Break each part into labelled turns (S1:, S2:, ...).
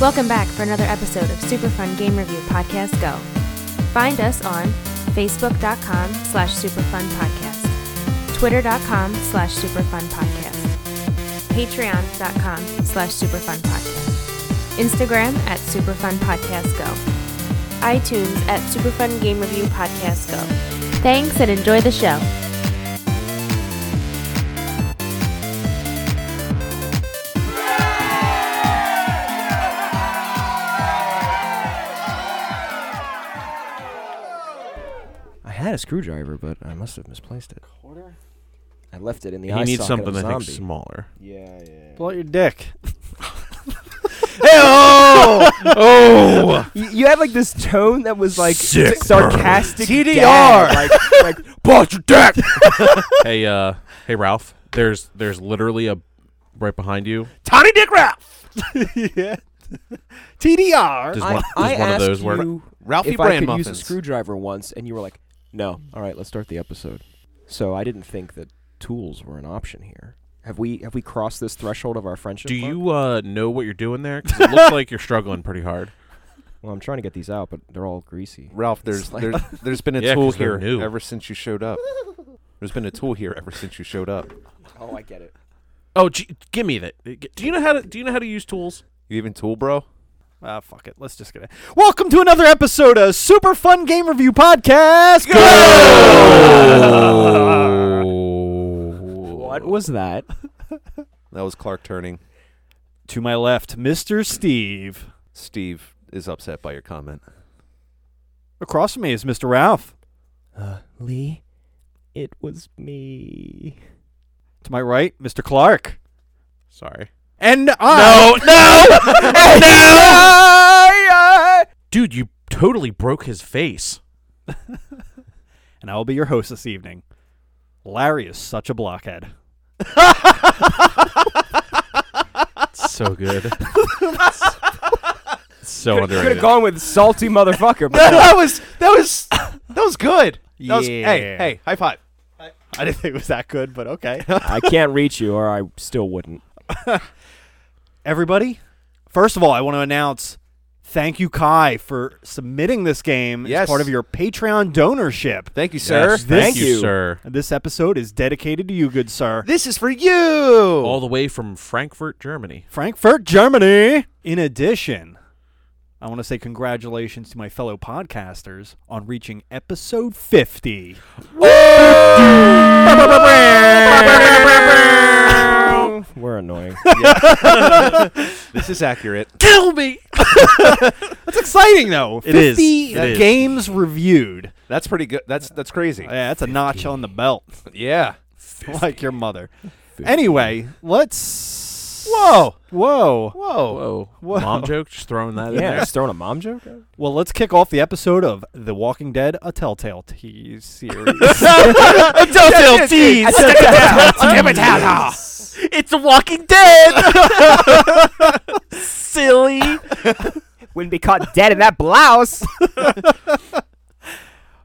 S1: Welcome back for another episode of Super Fun Game Review Podcast Go. Find us on facebook.com slash superfunpodcast, twitter.com slash superfunpodcast, patreon.com slash superfunpodcast, Instagram at superfunpodcastgo, iTunes at Superfun Game Review Podcast Go. Thanks and enjoy the show.
S2: I had a screwdriver, but I must have misplaced it. Quarter? I left it in the
S3: he
S2: eye
S3: needs
S2: socket of
S3: something
S2: a
S3: I think
S2: zombie.
S3: smaller.
S2: yeah, yeah.
S4: Blow out your dick.
S2: oh! oh! You, you had like this tone that was like
S3: Sick
S2: sarcastic.
S4: burn.
S2: gag,
S4: TDR.
S2: Like, like bought your dick.
S3: hey, uh, hey, Ralph. There's there's literally a right behind you.
S2: Tiny dick rap.
S4: yeah. TDR.
S3: Does
S2: I,
S3: one,
S2: I
S3: does one of
S2: asked
S3: those work?
S2: you
S5: Ralphie
S2: if I
S5: Brand
S2: could
S5: muffins.
S2: use a screwdriver once, and you were like, "No." All right, let's start the episode. So I didn't think that tools were an option here. Have we have we crossed this threshold of our friendship?
S3: Do
S2: Mark?
S3: you uh, know what you're doing there? 'Cause it looks like you're struggling pretty hard.
S2: Well, I'm trying to get these out, but they're all greasy.
S5: Ralph, there's
S2: like-
S5: there's, there's been a
S3: Yeah,
S5: tool
S3: 'cause they're
S5: here
S3: new.
S5: ever since you showed up. There's been a tool here ever since you showed up.
S2: Oh, I get it.
S3: Oh, gee, give me that. Do you know how to do you know how to use tools?
S5: You even tool, bro?
S4: Ah, fuck it. Let's just get it. Welcome to another episode of Super Fun Game Review Podcast.
S2: What was that?
S5: That was Clark turning.
S4: To my left, Mr. Steve.
S5: Steve is upset by your comment.
S4: Across from me is Mr. Ralph.
S2: Uh, Lee, it was me.
S4: To my right, Mr. Clark.
S3: Sorry,
S4: And uh, I.
S2: uh!
S4: No, no, no.
S3: dude. You totally broke his face.
S4: And I will be your host this evening. Larry is such a blockhead.
S3: so good. so
S2: Could have
S3: underrated.
S2: gone with salty motherfucker. But
S5: that was that was that was good. That was- hey,
S4: Yeah.
S5: hey, high five.
S4: I didn't think it was that good, but okay.
S2: I can't reach you, or I still wouldn't.
S4: everybody. First of all, I want to announce thank you, Kai, for submitting this game as
S5: Yes.
S4: part of your Patreon donorship.
S5: Thank you,
S3: Yes,
S5: sir.
S3: thank
S2: Thank
S3: you,
S2: you.
S3: sir.
S4: This uh, episode is dedicated to you, good sir.
S5: This is for you.
S3: All the way from Frankfurt, Germany.
S4: Frankfurt, Germany. In addition, I want to say congratulations to my fellow podcasters on reaching episode 50.
S2: We're annoying.
S5: this is accurate.
S3: Kill me.
S4: That's exciting, though.
S3: It is.
S4: 50
S3: It is.
S4: games reviewed.
S5: That's pretty good. That's that's crazy.
S4: Yeah, that's a notch on the belt.
S5: yeah.
S4: like your mother. Anyway, let's. Whoa, whoa.
S5: Whoa.
S3: Whoa.
S4: Whoa.
S3: Mom joke. Just throwing that in
S2: yeah,
S3: there.
S2: just throwing a mom joke. That
S4: Well, let's kick off the episode of The Walking Dead, a Telltale Tease series.
S5: Telltale
S4: tease.
S3: It's a Walking Dead. Silly.
S2: Wouldn't be caught dead in that blouse.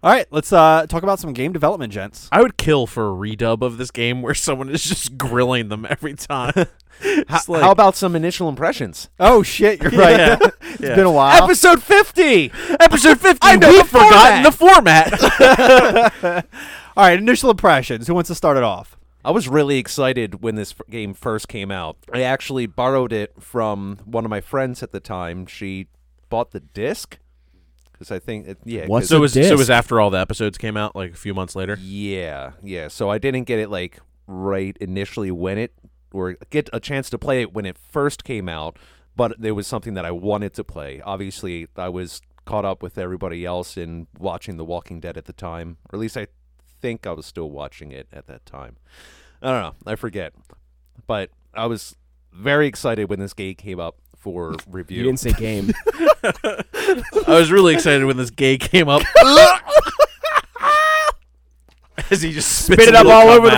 S4: All right, let's uh, talk about some game development, gents.
S3: I would kill for a redub of this game where someone is just grilling them every time.
S5: How,
S3: It's like-
S5: how about some initial impressions?
S4: Oh shit, you're right.
S3: Yeah.
S4: It's
S3: Yeah.
S4: been a while.
S5: Episode fifty.
S3: episode 50?
S5: I know
S3: We've
S5: the
S3: forgotten the format.
S4: All right, initial impressions. Who wants to start it off?
S5: I was really excited when this f- game first came out. I actually borrowed it from one of my friends at the time. She bought the disc because I think it, yeah.
S2: What's
S5: 'cause-
S3: so it was so it
S2: disc.
S3: was after all the episodes came out, like a few months later.
S5: yeah, yeah. So I didn't get it like right initially when it or get a chance to play it when it first came out, but there was something that I wanted to play. Obviously, I was caught up with everybody else in watching The Walking Dead at the time, or at least I think I was still watching it at that time. I don't know. I forget. But I was very excited when this game came up for
S2: You
S5: review.
S2: didn't say game.
S3: I was really excited when this gay came up. As he just spits
S2: Spit it up
S3: little
S2: all
S3: cum
S2: over the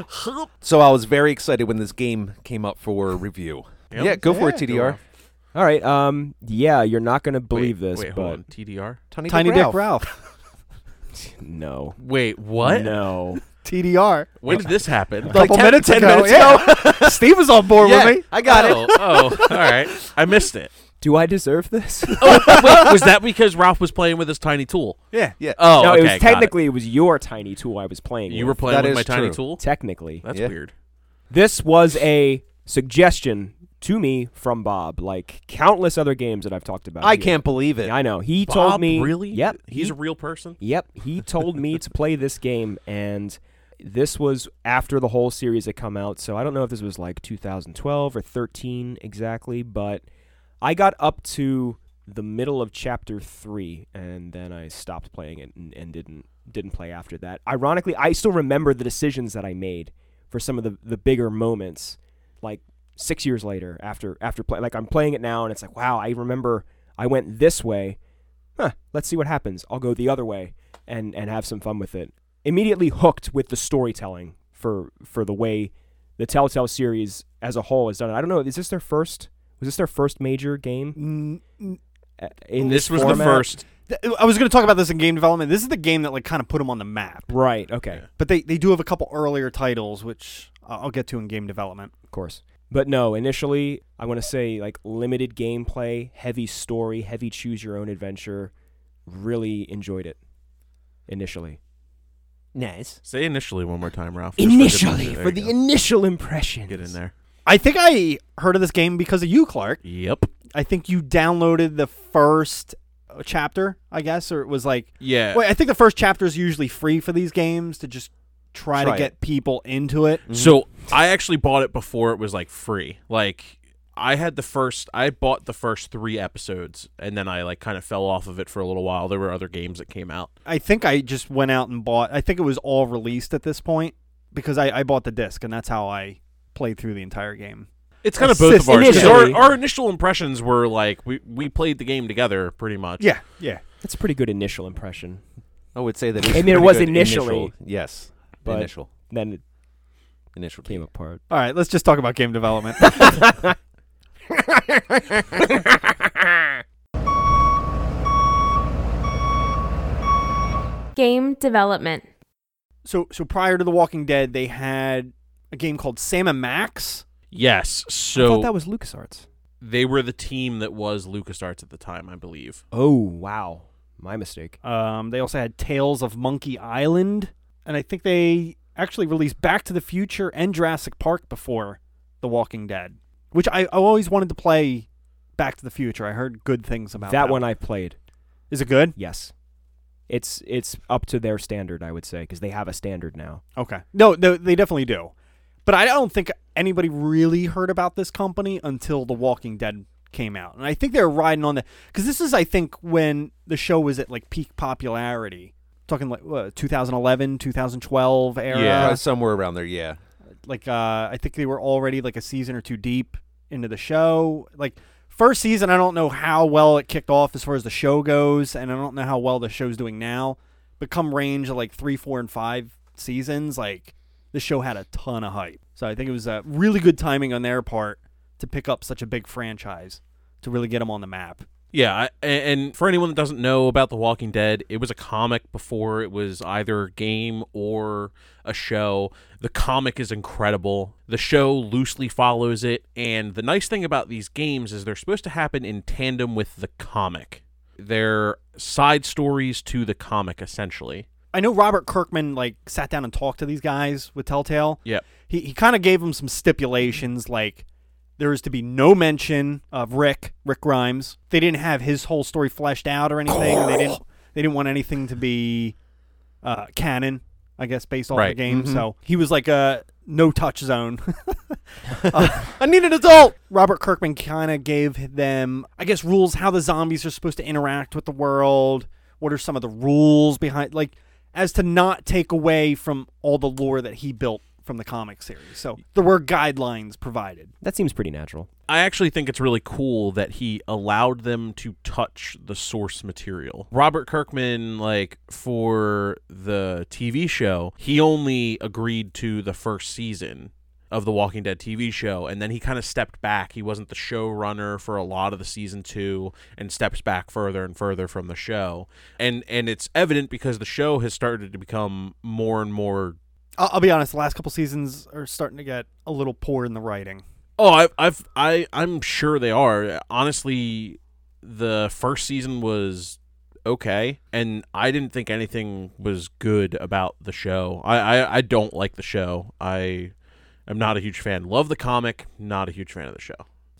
S3: out.
S2: floor.
S5: so I was very excited when this game came up for review.
S3: Yep.
S5: Yeah, go for it,
S3: Yeah.
S5: TDR.
S2: All right. Um. Yeah, you're not gonna believe
S3: Wait,
S2: this,
S3: wait, hold
S2: but
S3: on. TDR.
S5: Tiny,
S4: Tiny
S5: Dick Ralph.
S4: Dick Ralph.
S2: no.
S3: Wait, what?
S2: No.
S4: TDR.
S3: When did this happen?
S4: A couple minutes ago. yeah. Steve was on board with me.
S5: I got
S3: oh,
S5: it.
S3: oh, all right. I missed it.
S2: Do I deserve this?
S3: Oh, wait, was that because Ralph was playing with his tiny tool?
S4: Yeah.
S5: Yeah.
S3: Oh,
S2: no,
S3: okay,
S2: it was
S3: got
S2: technically it. was your tiny tool I was playing.
S3: You were
S2: with.
S3: playing
S5: That
S3: with
S5: is
S3: my tiny
S5: true.
S3: tool.
S2: technically.
S3: That's
S5: Yeah.
S3: weird.
S2: This was a suggestion to me from Bob, like countless other games that I've talked about.
S5: I
S2: here.
S5: can't believe it.
S2: I know. He
S3: Bob,
S2: told me.
S3: really?
S2: Yep.
S3: He's
S2: he-
S3: a real person.
S2: Yep, he told me to play this game, and this was after the whole series had come out. So I don't know if this was like 2012 or 13 exactly, but I got up to the middle of chapter three, and then I stopped playing it and, and didn't didn't play after that. Ironically, I still remember the decisions that I made for some of the the bigger moments, like six years later after after play. Like I'm playing it now, and it's like, wow, I remember I went this way. Huh, let's see what happens. I'll go the other way and and have some fun with it. Immediately hooked with the storytelling for for the way the Telltale series as a whole has done it. I don't know. Is this their first? Was this their first major game
S4: Mm, mm.
S2: uh, in this?
S3: This was the
S2: format?
S3: first.
S4: Th- I was going to talk about this in game development. This is the game that like kind of put him on the map.
S2: right? Okay,
S4: But they, they do have a couple earlier titles, which I- I'll get to in game development.
S2: of course. But no, initially I want to say like limited gameplay, heavy story, heavy choose your own adventure. Really enjoyed it initially.
S5: Nice.
S3: Say initially one more time, Ralph. just for good
S2: Initially,
S3: measure. There
S2: for
S3: you
S2: the
S3: go.
S2: initial impression.
S3: Get in there.
S4: I think I heard of this game because of you, Clark.
S3: Yep.
S4: I think you downloaded the first uh, chapter, I guess, or it was like.
S3: Yeah.
S4: Wait, I think the first chapter is usually free for these games to just try,
S5: Try
S4: to
S5: it.
S4: get people into it.
S3: Mm-hmm. So I actually bought it before it was like free. Like I had the first I bought the first 3 episodes and then I like kind of fell off of it for a little while. There were other games that came out.
S4: I think I just went out and bought. I think it was all released at this point because I, I bought the disc, and that's how I played through the entire game.
S3: It's kind of both of ours. 'cause
S2: Initially.
S3: Our, our initial impressions were like we we played the game together pretty much.
S4: Yeah, yeah.
S2: That's a pretty good initial impression.
S5: I would say that. It's
S2: I mean, it
S5: pretty
S2: was
S5: good
S2: initially,
S5: initial- yes.
S2: but-
S5: Initial.
S2: Then it
S5: Initial.
S2: came apart.
S4: All right, let's just talk about game development.
S1: Game development.
S4: so, so prior to The Walking Dead, they had a game called Sam and Max.
S3: Yes.
S2: I
S3: So
S2: thought that was LucasArts.
S3: they were the team that was LucasArts at the time, I believe.
S2: Oh, wow. My mistake.
S4: Um, they also had Tales of Monkey Island, and I think they actually released Back to the Future and Jurassic Park before The Walking Dead, which I, I always wanted to play. Back to the Future. I heard good things about
S2: That,
S4: that
S2: one I played.
S4: Is it good?
S2: Yes. It's it's up to their standard, I would say, because they have a standard now.
S4: Okay. No, no, they definitely do. But I don't think anybody really heard about this company until The Walking Dead came out. And I think they were riding on the cuz this is I think when the show was at like peak popularity. Talking like what, 2011, 2012 era.
S5: Yeah. Uh, somewhere around there. Yeah.
S4: Like uh I think they were already like a season or two deep into the show. Like first season I don't know how well it kicked off as far as the show goes and I don't know how well the show's doing now. But come range of like three, four, and five seasons, like the show had a ton of hype. So I think it was uh, really good timing on their part to pick up such a big franchise to really get them on the map.
S3: Yeah, I, a- and for anyone that doesn't know about The Walking Dead, it was a comic before it was either a game or a show. The comic is incredible. The show loosely follows it, and the nice thing about these games is they're supposed to happen in tandem with the comic. They're side stories to the comic essentially.
S4: I know Robert Kirkman like sat down and talked to these guys with Telltale.
S3: Yep.
S4: He he kind of gave them some stipulations like there is to be no mention of Rick, Rick Grimes. They didn't have his whole story fleshed out or anything. They didn't they didn't want anything to be uh, canon, I guess, based off the
S3: Right.
S4: game.
S5: Mhm.
S4: So he was like a no touch zone. Uh,
S5: I need an adult.
S4: Robert Kirkman kind of gave them, I guess, rules how the zombies are supposed to interact with the world. What are some of the rules behind, like, as to not take away from all the lore that he built from the comic series. So there were guidelines provided.
S2: That seems pretty natural.
S3: I actually think it's really cool that he allowed them to touch the source material. Robert Kirkman, like for the TV show, he only agreed to the first season of the Walking Dead TV show, and then he kind of stepped back. He wasn't the showrunner for a lot of the season two, and steps back further and further from the show. And and it's evident because the show has started to become more and more
S4: I'll, I'll be honest. The last couple seasons are starting to get a little poor in the writing.
S3: Oh, I've, I've I I'm sure they are. Honestly, the first season was okay, and I didn't think anything was good about the show. I I, I don't like the show. I am not a huge fan. Love the comic, not a huge fan of the show.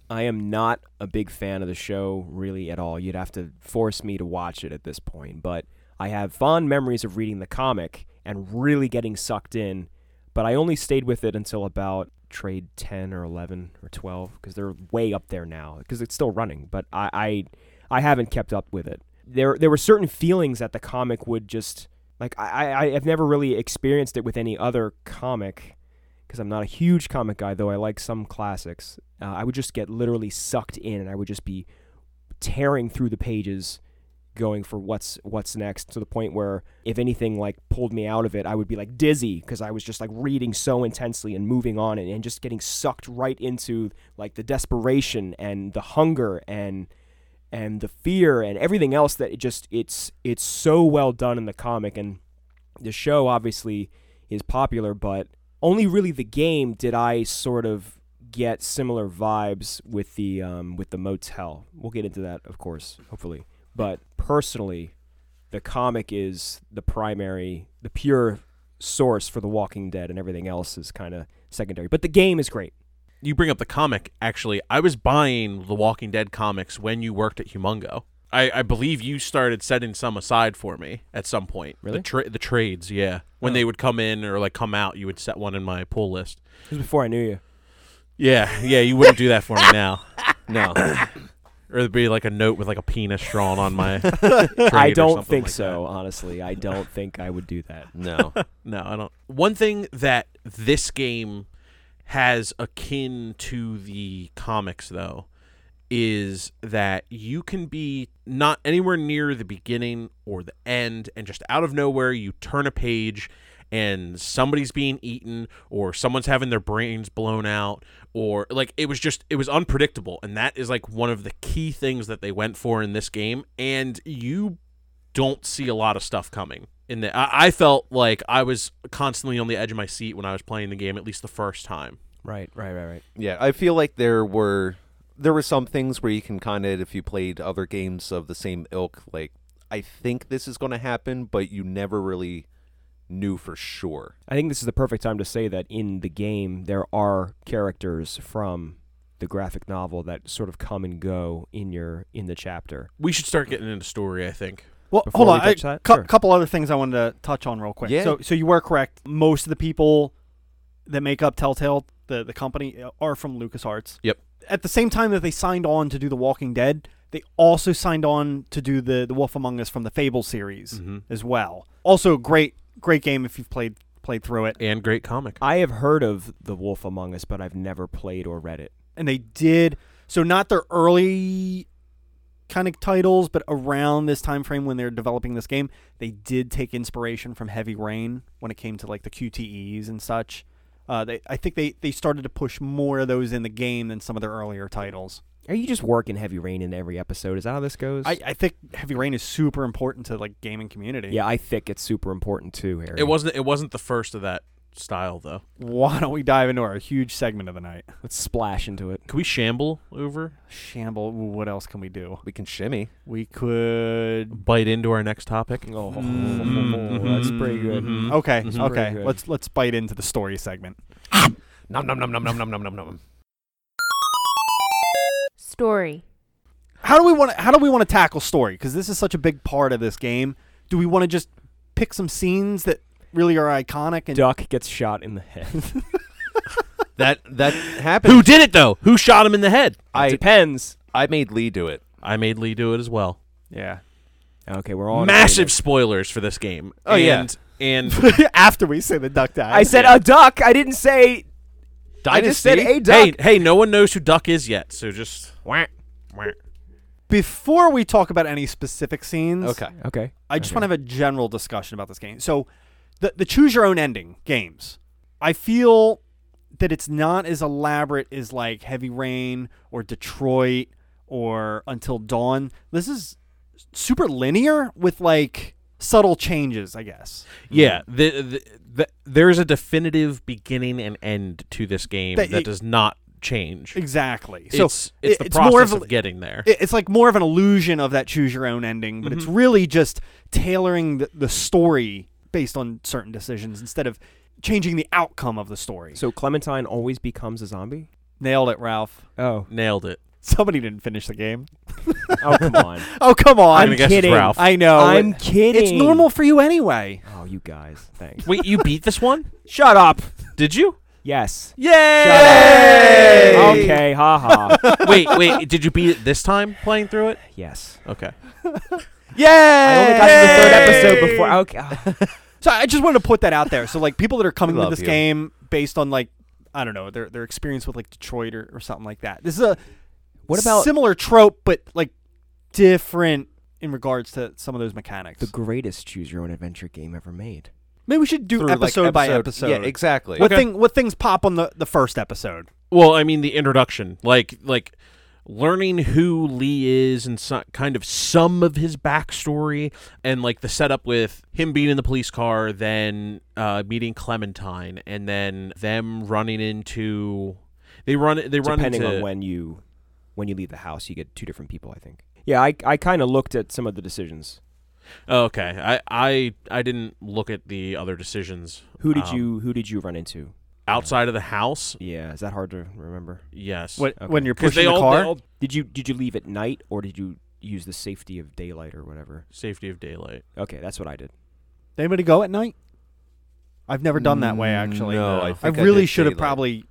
S2: I am not a big fan of the show really at all. You'd have to force me to watch it at this point, but I have fond memories of reading the comic and really getting sucked in, but I only stayed with it until about trade 10 or 11 or 12 because they're way up there now because it's still running, but I, I I haven't kept up with it. There there were certain feelings that the comic would just like I, I I've never really experienced it with any other comic because I'm not a huge comic guy, though I like some classics. Uh, I would just get literally sucked in, and I would just be tearing through the pages, going for what's what's next. To the point where, if anything like pulled me out of it, I would be like dizzy because I was just like reading so intensely and moving on, and, and just getting sucked right into like the desperation and the hunger and and the fear and everything else that it just it's it's so well done in the comic and the show obviously is popular but only really the game did I sort of get similar vibes with the um, with the motel. We'll get into that, of course, hopefully. But personally, the comic is the primary, the pure source for The Walking Dead, and everything else is kind of secondary. But the game is great.
S3: You bring up the comic. Actually, I was buying the Walking Dead comics when you worked at Humongo. I, I believe you started setting some aside for me at some point.
S2: Really?
S3: The, tra- the trades, yeah. When they would come in or like come out, you would set one in my pull list.
S2: It was before I knew you.
S3: Yeah, yeah. You wouldn't do that for me now,
S5: No,
S3: or it'd be like a note with like a penis drawn on my.
S2: I don't think so, honestly. I don't think I would do that.
S5: no.
S3: No, I don't. One thing that this game has akin to the comics, though, is that you can be not anywhere near the beginning or the end, and just out of nowhere, you turn a page and somebody's being eaten or someone's having their brains blown out or like it was just it was unpredictable and that is like one of the key things that they went for in this game and you don't see a lot of stuff coming. In the, I, I felt like I was constantly on the edge of my seat when I was playing the game, at least the first time.
S2: Right, right, right, right.
S5: Yeah, I feel like there were there were some things where you can kind of if you played other games of the same ilk, like I think this is going to happen, but you never really knew for sure.
S2: I think this is the perfect time to say that in the game there are characters from the graphic novel that sort of come and go in your in the chapter.
S3: We should start getting into story, I think.
S4: Well,
S2: Before
S4: hold
S2: we
S4: on. A
S2: touch that? Sure.
S4: couple other things I wanted to touch on real quick.
S5: Yeah.
S4: So, so you were correct. Most of the people that make up Telltale, the the company, uh, are from LucasArts.
S3: Yep.
S4: At the same time that they signed on to do The Walking Dead, they also signed on to do the the Wolf Among Us from the Fable series
S3: Mm-hmm.
S4: as well. Also, great great game if you've played played through it.
S3: And great comic.
S2: I have heard of The Wolf Among Us, but I've never played or read it.
S4: and they did so not their early kind of titles but around this time frame when they're developing this game they did take inspiration from heavy rain when it came to like the qtes and such uh, they, i think they, they started to push more of those in the game than some of their earlier titles
S2: Are you just working heavy rain in every episode? Is that how this goes?
S4: I, I think heavy rain is super important to like gaming community
S2: yeah, I think it's super important too, Harry.
S3: It wasn't. It wasn't the first of that style, though.
S4: why don't we dive into our huge segment of the night
S2: Let's splash into it.
S3: Can we shamble over?
S4: shamble ooh, what else can we do
S5: We can shimmy.
S4: we could
S3: Bite into our next topic.
S2: Oh,
S4: Mm,
S2: that's pretty good.
S3: mhm.
S4: okay
S3: Mhm.
S2: Mm-hmm. Pretty
S4: okay
S2: good.
S4: let's let's bite into the story segment
S5: Nom nom nom nom nom nom nom nom nom.
S1: Story.
S4: how do we want to how do we want to tackle story because this is such a big part of this game do we want to just pick some scenes that really are iconic and
S2: Duck gets shot in the head.
S5: That that happened.
S3: Who did it though? Who shot him in the head?
S5: I
S2: Depends.
S5: I made Lee do it.
S3: I made Lee do it as well.
S4: yeah
S2: Okay, we're all in
S3: Massive
S2: agreement.
S3: spoilers for this game.
S5: Oh, yeah.
S3: and, and
S4: after we say the duck died
S2: I said uh, a duck. I didn't say. I just said a duck.
S3: hey, hey, no one knows who Duck is yet, so just whack, whack.
S4: before we talk about any specific scenes
S5: Okay.
S2: Okay.
S4: i just
S2: Okay.
S4: want to have a general discussion about this game so the, the choose your own ending games i feel that it's not as elaborate as like heavy rain or detroit or until dawn this is super linear with like subtle changes, I guess.
S3: Yeah, the, the, the, there's a definitive beginning and end to this game
S4: That
S3: that,
S4: it-
S3: does not change.
S4: Exactly.
S3: It's,
S4: so
S3: it's
S4: it-
S3: the
S4: it's
S3: process
S4: more of, a-
S3: getting there.
S4: it- it's like more of an illusion of that choose your own ending, but
S3: Mm-hmm.
S4: it's really just tailoring the, the story based on certain decisions instead of changing the outcome of the story.
S2: So Clementine always becomes a zombie.
S4: Nailed it, Ralph.
S2: Oh,
S3: Nailed it.
S4: Somebody didn't finish the game.
S2: oh, come on.
S4: Oh, come on.
S3: I'm gonna guess it's
S2: kidding.
S3: Ralph.
S4: I know.
S2: I'm
S4: It-
S2: kidding.
S4: It's normal for you anyway.
S2: Oh, you guys. Thanks.
S3: Wait, you beat this one?
S2: Shut up.
S3: Did you?
S2: Yes.
S3: Yay!
S2: Okay. Ha ha.
S3: wait, wait. Did you beat it this time playing through it?
S2: yes.
S3: Okay.
S4: Yeah.
S2: I only got to the third episode before. Okay. ah.
S4: So I just wanted to put that out there. So like people that are coming to
S5: love
S4: this
S5: you.
S4: game based on like I don't know their their experience with like Detroit or, or something like that. This is a
S2: What about
S4: similar trope but like different in regards to some of those mechanics.
S2: the greatest choose your own adventure game ever made?
S4: Maybe we should do
S5: Through,
S4: episode,
S5: like,
S4: by episode.
S5: Yeah, exactly.
S4: What
S3: Okay.
S4: thing what things pop on the the first episode?
S3: Well, I mean the introduction, like like learning who Lee is and so, kind of some of his backstory, and like the setup with him being in the police car, then uh, meeting Clementine, and then them running into they run they run
S2: Depending
S3: into
S2: on when you when you leave the house, you get two different people. I think. Yeah, I I kind of looked at some of the decisions.
S3: Oh, okay, I I I didn't look at the other decisions.
S2: Who did
S3: Um,
S2: you Who did you run into?
S3: outside of the house?
S2: Yeah, is that hard to remember?
S3: Yes,
S4: What,
S2: Okay.
S4: When you're
S3: 'Cause
S4: pushing
S3: they
S4: the
S3: all-
S4: car?
S3: they all-
S2: Did you Did you leave at night or did you use the safety of daylight or whatever?
S3: safety of daylight.
S2: Okay, that's what I did.
S4: Did anybody go at night? I've never done that way actually.
S5: Mm, No,
S3: no.
S5: I,
S3: I
S4: Mm, I
S5: think
S4: really
S5: did
S4: should have
S5: daylight.
S4: probably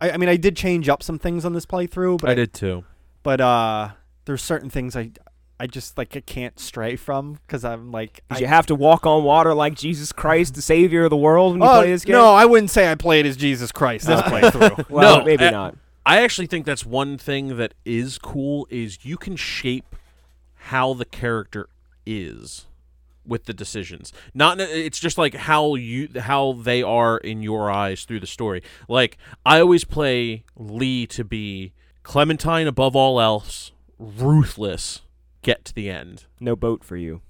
S4: I, I mean I did change up some things on this playthrough, but
S3: I did too.
S4: but uh there's certain things I I just like I can't stray from because I'm like
S2: Did
S4: I,
S2: you have to walk on water like Jesus Christ, the Savior of the world, when you
S4: Oh,
S2: play this game?
S4: No, I wouldn't say I played as Jesus Christ this playthrough.
S2: Well,
S3: No,
S2: maybe
S3: uh,
S2: not.
S3: I actually think that's one thing that is cool is you can shape how the character is with the decisions. Not it's just like how you how they are in your eyes through the story. Like I always play Lee to be Clementine above all else, ruthless, get to the end.
S2: No boat for you.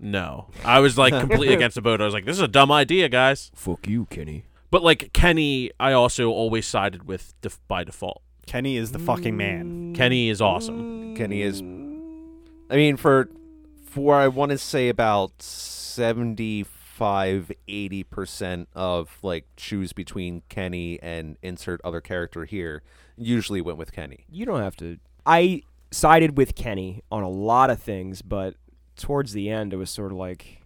S3: No. I was like completely against the boat. I was like this is a dumb idea, guys.
S2: Fuck you, Kenny.
S3: But like Kenny, I also always sided with def- by default.
S4: Kenny is the fucking man.
S3: Kenny is awesome.
S5: Kenny is. I mean, for for I want to say about 75, 80 percent of like choose between Kenny and insert other character here. Usually went with Kenny.
S2: You don't have to. I sided with Kenny on a lot of things, but towards the end, it was sort of like,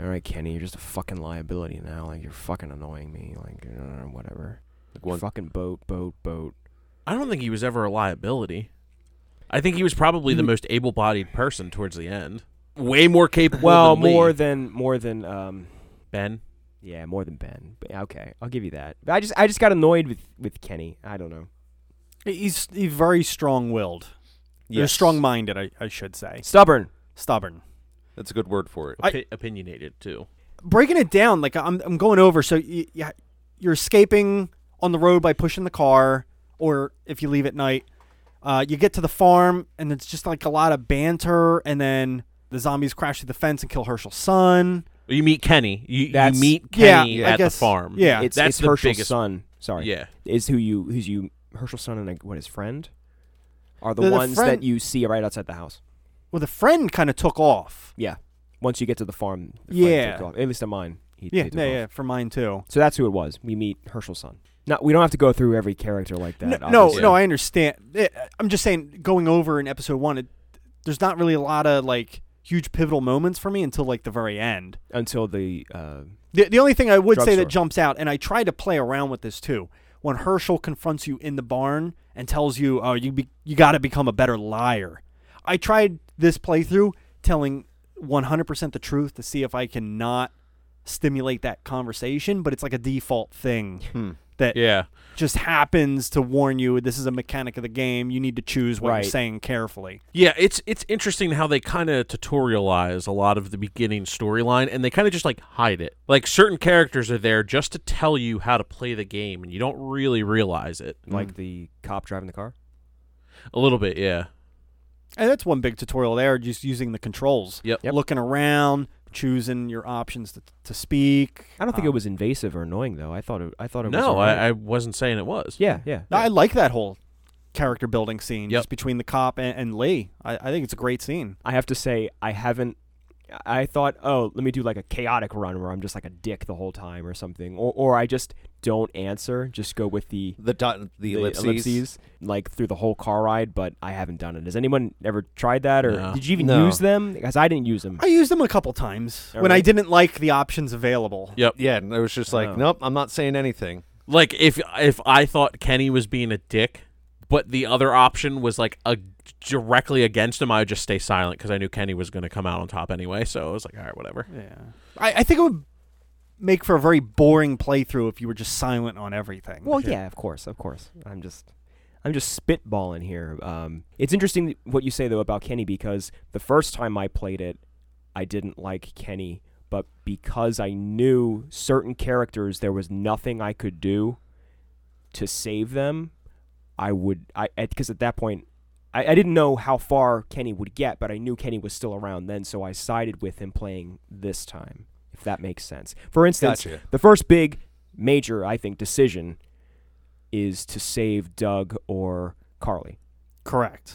S2: all right, Kenny, you're just a fucking liability now. Like, you're fucking annoying me. Like, uh, whatever.
S5: Like one,
S2: Fucking boat, boat, boat.
S3: I don't think he was ever a liability. I think he was probably the
S2: Hmm.
S3: most able-bodied person towards the end. Way more capable.
S2: Well,
S3: than Lee.
S2: more than, more than, um,
S3: Ben.
S2: yeah, more than Ben. But, okay, I'll give you that. But I just, I just got annoyed with, with Kenny. I don't know.
S4: He's, he's very strong-willed. You're
S5: Yes.
S4: strong-minded, I, I should say.
S2: Stubborn.
S4: Stubborn.
S5: That's a good word for it.
S4: I-
S3: Opi- opinionated too.
S4: Breaking it down, like I'm, I'm going over. So you, you're escaping on the road by pushing the car, or if you leave at night, uh, you get to the farm, and it's just like a lot of banter, and then the zombies crash through the fence and kill Herschel's son.
S3: You meet Kenny. You, you
S2: That's-
S3: meet
S4: Yeah,
S3: Kenny
S5: yeah, I
S3: at
S4: guess-
S3: the farm.
S4: yeah.
S2: It's,
S3: That's
S2: it's
S3: the
S2: Herschel's
S3: biggest-
S2: son. Sorry.
S3: Yeah.
S2: is who you who's you Herschel's son and a, what his friend are the,
S4: The- the
S2: ones that
S4: friend-
S2: you see right outside the house.
S4: Well, the friend kind of took off.
S2: Yeah. Once you get to the farm, the friend
S4: Yeah.
S2: took off. At least on mine. He,
S4: Yeah,
S2: they took
S4: yeah,
S2: off.
S4: yeah, for mine too.
S2: So that's who it was. We meet Herschel's son. Not we don't have to go through every character like that.
S4: no, no,
S2: obviously.
S4: no, I understand. It- I'm just saying, going over in episode one, it, there's not really a lot of like huge pivotal moments for me until like the very end.
S2: Until the uh,
S4: The, the only thing I would say
S2: Drugstore.
S4: that jumps out, and I try to play around with this too, when Herschel confronts you in the barn and tells you, "Oh, you be, you got to become a better liar." I tried this playthrough telling 100% the truth to see if I can not stimulate that conversation, but it's like a default thing that
S3: Yeah.
S4: just happens to warn you this is a mechanic of the game. You need to choose what
S2: Right.
S4: you're saying carefully.
S3: Yeah, it's it's interesting how they kind of tutorialize a lot of the beginning storyline, and they kind of just like hide it. Like certain characters are there just to tell you how to play the game, and you don't really realize it.
S2: like the cop driving the car.
S3: A little bit, yeah.
S4: And that's one big tutorial there, just using the controls.
S3: Yep.
S2: Yep.
S4: Looking around, choosing your options to, to speak.
S2: I don't think
S4: Um,
S2: it was invasive or annoying though. I thought it. I thought it was.
S3: No,
S2: alright.
S3: I, I wasn't saying it was.
S2: yeah, yeah.
S4: No, I like that whole character building scene
S3: Yep.
S4: just between the cop and, and Lee. I, I think it's a great scene.
S2: I have to say, I haven't. I thought, oh, let me do like a chaotic run where I'm just like a dick the whole time or something, or or I just don't answer, just go with the
S5: The dot, the, ellipses.
S2: like through the whole car ride. But I haven't done it. Has anyone ever tried that, or
S3: No.
S2: did you even
S5: No.
S2: use them? Because I didn't use them.
S4: I used them a couple times
S2: Mm. All
S4: when I
S2: right.
S4: didn't like the options available.
S3: Yep.
S5: Yeah, and it was just like,
S2: Oh.
S5: nope, I'm not saying anything.
S3: Like if if I thought Kenny was being a dick, but the other option was like a directly against him, I would just stay silent because I knew Kenny was going to come out on top anyway. So I was like, all right, whatever.
S4: Yeah. I, I think it would make for a very boring playthrough if you were just silent on everything.
S2: Well, yeah, of course, of course. I'm just, I'm just spitballing here. Um, it's interesting what you say though about Kenny because the first time I played it, I didn't like Kenny, but because I knew certain characters, there was nothing I could do to save them. I would, I because at that point. I, I didn't know how far Kenny would get, but I knew Kenny was still around then, so I sided with him playing this time, if that makes sense. For instance,
S5: Gotcha.
S2: the first big major, I think, decision is to save Doug or Carly.
S4: Correct.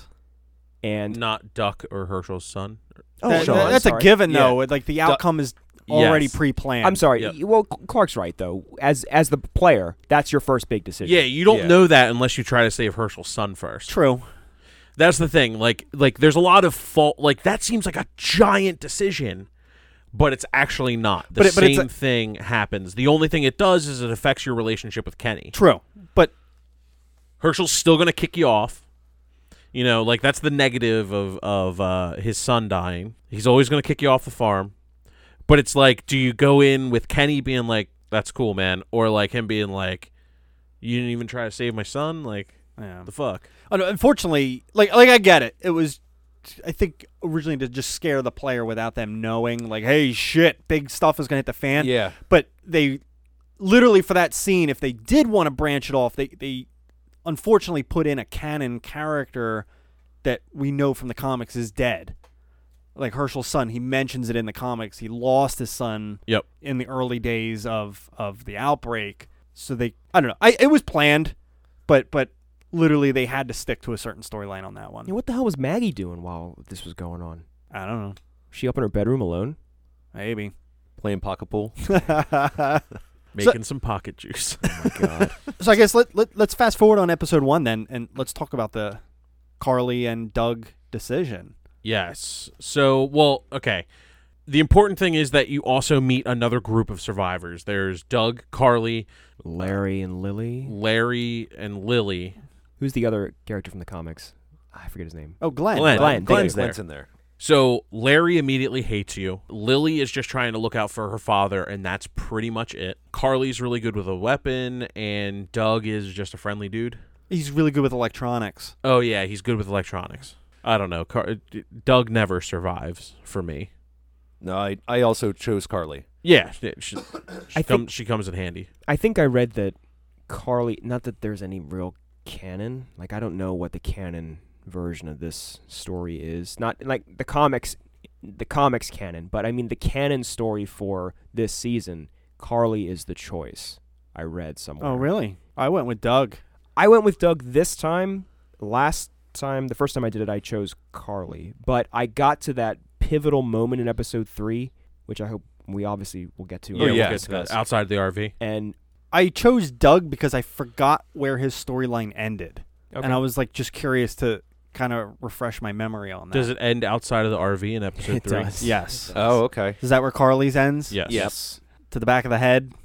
S2: And
S3: Not Duck or Herschel's son.
S2: oh,
S4: That-
S2: Sean,
S4: that-
S2: I'm
S4: that's a
S2: sorry.
S4: given,
S3: Yeah.
S4: though. Like the outcome is already
S3: Yes.
S4: pre-planned.
S2: I'm sorry.
S3: Yeah.
S2: Y- Well, Cl- Clark's right though. As as the player, that's your first big decision.
S3: Yeah, you don't
S5: Yeah.
S3: know that unless you try to save Herschel's son first.
S4: True.
S3: That's the thing. Like like there's a lot of fault. Like that seems like a giant decision, but it's actually not. The
S4: But it- but
S3: same
S4: it's a-
S3: thing happens. The only thing it does is it affects your relationship with Kenny.
S4: True. But
S3: Herschel's still gonna kick you off. You know, like that's the negative of of uh, his son dying. He's always gonna kick you off the farm. But it's like, do you go in with Kenny being like, "That's cool, man," or like him being like, "You didn't even try to save my son." Like
S4: yeah.
S3: the fuck.
S4: Un- Unfortunately, like like I get it. It was, I think, originally to just scare the player without them knowing, like, hey, shit, big stuff is gonna hit the fan.
S5: Yeah.
S4: But they, literally for that scene, if they did want to branch it off, they they, unfortunately, put in a canon character that we know from the comics is dead. Like Herschel's son, he mentions it in the comics. He lost his son
S3: Yep.
S4: in the early days of of the outbreak. So they, I don't know. I it was planned, but but literally they had to stick to a certain storyline on that
S2: Yeah,
S4: one.
S2: what the hell was Maggie doing while this was going on?
S4: I don't know.
S2: Was she up in her bedroom alone?
S4: Maybe.
S5: Playing pocket pool.
S4: so I
S3: Making some pocket juice.
S4: Oh guess let, let let's fast forward on episode one then, and let's talk about the Carly and Doug decision.
S3: Yes. So, well, okay. The important thing is that you also meet another group of survivors. There's Doug, Carly,
S2: Larry and Lily.
S3: Larry, and Lily.
S2: Who's the other character from the comics? I forget his name.
S4: Oh, Glenn.
S3: Glenn.
S2: Glenn, thank
S3: Glenn's
S2: you.
S3: there.
S5: Glenn's in there.
S3: So, Larry immediately hates you. Lily is just trying to look out for her father, and that's pretty much it. Carly's really good with a weapon, and Doug is just a friendly dude.
S4: He's really good with electronics.
S3: Oh, yeah, he's good with electronics. I don't know. Car- D- Doug never survives for me.
S5: No, I, I also chose Carly.
S3: Yeah, she, she,
S2: I
S3: come-
S2: think-
S3: she comes in handy.
S2: I think I read that Carly. Not that there's any real canon. Like I don't know what the canon version of this story is. Not like the comics, the comics canon. But I mean the canon story for this season. Carly is the choice. I read somewhere.
S4: Oh, really? I went with Doug.
S2: I went with Doug this time. Last time, the first time I did it, I chose Carly. But I got to that pivotal moment in episode three, which I hope we obviously will get to.
S5: Oh,
S3: we'll
S5: yeah.
S3: get to that. Outside the RV.
S2: And
S4: I chose Doug because I forgot where his storyline ended,
S2: okay.
S4: and I was like just curious to kind of refresh my memory on that.
S3: Does it end outside of the RV in episode
S2: It
S3: three?
S2: does.
S4: Yes.
S5: Oh, okay.
S4: Is that where Carly's ends?
S3: Yes.
S5: Yes.
S4: To the back of the head.
S2: Oh.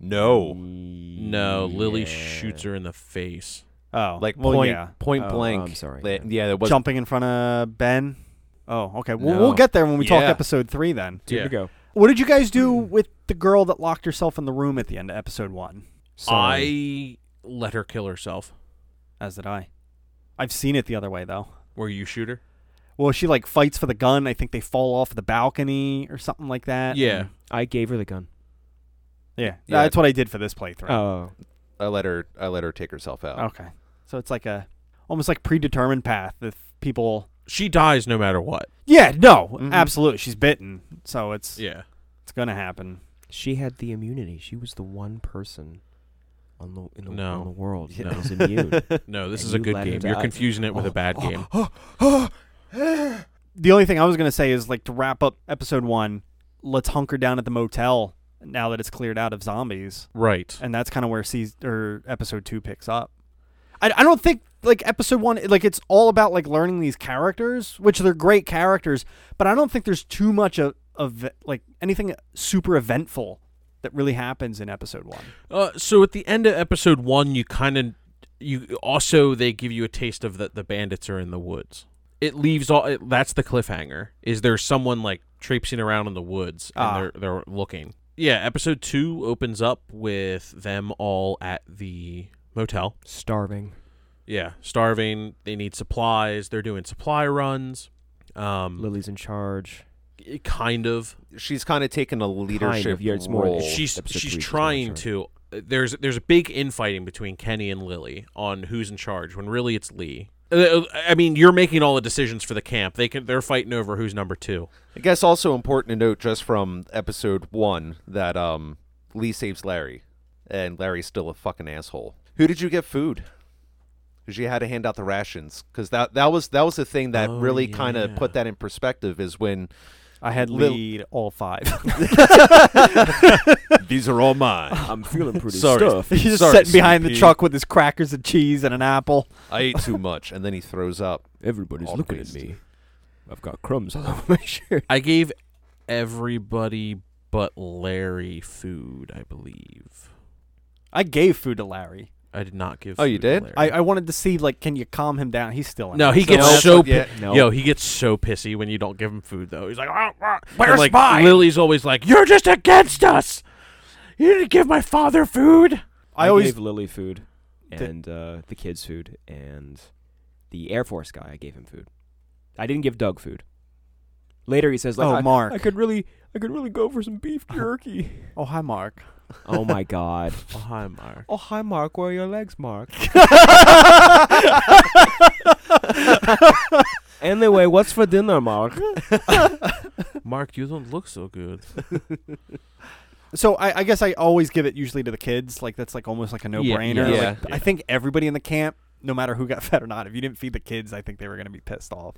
S5: No.
S3: No, Lily
S2: Yeah.
S3: shoots her in the face.
S4: Oh,
S5: Like
S4: well,
S5: point,
S4: yeah.
S5: point
S2: Oh,
S5: blank.
S2: I'm sorry.
S5: That- yeah, that was
S4: jumping in front of Ben. Oh, okay. We'll,
S5: No.
S4: we'll get there when we talk
S5: Yeah.
S4: episode three. Then,
S2: Two
S3: Yeah.
S2: to go.
S4: what did you guys do with the girl that locked herself in the room at the end of episode one?
S2: Sorry.
S3: I let her kill herself.
S4: As did I. I've seen it the other way though.
S3: Where you shoot her?
S4: Well, she like fights for the gun. I think they fall off the balcony or something like that.
S3: Yeah.
S4: and-
S2: I gave her the gun.
S4: yeah,
S5: Yeah.
S4: That's what I did for this playthrough.
S2: Oh,
S5: I let her I let her take herself
S3: Oh.
S5: out.
S4: Okay. So it's like a almost like predetermined path if people
S3: She dies no matter what.
S4: Yeah, no,
S5: Mhm.
S4: absolutely. She's bitten. So it's
S3: Mm-hmm. Yeah.
S4: it's gonna happen.
S2: She had the immunity. She was the one person on the in the,
S3: No.
S2: in the world
S3: No.
S2: that was immune.
S3: No, this
S2: And
S3: is a
S2: you
S3: good
S2: let
S3: game.
S2: it
S3: You're
S2: out.
S3: confusing it with a bad game.
S4: The only thing I was gonna say is like to wrap up episode one. Let's hunker down at the motel now that it's cleared out of zombies.
S3: Right.
S4: and that's kind of where season or episode two picks up. I, I don't think like episode one like it's all about like learning these characters, which they're great characters, but I don't think there's too much of, of like anything super eventful that really happens in episode one.
S3: Uh, so at the end of episode one, you kind of you also they give you a taste of that the bandits are in the woods. It leaves all it, that's the cliffhanger. Is there someone like traipsing around in the woods and
S4: Ah.
S3: they're they're looking? Yeah, episode two opens up with them all at the motel.
S2: Starving.
S3: Yeah, starving. They need supplies. They're doing supply runs. Um,
S2: Lily's in charge.
S3: it kind of.
S5: She's kind of taken a leadership
S2: Oh. yeah, it's more-
S5: role.
S3: she's
S2: episode
S3: she's
S2: three is more
S3: trying
S2: charge.
S3: to. There's there's a big infighting between Kenny and Lily on who's in charge when really it's Lee. Uh, I mean, you're making all the decisions for the camp. They can they're fighting over who's number two.
S5: I guess also important to note just from episode one that um Lee saves Larry, and Larry's still a fucking asshole. Who did you get food? 'Cause you had to hand out the rations because that that was that was the thing that
S3: Oh,
S5: really kind of
S3: yeah.
S5: put that in perspective is when
S4: I had
S5: Lil-
S4: lead all five.
S5: these are all mine.
S2: I'm feeling pretty
S5: Sorry.
S2: stuffed.
S4: He's just
S5: Sorry,
S4: sitting behind the
S5: CP.
S4: truck with his crackers and cheese and an apple.
S5: I ate too much, and then he throws up.
S2: Everybody's
S5: All
S2: looking at
S5: wasted.
S2: me. I've got crumbs all over my shirt.
S3: I gave everybody but Larry food, I believe.
S4: I gave food to Larry.
S3: I did not give.
S5: Oh, you
S3: food to
S5: did?
S3: Larry.
S4: I, I wanted to see like can you calm him down? He's still in
S3: no,
S4: it.
S3: he
S4: So-
S3: gets
S5: that's-
S3: so pi-
S5: yeah,
S2: no.
S3: yo he gets so pissy when you don't give him food though. He's like, "Ah, ah." And,
S5: Where's
S3: like,
S5: mine?
S3: Lily's always like, you're just against us. You didn't give my father food.
S4: I always
S2: gave Lily food
S4: Th-
S2: and uh, the kids food and the Air Force guy. I gave him food. I didn't give Doug food. Later he says, like,
S4: Oh,
S2: I,
S4: Mark.
S2: I could really, I could really go for some beef jerky."
S4: Oh hi Mark.
S2: oh my God!
S3: Oh, hi, Mark.
S2: Oh hi, Mark. Where are your legs, Mark? Anyway, what's for dinner, Mark?
S3: Mark, you don't look so good.
S4: So I, I guess I always give it usually to the kids. Like that's like almost like a no brainer.
S5: yeah,
S4: Like,
S3: yeah.
S4: I think everybody in the camp, no matter who got fed or not, if you didn't feed the kids, I think they were gonna be pissed off.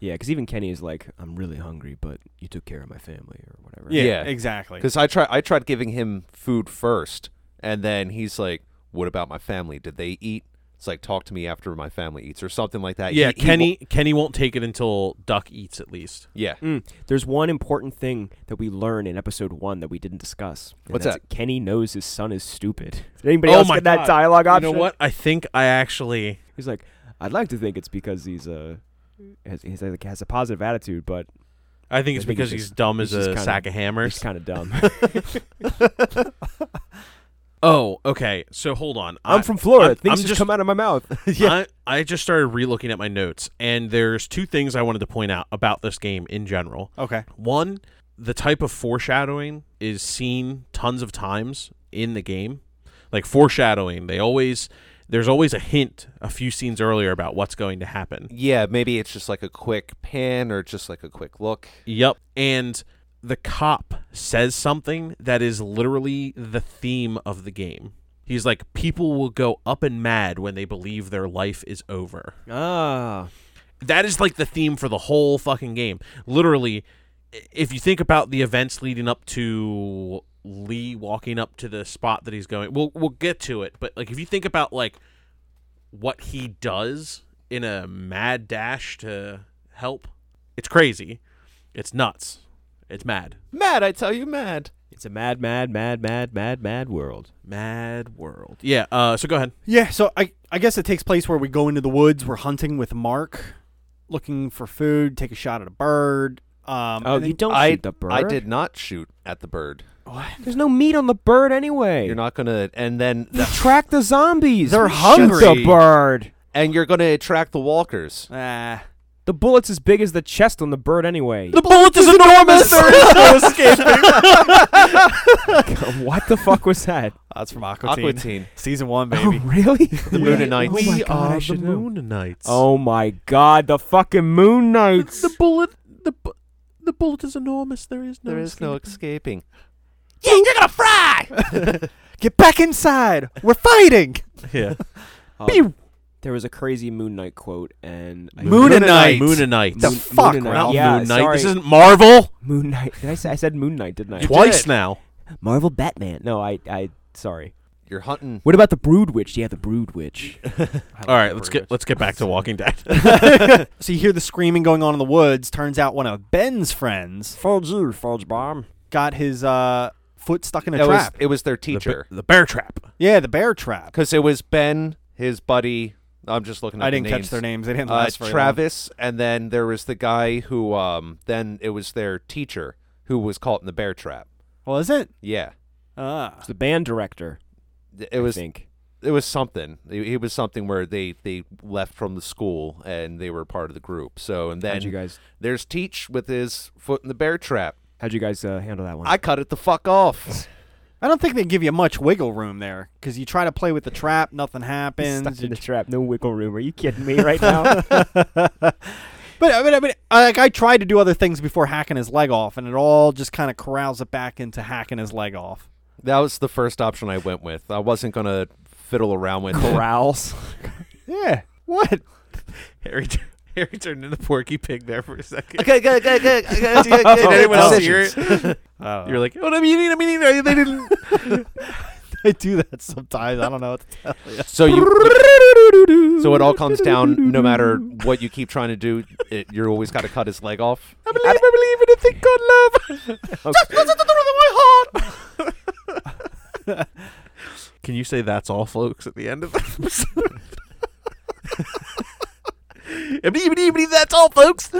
S2: Yeah, because even Kenny is like, "I'm really hungry, but you took care of my family or whatever."
S5: Yeah.
S4: exactly.
S5: Because I try I tried giving him food first, and then he's like, "What about my family? Did they eat?" It's like, "Talk to me after my family eats," or something like that.
S3: Yeah,
S5: Uh, He- he
S3: Kenny Kenny won't take it until Duck eats at least.
S5: wa- yeah,
S2: Mm. There's one important thing that we learn in episode one that we didn't discuss. and
S5: What's
S2: that's
S5: that?
S2: Kenny knows his son is stupid. Oh Did anybody else
S3: my
S2: get that dialogue option?
S3: You know what? I think I actually
S2: He's like, I'd like to think it's because he's uh, has, he's like has a positive attitude, but
S3: I think it's
S2: I think
S3: because
S2: he's
S3: he's dumb
S2: he's
S3: as
S2: just
S3: a
S2: kinda-
S3: sack of
S2: he's
S3: hammers.
S2: kind of dumb.
S3: Oh, okay. So hold on.
S2: I'm
S3: I-
S2: from Florida.
S3: I'm-
S2: Things
S3: I'm
S2: just,
S3: just-
S2: come out of my mouth.
S3: I, I just started re-looking at my notes, and there's two things I wanted to point out about this game in general.
S4: okay.
S3: One, the type of foreshadowing is seen tons of times in the game. Like foreshadowing, they always there's always a hint a few scenes earlier about what's going to happen.
S5: yeah. Maybe it's just like a quick pan or just like a quick look.
S3: Yep. And the cop says something that is literally the theme of the game. He's like, people will go up and mad when they believe their life is over.
S2: Ah,
S3: That is like the theme for the whole fucking game. Literally, i- if you think about the events leading up to Lee walking up to the spot that he's going, we'll we'll get to it. But like, if you think about like what he does in a mad dash to help, it's crazy. It's nuts. It's mad.
S5: Mad, I tell you, mad.
S2: it's a mad, mad, mad, mad, mad, mad world.
S3: Mad world. Yeah. Uh. So go ahead.
S4: Yeah, so I I guess it takes place where we go into the woods, we're hunting with Mark, looking for food, take a shot at a bird. Um
S2: Oh,
S4: and
S2: you
S4: then-
S2: don't
S5: I
S2: shoot the bird.
S5: I did not shoot at the bird.
S2: There's no meat on the bird anyway.
S5: You're not gonna, and then
S2: You track the zombies.
S4: They're
S2: Shoot
S4: hungry.
S2: the bird.
S5: and you're gonna attract the walkers.
S4: Ah.
S2: The bullet's as big as the chest on the bird anyway.
S5: bullet is enormous.
S2: what the fuck was that?
S4: that's from Aqua,
S5: Aqua
S4: Teen.
S5: Teen.
S4: Season one, baby.
S2: Oh, really?
S5: The Moon and Knights.
S2: We
S3: Oh
S2: are the
S3: Knights.
S2: Oh my god, the fucking Moon Knights.
S3: bullet. The The bullet is enormous. There is no.
S5: there is no escaping.
S4: Yeah, you're gonna fry. Get back inside. We're fighting.
S3: Yeah.
S2: Um,
S4: Pew.
S2: there was a crazy Moon Knight quote, and I-
S4: Moon and Knight.
S3: Moon and Knight.
S4: The
S2: Moon-
S4: fuck,
S2: Moon and Knight.
S4: Ralph?
S2: Yeah,
S3: Moon Knight.
S2: sorry.
S3: This isn't Marvel.
S2: Moon Knight. Did I say I said Moon Knight? Didn't I?
S3: Twice now.
S2: Marvel Batman. No, I. I. Sorry.
S5: You're hunting.
S2: What about the Brood Witch? Yeah, the Brood Witch.
S3: All right, let's get let's get back to Walking Dead.
S4: So you hear the screaming going on in the woods. Turns out one of Ben's friends
S2: Fudge you, Fudge Bomb.
S4: got his uh, foot stuck in a
S5: It was,
S4: trap.
S5: it was their
S3: The,
S5: teacher
S3: ba- the bear trap.
S4: yeah, the bear trap.
S5: because it was Ben, his buddy. I'm just looking. At
S4: I
S5: the
S4: didn't
S5: names.
S4: catch their names. They didn't
S5: Uh,
S4: last very long.
S5: Travis, and then there was the guy who. Um, then it was their teacher who was caught in the bear trap.
S4: Was it?
S5: Yeah,
S4: Ah.
S2: It's the band director.
S5: Th- it was.
S2: I think.
S5: It was something. It, it was something where they they left from the school and they were part of the group. So and then
S2: How'd you guys?
S5: there's Teach with his foot in the bear trap.
S2: How'd you guys uh, handle that one?
S5: I cut it the fuck off.
S4: I don't think they give you much wiggle room there because you try to play with the trap, nothing happens.
S2: Stuck
S4: You
S2: in the trap. No wiggle room. Are you kidding me right now?
S4: But I mean, I mean, I- like I tried to do other things before hacking his leg off, and it all just kind of corrals it back into hacking his leg off.
S5: that was the first option I went with. I wasn't gonna fiddle around with it.
S2: Corrals.
S4: Yeah. What?
S3: Harry, tur- Harry turned into Porky Pig there for a second.
S5: Okay, okay, okay, okay, okay.
S3: Did anyone else hear it?
S4: Oh.
S3: You're like, what am I eating? I'm eating. They didn't.
S4: I do that sometimes. I don't know. What to tell you.
S5: So you. So it all comes down. No matter what you keep trying to do, it, you're always got to cut his leg off.
S3: I believe, I believe in a thing called love. Just listen to the rhythm of my heart. Can you say that's all, folks, at the end of the episode? I believe, I believe, I believe that's all, folks.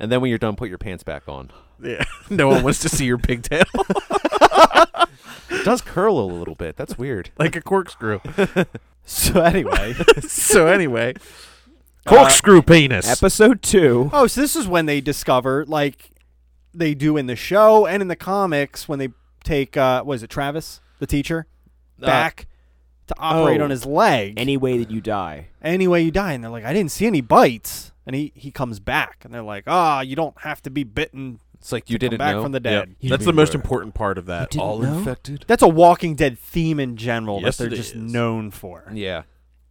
S5: And then when you're done, put your pants back on.
S3: Yeah, no one wants to see your pigtail
S5: It does curl a little bit. That's weird.
S3: like a corkscrew.
S4: So anyway.
S3: so anyway, Uh, corkscrew penis.
S2: Episode two.
S4: oh, so this is when they discover, like they do in the show and in the comics, when they take uh, was it Travis, the teacher,
S5: Uh,
S4: back to operate
S2: oh.
S4: on his leg.
S2: Any way that you die.
S4: any way you die. And they're like, I didn't see any bites. And he, he comes back. And they're like, ah, you don't have to be bitten
S5: It's like you didn't
S4: back
S5: know.
S4: from the
S3: Yeah,
S4: dead.
S3: That's the most important part of that.
S2: Didn't know?
S5: infected.
S4: That's a Walking Dead theme in general
S3: Yes,
S4: that
S3: it
S4: they're just
S3: is.
S4: known for.
S5: Yeah.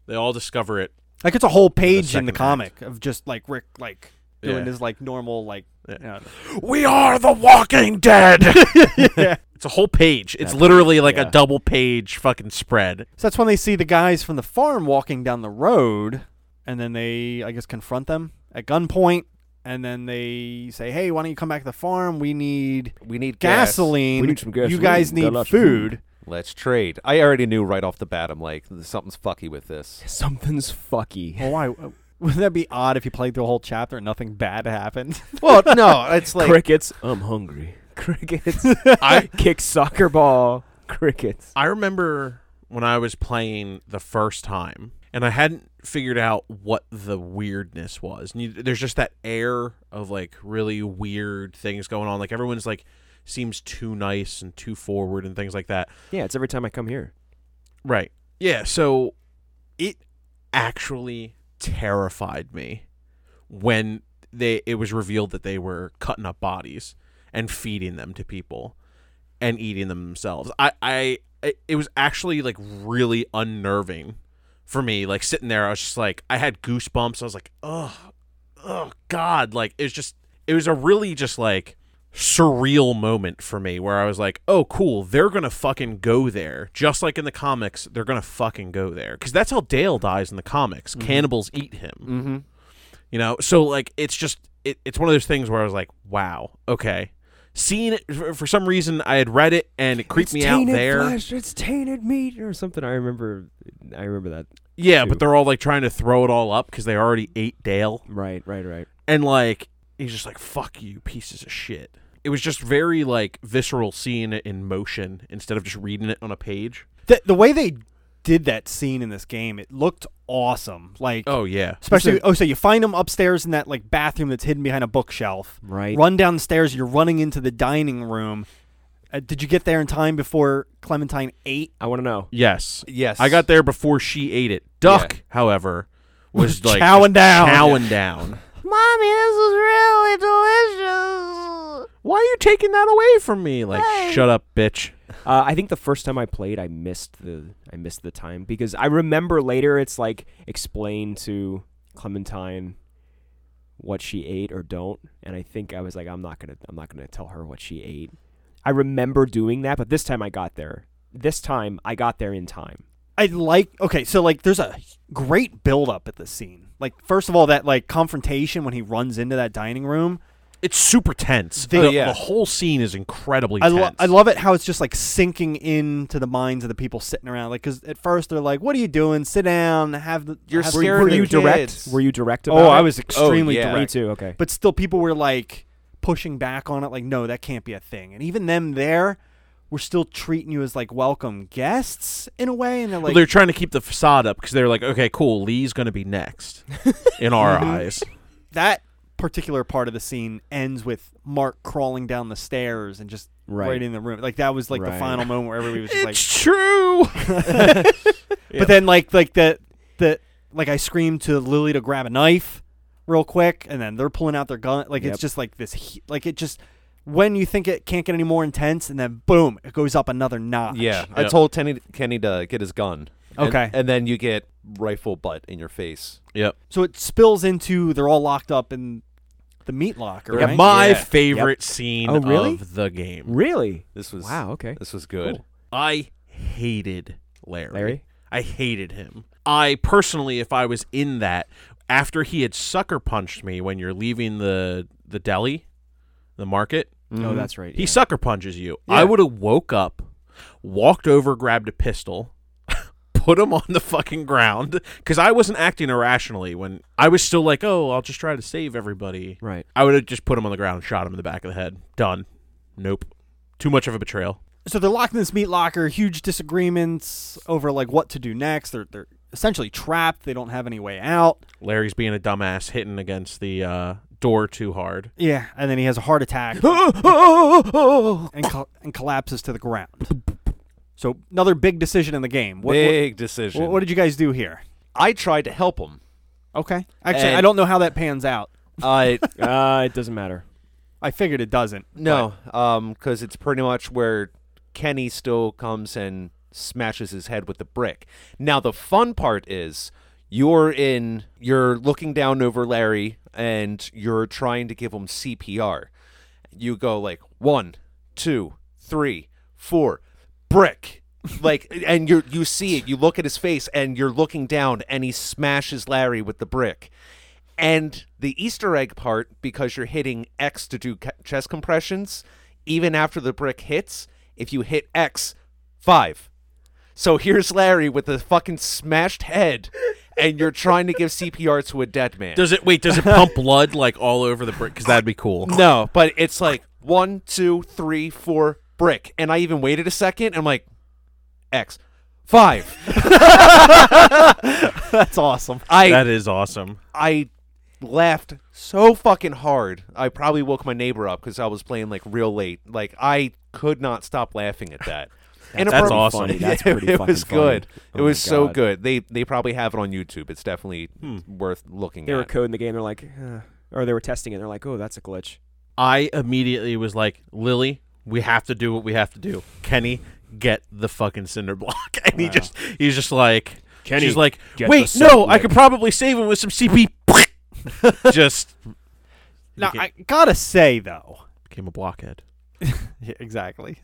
S3: They all discover it.
S4: Like it's a whole page in
S3: second
S4: the
S3: act.
S4: comic of just like Rick like doing
S3: Yeah.
S4: his like normal like
S3: Yeah.
S4: you know,
S3: We are the Walking Dead. It's a whole page. It's
S2: That's-
S3: literally like
S2: yeah.
S3: a double page fucking spread.
S4: So that's when they see the guys from the farm walking down the road, and then they, I guess, confront them at gunpoint, and then they say, "Hey, why don't you come back to the farm? We need
S5: We need gas.
S4: gasoline.
S2: We need some
S4: You
S2: gasoline.
S4: guys
S2: We got
S4: need
S2: lots of
S4: food."
S5: Let's trade. I already knew right off the bat. I'm like, something's fucky with this.
S2: Something's fucky.
S4: Well, why? uh, Wouldn't that be odd if you played through a whole chapter and nothing bad happened?
S5: Well, no, it's like
S2: Crickets. I'm hungry. Crickets.
S3: I
S2: Kick soccer ball. Crickets.
S3: I remember when I was playing the first time, and I hadn't figured out what the weirdness was. And you, there's just that air of like really weird things going on. Like everyone's like seems too nice and too forward and things like that.
S2: Yeah, it's every time I come here.
S3: Right. Yeah. So it actually terrified me when they it was revealed that they were cutting up bodies and feeding them to people and eating them themselves. I I it- it was actually like really unnerving for me. Like sitting there, I was just like I had goosebumps. I was like, oh, oh God! Like it was just it was a really just like surreal moment for me where I was like, oh, cool, they're going to fucking go there. Just like in the comics, they're going to fucking go there. Because that's how Dale dies in the comics. Cannibals eat him. Mm-hmm. You know? So, like, it's just, it, it's one of those things where I was like, wow, okay. Seeing it, for, for some reason, I had read it and it creeped me out there.
S2: it's tainted meat or something. I remember. I remember that.
S3: Yeah,
S2: too.
S3: but they're all like trying to throw it all up because they already ate Dale.
S2: Right. Right. Right.
S3: and like he's just like fuck you pieces of shit it was just very like visceral seeing it in motion instead of just reading it on a page
S4: the, the way they did that scene in this game, it looked awesome. Like,
S3: oh yeah
S4: especially oh, so you find them upstairs in that like bathroom that's hidden behind a bookshelf.
S2: Right.
S4: Run downstairs, you're running into the dining room. Uh, did you get there in time before Clementine ate?
S2: I want to know.
S3: yes
S5: yes.
S3: i got there before she ate it duck however was like just
S4: Chowing down.
S3: chowing down
S2: Mommy, this is really delicious.
S3: taking that away from me. Like, shut up, bitch.
S2: Uh, I think the first time I played, I missed the I missed the time because I remember later it's like explain to Clementine what she ate or don't, and I think I was like, I'm not gonna I'm not gonna tell her what she ate. I remember doing that, but this time I got there. This time I got there in time.
S4: I like okay, so like there's a great build up at this scene. Like first of all that like confrontation when he runs into that dining room.
S3: It's super tense.
S4: They-
S3: the,
S5: yeah.
S3: the whole scene is incredibly
S4: I,
S3: tense.
S4: lo- I love it how it's just like sinking into the minds of the people sitting around. Like, because at first they're like, "What are you doing? Sit down. Have the."
S5: You're
S4: have the-
S5: scaring
S2: were
S5: the
S2: you direct?
S5: kids.
S2: Were you direct? About
S4: Oh, I
S2: it?
S4: was extremely
S5: yeah.
S2: Me
S4: direct,
S2: too. Okay.
S4: but still, people were like pushing back on it. Like, no, that can't be a thing. And even them there, were still treating you as like welcome guests in a way, and they're
S3: Well,
S4: like,
S3: they're trying to keep the facade up because they're like, okay, cool, Lee's going to be next
S4: Mm-hmm.
S3: in our eyes.
S4: that particular part of the scene ends with Mark crawling down the stairs and just
S2: Right.
S4: right, in the room. Like that was like
S2: Right.
S4: the final moment where everybody was just like,
S3: It's true.
S4: But then like like the the like I screamed to Lily to grab a knife real quick, and then they're pulling out their gun. Like
S2: Yep.
S4: it's just like this. he- Like it just when you think it can't get any more intense, and then boom, it goes up another notch.
S5: Yeah, I
S3: Yeah.
S5: told Kenny, Kenny to get his gun. And-
S4: Okay.
S5: and then you get rifle butt in your face.
S3: Yep.
S4: So it spills into they're all locked up in the meat locker.
S5: Yeah,
S4: right?
S3: My
S5: Yeah.
S3: favorite scene
S2: Oh, really?
S3: of the game.
S2: really?
S5: This was
S2: Wow. Okay.
S5: This was good.
S3: I hated Larry.
S2: Larry?
S3: I hated him. I personally, if I was in that, after he had sucker punched me when you're leaving the the deli, the market,
S4: Oh,
S2: No, that's right.
S3: he
S2: yeah.
S3: sucker punches you. I would have woke up, walked over, grabbed a pistol, put him on the fucking ground because I wasn't acting irrationally when I was still like, oh, I'll just try to save everybody.
S2: Right.
S3: I would have just put him on the ground, and shot him in the back of the head. Done. Nope. Too much of a betrayal.
S4: So they're locked in this meat locker. Huge disagreements over like what to do next. They're they're essentially trapped. They don't have any way out.
S3: Larry's being a dumbass, hitting against the uh, door too hard.
S4: Yeah, and then he has a heart attack oh, and col- and collapses to the ground. So another big decision in the game. What,
S5: Big
S4: what,
S5: decision.
S4: what, did you guys do here?
S5: I tried to help him.
S4: Okay, actually,
S5: And-
S4: I don't know how that pans out.
S5: I
S2: uh, it doesn't matter.
S4: I figured it doesn't.
S5: no, um, because it's pretty much where Kenny still comes and smashes his head with the brick. Now the fun part is you're in. You're looking down over Larry, and you're trying to give him CPR. You go like one, two, three, four, brick. like and you you see it you look at his face and you're looking down and he smashes Larry with the brick and the easter egg part because you're hitting X to do ca- chest compressions even after the brick hits if you hit X 5 so here's Larry with a fucking smashed head and you're trying to give CPR to a dead man
S3: Does it? Wait, does it pump blood like all over the brick? Because that'd be cool.
S5: no, but it's like one, two, three, four, brick. And I even waited a second. And I'm like, X, five.
S4: That's awesome.
S5: I
S3: that is awesome.
S5: I laughed so fucking hard. I probably woke my neighbor up because I was playing like real late. Like I could not stop laughing at that. And
S3: That's
S5: apart-
S3: awesome.
S2: Funny. That's pretty
S5: it
S2: fucking
S5: was good.
S2: funny. Oh
S5: it
S2: my
S5: was so
S2: God.
S5: good. They they probably have it on YouTube. It's definitely worth looking
S2: They
S5: at.
S2: were coding the game. They're like, uh, or they were testing it. They're like, oh, that's a glitch.
S3: I immediately was like, Lily, we have to do what we have to do. Kenny, get the fucking cinder block. And he just he's just like
S2: Kenny,
S3: she's like,
S2: get
S3: Wait,
S2: the
S3: no,
S2: cinder
S3: I could probably save him with some CP just
S4: Now
S3: Became-
S4: I gotta say though,
S3: became a blockhead.
S4: yeah, exactly.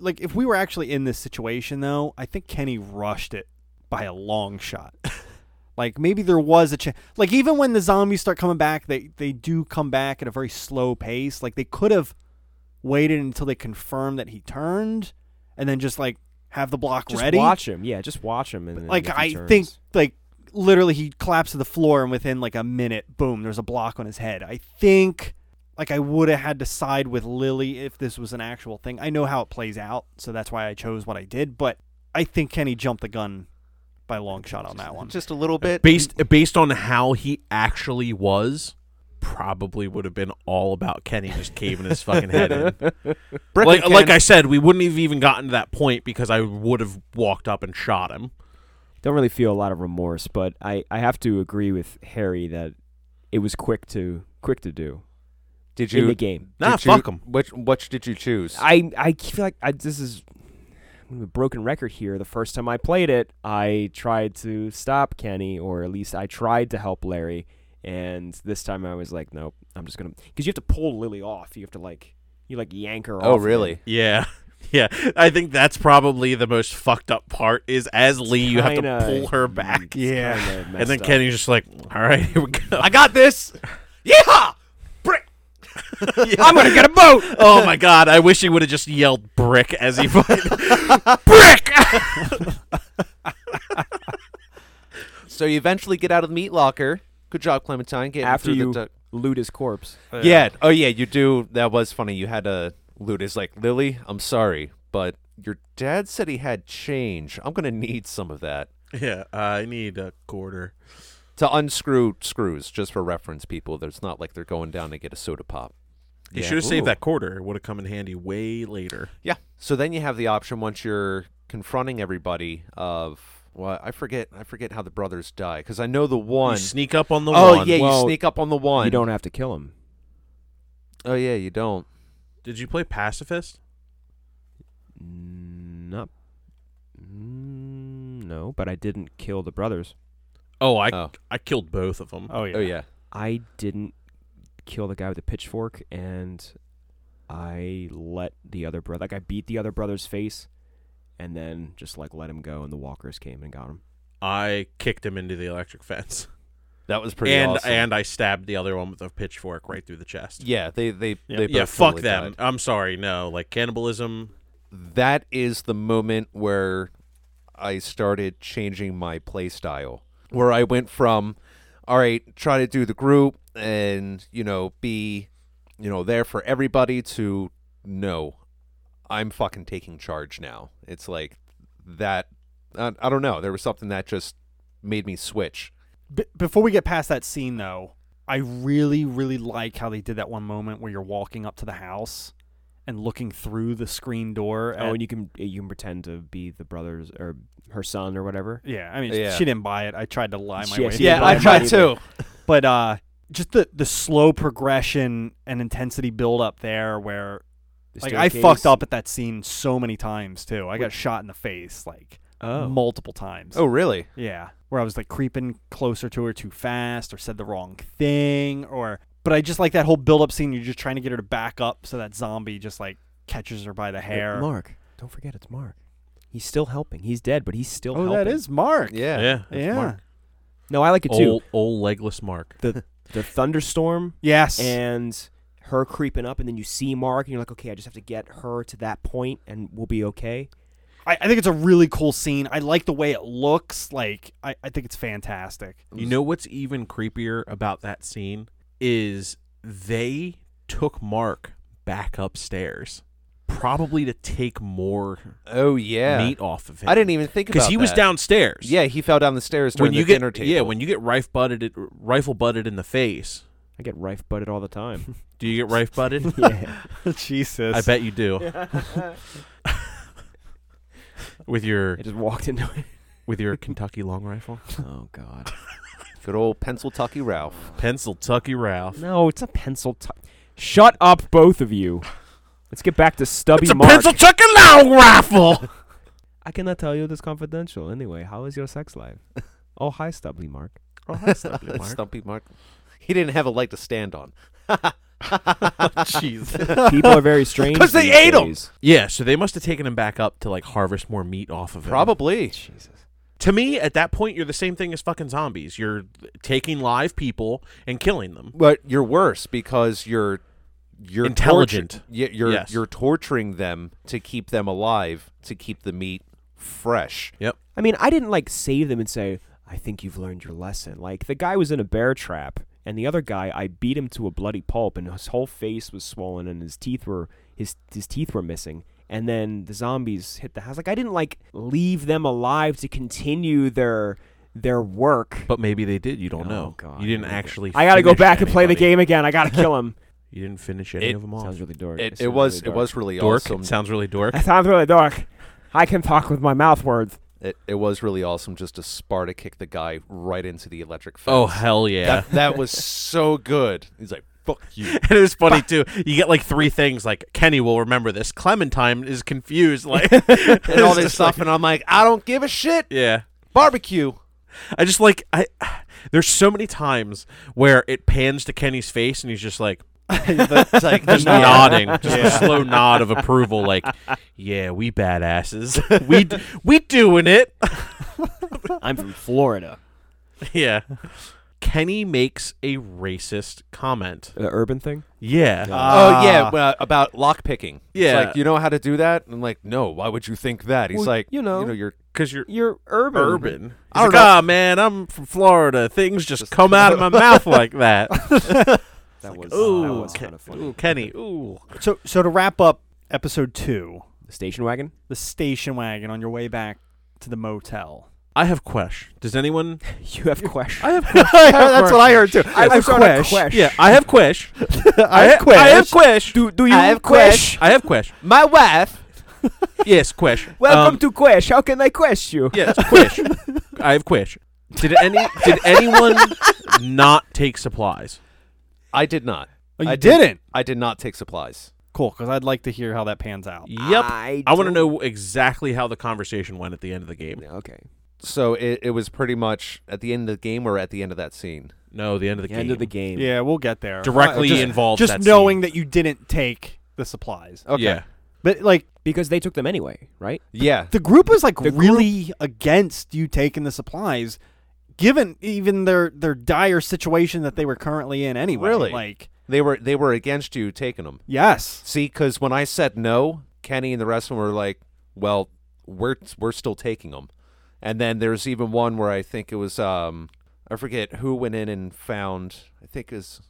S4: like if we were actually in this situation though, I think Kenny rushed it by a long shot. like maybe there was a chance. Like even when the zombies start coming back, they they do come back at a very slow pace. Like they could have waited until they confirmed that he turned, and then just like have the block
S2: Just
S4: ready.
S2: watch him. Yeah, just watch him. And, and
S4: like
S2: if he
S4: I
S2: turns-
S4: think like literally he collapsed to the floor and within like a minute, boom, there's a block on his head. I think like I would have had to side with Lily if this was an actual thing. I know how it plays out, so that's why I chose what I did, but I think Kenny jumped the gun by a long shot on that one.
S5: Just a little bit.
S3: Based based on how he actually was, probably would have been all about Kenny just caving his fucking head in.
S5: Brick
S3: like,
S5: again.
S3: like I said, we wouldn't have even gotten to that point because I would have walked up and shot him.
S2: don't really feel a lot of remorse, but I, I have to agree with Harry that it was quick to quick to do.
S5: Did you
S2: in the game.
S5: did
S3: Nah,
S5: you-
S3: fuck 'em.
S5: Which which did you choose?
S2: I I feel like I, this is I'm a broken record here. The first time I played it, I tried to stop Kenny, or at least I tried to help Larry. And this time I was like, nope, I'm just gonna because you have to pull Lily off. You have to like you like yank her off.
S5: oh,
S2: of him.
S5: really?
S3: Yeah. Yeah. I think that's probably the most fucked up part is as Lee you have to
S2: Kinda.
S3: pull her back.
S4: Yeah.
S2: Kinda
S3: And
S2: messed
S3: then
S2: up.
S3: Kenny's just like, all right, here we go.
S5: I got this. Yeehaw! Brick.
S2: I'm gonna get a boat.
S3: oh my god, I wish he would have just yelled brick as he fucking Brick
S5: So you eventually get out of the meat locker. Good job, Clementine. Getting
S2: after
S5: through
S2: you
S5: the duck-
S2: loot his corpse.
S5: yeah. Oh yeah, you do. That was funny. You had to loot. Is like Lily. I'm sorry, but your dad said he had change. I'm gonna need some of that
S3: Yeah, I need a quarter.
S5: to unscrew screws. Just for reference, people. That it's not like they're going down to get a soda pop.
S3: You
S5: Yeah.
S3: should have saved
S5: Ooh.
S3: that quarter. It would have come in handy way later.
S5: Yeah. So then you have the option once you're confronting everybody of well, I forget. I forget how the brothers die because I know the one.
S3: You sneak up on the
S5: Oh
S3: one.
S5: yeah,
S2: Well,
S5: you sneak up on the one.
S2: You don't have to kill him.
S5: Oh yeah, you don't.
S3: Did you play pacifist?
S2: Mm, Not. Mm, No, but I didn't kill the brothers.
S3: Oh, I
S5: Oh.
S3: I killed both of them.
S4: Oh yeah.
S5: Oh yeah.
S2: I didn't kill the guy with the pitchfork, and I let the other brother. Like I beat the other brother's face, and then just like let him go, and the walkers came and got him.
S3: I kicked him into the electric fence.
S5: That was pretty
S3: and
S5: awesome.
S3: and I stabbed the other one with a pitchfork right through the chest.
S5: yeah, they they
S4: Yeah.
S5: they
S3: yeah,
S5: both
S3: fuck
S5: totally
S3: them.
S5: died.
S3: I'm sorry, no. Like cannibalism.
S5: That is the moment where I started changing my play style, where I went from, all right, try to do the group and you know be, you know there for everybody to no, I'm fucking taking charge now. It's like that. I, I don't know. There was something that just made me switch.
S4: B- before we get past that scene though, I really really like how they did that one moment where you're walking up to the house and looking through the screen door.
S2: oh,
S4: at-
S2: and you can you can pretend to be the brothers or her son or whatever.
S4: yeah, I mean
S5: Yeah.
S4: she didn't buy it. I tried to lie my
S2: Yeah,
S4: way.
S2: she
S4: through
S2: didn't
S4: it.
S2: buy I it. tried too.
S4: but uh just the the slow progression and intensity build up there where
S2: The
S4: like I
S2: staircase.
S4: fucked up at that scene so many times too. I got shot in the face like
S2: Oh.
S4: multiple times.
S5: Oh really?
S4: Yeah, where I was like creeping closer to her too fast, or said the wrong thing, or but I just like that whole build-up scene. You're just trying to get her to back up, so that zombie just like catches her by the
S2: Wait,
S4: hair.
S2: Mark, don't forget it's Mark. He's still helping. He's dead, but he's still.
S4: oh,
S2: helping.
S4: that is Mark.
S5: Yeah.
S3: Yeah. that's
S4: yeah,
S3: Mark.
S2: No, I like it too.
S3: Old, old legless Mark.
S2: The thunderstorm
S4: yes.
S2: and her creeping up, and then you see Mark, and you're like, okay, I just have to get her to that point, and we'll be okay.
S4: I, I think it's a really cool scene. I like the way it looks. Like I, I think it's fantastic.
S3: You know what's even creepier about that scene is they took Mark back upstairs, probably to take more
S5: Oh yeah.
S3: meat off of him.
S5: I didn't even think about
S3: because he was
S5: that.
S3: downstairs.
S5: Yeah, he fell down the stairs during
S3: when you
S5: the
S3: get
S5: dinner table.
S3: yeah, when you get rifle butted, rifle butted in the face.
S2: I get rife butted all the time.
S3: Do you get rifle butted?
S2: yeah.
S4: Jesus.
S3: I bet you do. with your
S2: I just walked into it.
S3: with your Kentucky long rifle,
S2: Oh God.
S5: good old Pencil Tucky Ralph.
S3: pencil Tucky Ralph.
S2: No, it's a pencil. T- Shut up, both of you. Let's get back to stubby
S3: It's a
S2: Mark.
S3: pencil Tucky long rifle.
S2: I cannot tell you this confidential. Anyway, how is your sex life? Oh, hi, stubby Mark.
S3: oh, that's not good, Mark.
S5: Stumpy Mark. He didn't have a leg to stand on.
S3: Jeez.
S2: People are very strange.
S5: 'Cause they
S2: these
S5: ate 'em.
S2: days.
S3: Yeah, so they must have taken him back up to like harvest more meat off of him.
S5: Probably.
S2: Jesus.
S3: To me, at that point, you're the same thing as fucking zombies. You're taking live people and killing them.
S5: But you're worse because you're you're
S3: Intelligent.
S5: tortur- y- you're
S3: Yes.
S5: you're torturing them to keep them alive, to keep the meat fresh.
S3: Yep.
S2: I mean, I didn't like save them and say, "I think you've learned your lesson." Like the guy was in a bear trap, and the other guy, I beat him to a bloody pulp, and his whole face was swollen, and his teeth were his his teeth were missing. And then the zombies hit the house. Like I didn't like leave them alive to continue their their work.
S3: But maybe they did. You don't
S2: Oh,
S3: know.
S2: God.
S3: you didn't actually.
S2: I gotta go
S3: finish
S2: back and play the
S3: anybody.
S2: game again. I gotta kill him.
S3: You didn't finish any
S5: It
S3: of them all.
S2: sounds really dork.
S5: It, it
S2: sounds
S5: was
S2: really
S5: it was really
S3: dork.
S5: awesome.
S3: Sounds really dork.
S2: dark. It sounds really dark. I can talk with my mouth words.
S5: It, it was really awesome just to Sparta kick the guy right into the electric fence.
S3: Oh hell yeah!
S5: That, that was so good. He's like, Fuck you.
S3: And it was funny too. You get like three things. Like Kenny will remember this. Clementine is confused. Like
S5: and all this stuff, and I'm like, I don't give a shit.
S3: yeah.
S5: Barbecue.
S3: I just like I. There's so many times where it pans to Kenny's face and he's just like
S4: it's like
S3: just nodding, just a slow nod of approval. Like, yeah, we badasses. we d- we doing it.
S6: I'm from Florida.
S3: yeah. Kenny makes a racist comment.
S2: The urban thing.
S3: Yeah.
S5: oh yeah, well, about lock picking.
S3: Uh, Yeah.
S5: it's like you know how to do that. And I'm like, no. Why would you think that? He's
S2: Well,
S5: like,
S2: you know,
S5: you know, you're
S3: Because you're
S2: You're urban.
S3: urban. He's
S5: I don't
S3: like, "Ah, man, I'm from Florida. Things just, come out of my mouth like that.
S2: That was that
S3: Ooh,
S2: was
S3: Ken-
S2: kind of funny.
S3: ooh, Kenny. Ooh.
S4: so so to wrap up episode two,
S2: The station wagon.
S4: the station wagon on your way back to the motel.
S3: I have question. Does anyone?
S2: You have questions.
S3: have
S4: That's what I heard too.
S2: I was on a question.
S3: Yeah, I have question.
S4: I have
S3: I have
S4: questions.
S3: question.
S2: Do, do you
S5: I have
S2: question?
S3: I have question.
S5: my wife.
S3: Yes, question.
S2: Welcome
S3: Um,
S2: to Quest. How can I quest you?
S3: Yes, question. I have question. Did any did anyone not take supplies?
S5: I did not.
S4: Oh, you
S5: I did-
S4: didn't.
S5: I did not take supplies.
S4: Cool, because I'd like to hear how that pans out.
S3: Yep.
S2: I,
S3: I want to
S2: don't-
S3: know exactly how the conversation went at the end of the game.
S2: Okay.
S5: So it, it was pretty much at the end of the game or at the end of that scene.
S3: No, the end of the
S2: End
S3: game.
S2: of the game.
S4: Yeah, we'll get there.
S3: Directly
S4: just,
S3: involved
S4: Just
S3: that
S4: knowing
S3: scene.
S4: that you didn't take the supplies,
S5: Okay.
S3: Yeah.
S4: but like
S2: Because they took them anyway, right?
S5: Yeah.
S4: the group was like
S2: The group-
S4: really against you taking the supplies, given even their their dire situation that they were currently in anyway.
S5: Really?
S4: Like
S5: They were they were against you taking them.
S4: yes,
S5: See, because when I said no, Kenny and the rest of them were like, "Well, we're we're still taking them." And then there's even one where I think it was um I forget who went in and found I think it was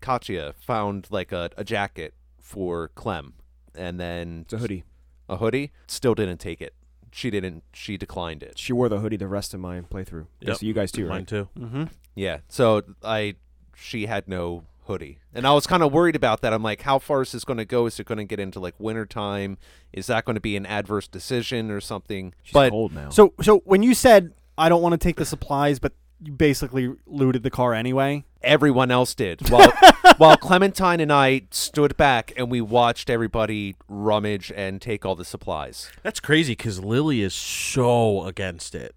S5: Katya found like a, a jacket for Clem, and then
S2: It's a hoodie.
S5: a hoodie. Still didn't take it. She didn't. She declined it.
S2: She wore the hoodie the rest of my playthrough. Yeah,
S3: Yep.
S2: So you guys too,
S3: Mine
S2: right?
S3: too.
S4: mm-hmm.
S5: Yeah. So I she had no hoodie. And I was kind of worried about that. I'm like, how far is this going to go? Is it going to get into like winter time? Is that going to be an adverse decision or something?
S2: She's
S5: but
S2: cold now.
S4: So so when you said I don't want to take the supplies, but you basically looted the car anyway.
S5: everyone else did. While while Clementine and I stood back and we watched everybody rummage and take all the supplies.
S3: That's crazy because Lily is so against it.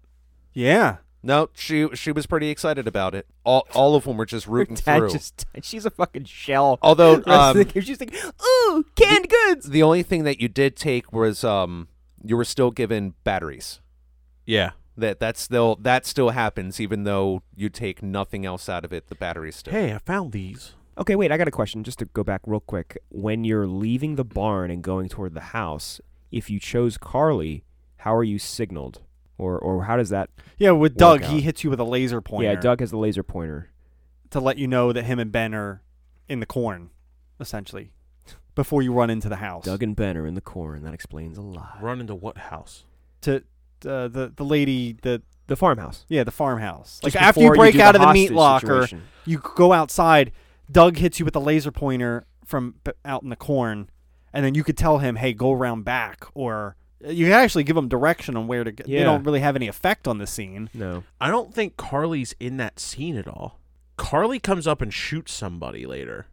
S4: Yeah.
S5: No, she she was pretty excited about it. All all of them were just
S2: Her
S5: rooting
S2: dad
S5: through.
S2: just- she's a fucking shell.
S5: Although
S2: The rest of
S5: um,
S2: the game, she's like, ooh, canned goods.
S5: the only thing that you did take was um you were still given batteries.
S3: Yeah.
S5: That that's still that still happens even though you take nothing else out of it. The batteries still.
S3: Hey, I found these.
S2: Okay, wait, I got a question just to go back real quick. When you're leaving the barn and going toward the house, if you chose Carly, how are you signaled? Or or how does that
S4: Yeah, with Doug,
S2: Workout.
S4: he hits you with a laser pointer.
S2: Yeah, Doug has the laser pointer.
S4: to let you know that him and Ben are in the corn, essentially, before you run into the house.
S2: Doug and Ben are in the corn, that explains a lot.
S3: Run into what house?
S4: to uh, the the lady, the
S2: The farmhouse.
S4: yeah, the farmhouse. Like
S2: Just
S4: after you
S2: before
S4: break
S2: do
S4: out of the meat
S2: hostage
S4: locker,
S2: situation.
S4: you go outside. Doug hits you with a laser pointer from b- out in the corn, and then you could tell him, "Hey, go around back," or uh, you can actually give him direction on where to go. They
S2: Yeah.
S4: don't really have any effect on the scene.
S2: No.
S3: I don't think Carly's in that scene at all. Carly comes up and shoots somebody later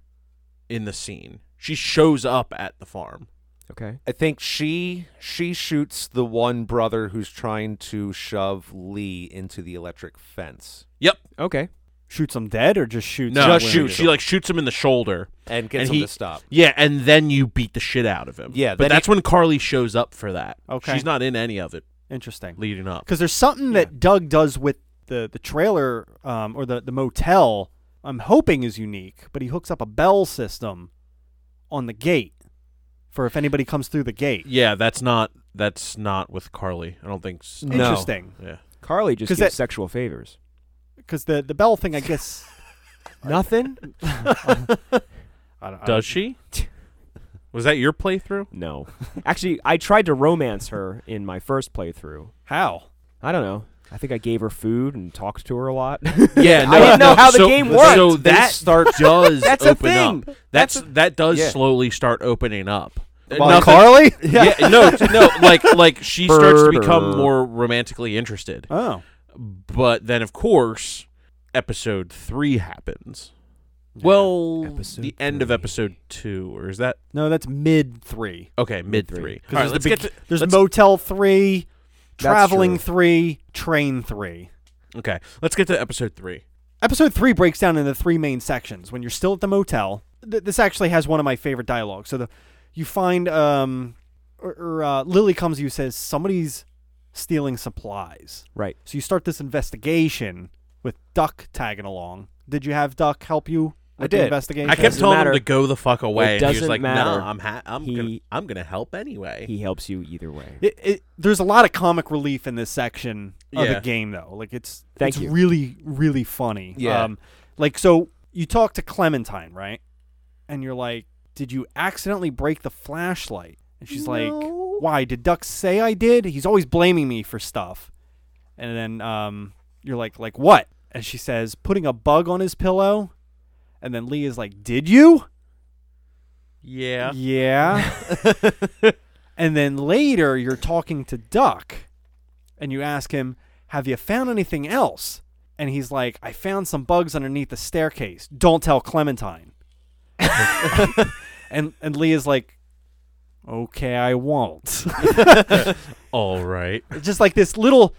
S3: in the scene. She shows up at the farm.
S2: Okay.
S5: I think she she shoots the one brother who's trying to shove Lee into the electric fence
S3: Yep.
S2: Okay.
S4: Shoots him dead, or just shoots.
S3: No,
S4: him
S5: Just
S3: she-
S5: shoot.
S4: wounded?
S3: She like shoots him in the shoulder.
S5: and gets
S3: And
S5: him
S3: he-
S5: to stop.
S3: Yeah, and then you beat the shit out of him.
S5: Yeah,
S3: but
S5: then
S3: that's when Carly shows up for that.
S4: Okay.
S3: she's not in any of it
S4: Interesting.
S3: leading up.
S4: because there's something that Doug does with the the trailer um, or the the motel. I'm hoping is unique, but he hooks up a bell system on the gate for if anybody comes through the gate.
S3: Yeah, that's not that's not with Carly. I don't think. So.
S5: No.
S4: Interesting,
S3: Yeah,
S2: Carly just
S4: 'Cause
S2: gives
S4: that-
S2: sexual favors.
S4: because the the bell thing, I guess.
S2: Nothing?
S4: I don't, I
S3: does she? Was that your playthrough?
S2: No. Actually, I tried to romance her in my first playthrough.
S4: how?
S2: I don't know. I think I gave her food and talked to her a lot.
S3: Yeah,
S2: I didn't know how the
S3: so-
S2: game worked.
S3: So
S5: They
S3: that
S5: start-
S3: does
S2: That's a
S3: open
S2: thing.
S3: up. That's, that does
S5: Yeah.
S3: slowly start opening up.
S5: Well,
S3: Nothing-
S4: Carly?
S3: yeah. no, no, like like she starts to become
S2: Birder.
S3: more romantically interested.
S4: Oh,
S3: But then of course, episode 3 happens. Well,
S2: Episode
S3: the end of
S2: three.
S3: episode two, or is that
S4: No, that's mid three.
S3: okay? Mid
S2: Mid three.
S3: three.
S4: 'Cause
S3: All right,
S4: there's
S3: let's
S4: the
S3: get
S4: big-
S3: to,
S4: There's
S3: let's-
S4: Motel three,
S2: That's
S4: Traveling
S2: true.
S4: three, Train three.
S3: okay. Let's get to episode three.
S4: Episode three breaks down into three main sections. When you're still at the motel, th- this actually has one of my favorite dialogues. So the you find um, or, or uh, Lily comes to you and says somebody's stealing supplies.
S2: Right.
S4: So you start this investigation with Duck tagging along. Did you have Duck help you
S5: I
S4: with the
S5: did.
S4: investigation?
S3: I kept
S2: doesn't
S3: telling
S2: matter.
S3: him to go the fuck away, and he was
S2: doesn't
S3: like,
S2: matter.
S3: "No, I'm ha- I'm
S2: He-
S3: gonna I'm gonna help anyway."
S2: He helps you either way.
S4: It, it, there's a lot of comic relief in this section of
S3: Yeah.
S4: the game, though. Like it's
S2: Thank
S4: it's
S2: you.
S4: really really funny.
S5: Yeah.
S4: Um, like so, you talk to Clementine, right? And you're like, "Did you accidentally break the flashlight?" And she's
S2: No.
S4: like, "Why did Duck say I did? He's always blaming me for stuff." And then um, you're like, "Like what?" And she says, "Putting a bug on his pillow." And then Lee is like, "Did you?"
S3: yeah.
S4: Yeah. and then later you're talking to Duck and you ask him, Have you found anything else? And he's like, I found some bugs underneath the staircase. Don't tell Clementine. and and Leah's like, Okay, I won't.
S3: All right.
S4: It's just like this little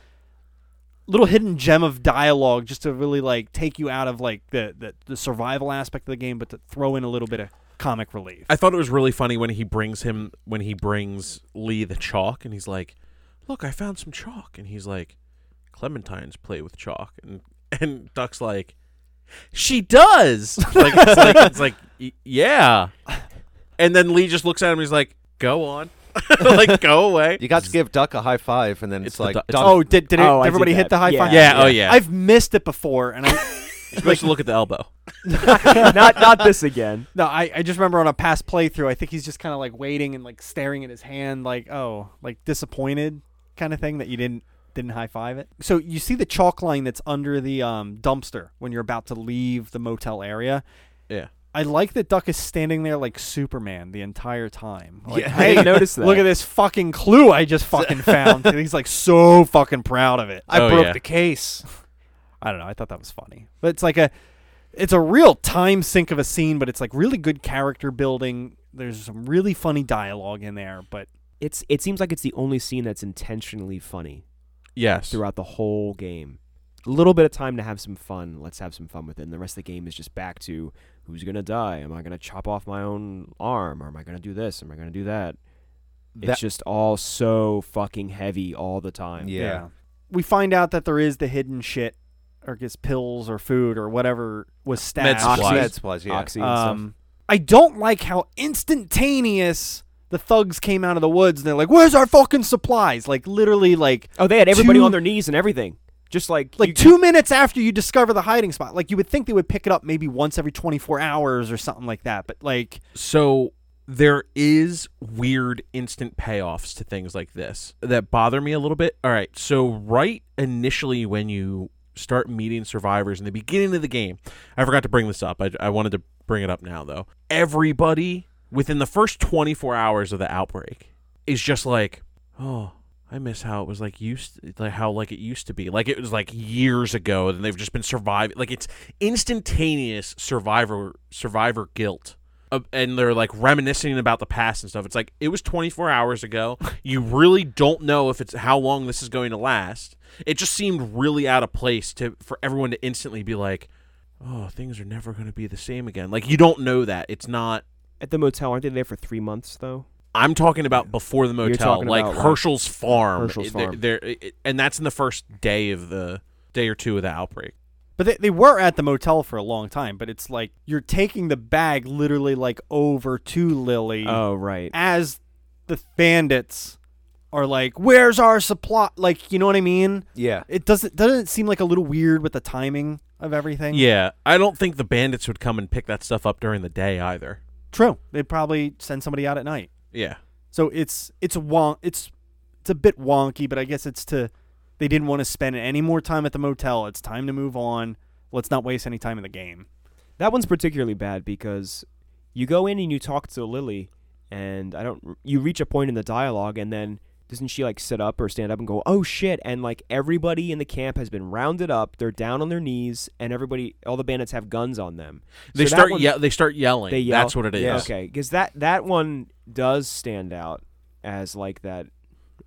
S4: little hidden gem of dialogue just to really like take you out of like the, the, the survival aspect of the game, but to throw in a little bit of comic relief.
S3: I thought it was really funny when he brings him when he brings Lee the chalk and he's like, "Look, I found some chalk." And he's like, "Clementines play with chalk." And and Duck's like, "She does." Like it's like it's like "Y- yeah. And then Lee just looks at him and he's like, "Go on." like go away.
S5: You got to give Duck a high five, and then
S3: It's
S5: it's,
S3: the
S5: like,
S3: duck- it's
S5: Duck,
S4: Oh, did, did it,
S2: Oh, I did
S4: everybody hit
S2: that.
S4: the high
S2: Yeah.
S4: five?
S3: yeah, oh yeah.
S4: I've missed it before, and I
S3: You're supposed to look at the elbow.
S2: not not this again.
S4: no, I, I just remember on a past playthrough, I think he's just kind of like waiting and like staring at his hand, like oh, like disappointed kind of thing that you didn't didn't high five it. So you see the chalk line that's under the um, dumpster when you're about to leave the motel area.
S3: Yeah.
S4: I like that Duck is standing there like Superman the entire time. Like,
S2: I didn't notice that.
S4: Look at this fucking clue I just fucking found. and he's like so fucking proud of it.
S5: I
S3: Oh,
S5: broke
S3: yeah.
S5: the case.
S4: I don't know. I thought that was funny. But it's like a, it's a real time sink of a scene, but it's like really good character building. There's some really funny dialogue in there, but
S2: It's it seems like it's the only scene that's intentionally funny
S3: Yes.
S2: throughout the whole game. A little bit of time to have some fun. Let's have some fun with it. And the rest of the game is just back to who's gonna die? Am I gonna chop off my own arm? Or am I gonna do this? Am I gonna do that?
S5: That-
S2: it's just all so fucking heavy all the time.
S5: Yeah.
S4: we find out that there is the hidden shit, or gets pills or food or whatever was
S3: Med
S4: stashed.
S3: supplies.
S2: Oxy.
S5: That's plus, yeah.
S2: Oxy and stuff.
S4: Um, I don't like how instantaneous the thugs came out of the woods and they're like, "Where's our fucking supplies?" Like literally, like
S2: Oh, they had everybody
S4: two-
S2: on their knees and everything. Just like
S4: like
S2: you-
S4: two minutes after you discover the hiding spot. Like you would think they would pick it up maybe once every 24 hours or something like that. But like
S3: So there is weird instant payoffs to things like this that bother me a little bit. All right, so right initially when you start meeting survivors in the beginning of the game, I forgot to bring this up. I, I wanted to bring it up now though. Everybody within the first 24 hours of the outbreak is just like, oh. I miss how it was like used, like how like it used to be. Like it was like years ago, and they've just been surviving. Like it's instantaneous survivor survivor guilt uh, and they're like reminiscing about the past and stuff. It's like it was 24 hours ago. You really don't know if it's how long this is going to last. It just seemed really out of place to for everyone to instantly be like, "Oh, things are never going to be the same again." Like you don't know that. It's not
S2: at the motel, aren't they there for three months though?
S3: I'm talking about before the motel,
S2: talking
S3: like
S2: about, like,
S3: Herschel's farm.
S2: Herschel's
S3: They're-
S2: farm.
S3: they're- it- and that's in the first day of the day or two of the outbreak.
S4: but they, they were at the motel for a long time, but it's like you're taking the bag literally like over to Lily
S2: Oh right.
S4: as the bandits are like, "Where's our supply?" Like, you know what I mean?
S5: Yeah.
S4: It doesn't doesn't it seem like a little weird with the timing of everything.
S3: Yeah, I don't think the bandits would come and pick that stuff up during the day either.
S4: True. They'd probably send somebody out at night.
S3: Yeah.
S4: So it's it's won it's it's a bit wonky, but I guess it's to they didn't want to spend any more time at the motel. It's time to move on. Let's not waste any time in the game.
S2: That one's particularly bad because you go in and you talk to Lily, and I don't. You reach a point in the dialogue, and then doesn't she like sit up or stand up and go, "Oh shit!" And like everybody in the camp has been rounded up. They're down on their knees, and everybody, all the bandits have guns on them. So
S3: They
S2: that
S3: start
S2: one-
S3: ye- They start yelling.
S2: They yell.
S3: That's what it is.
S5: Yeah.
S2: Okay, because that that one does stand out as like that.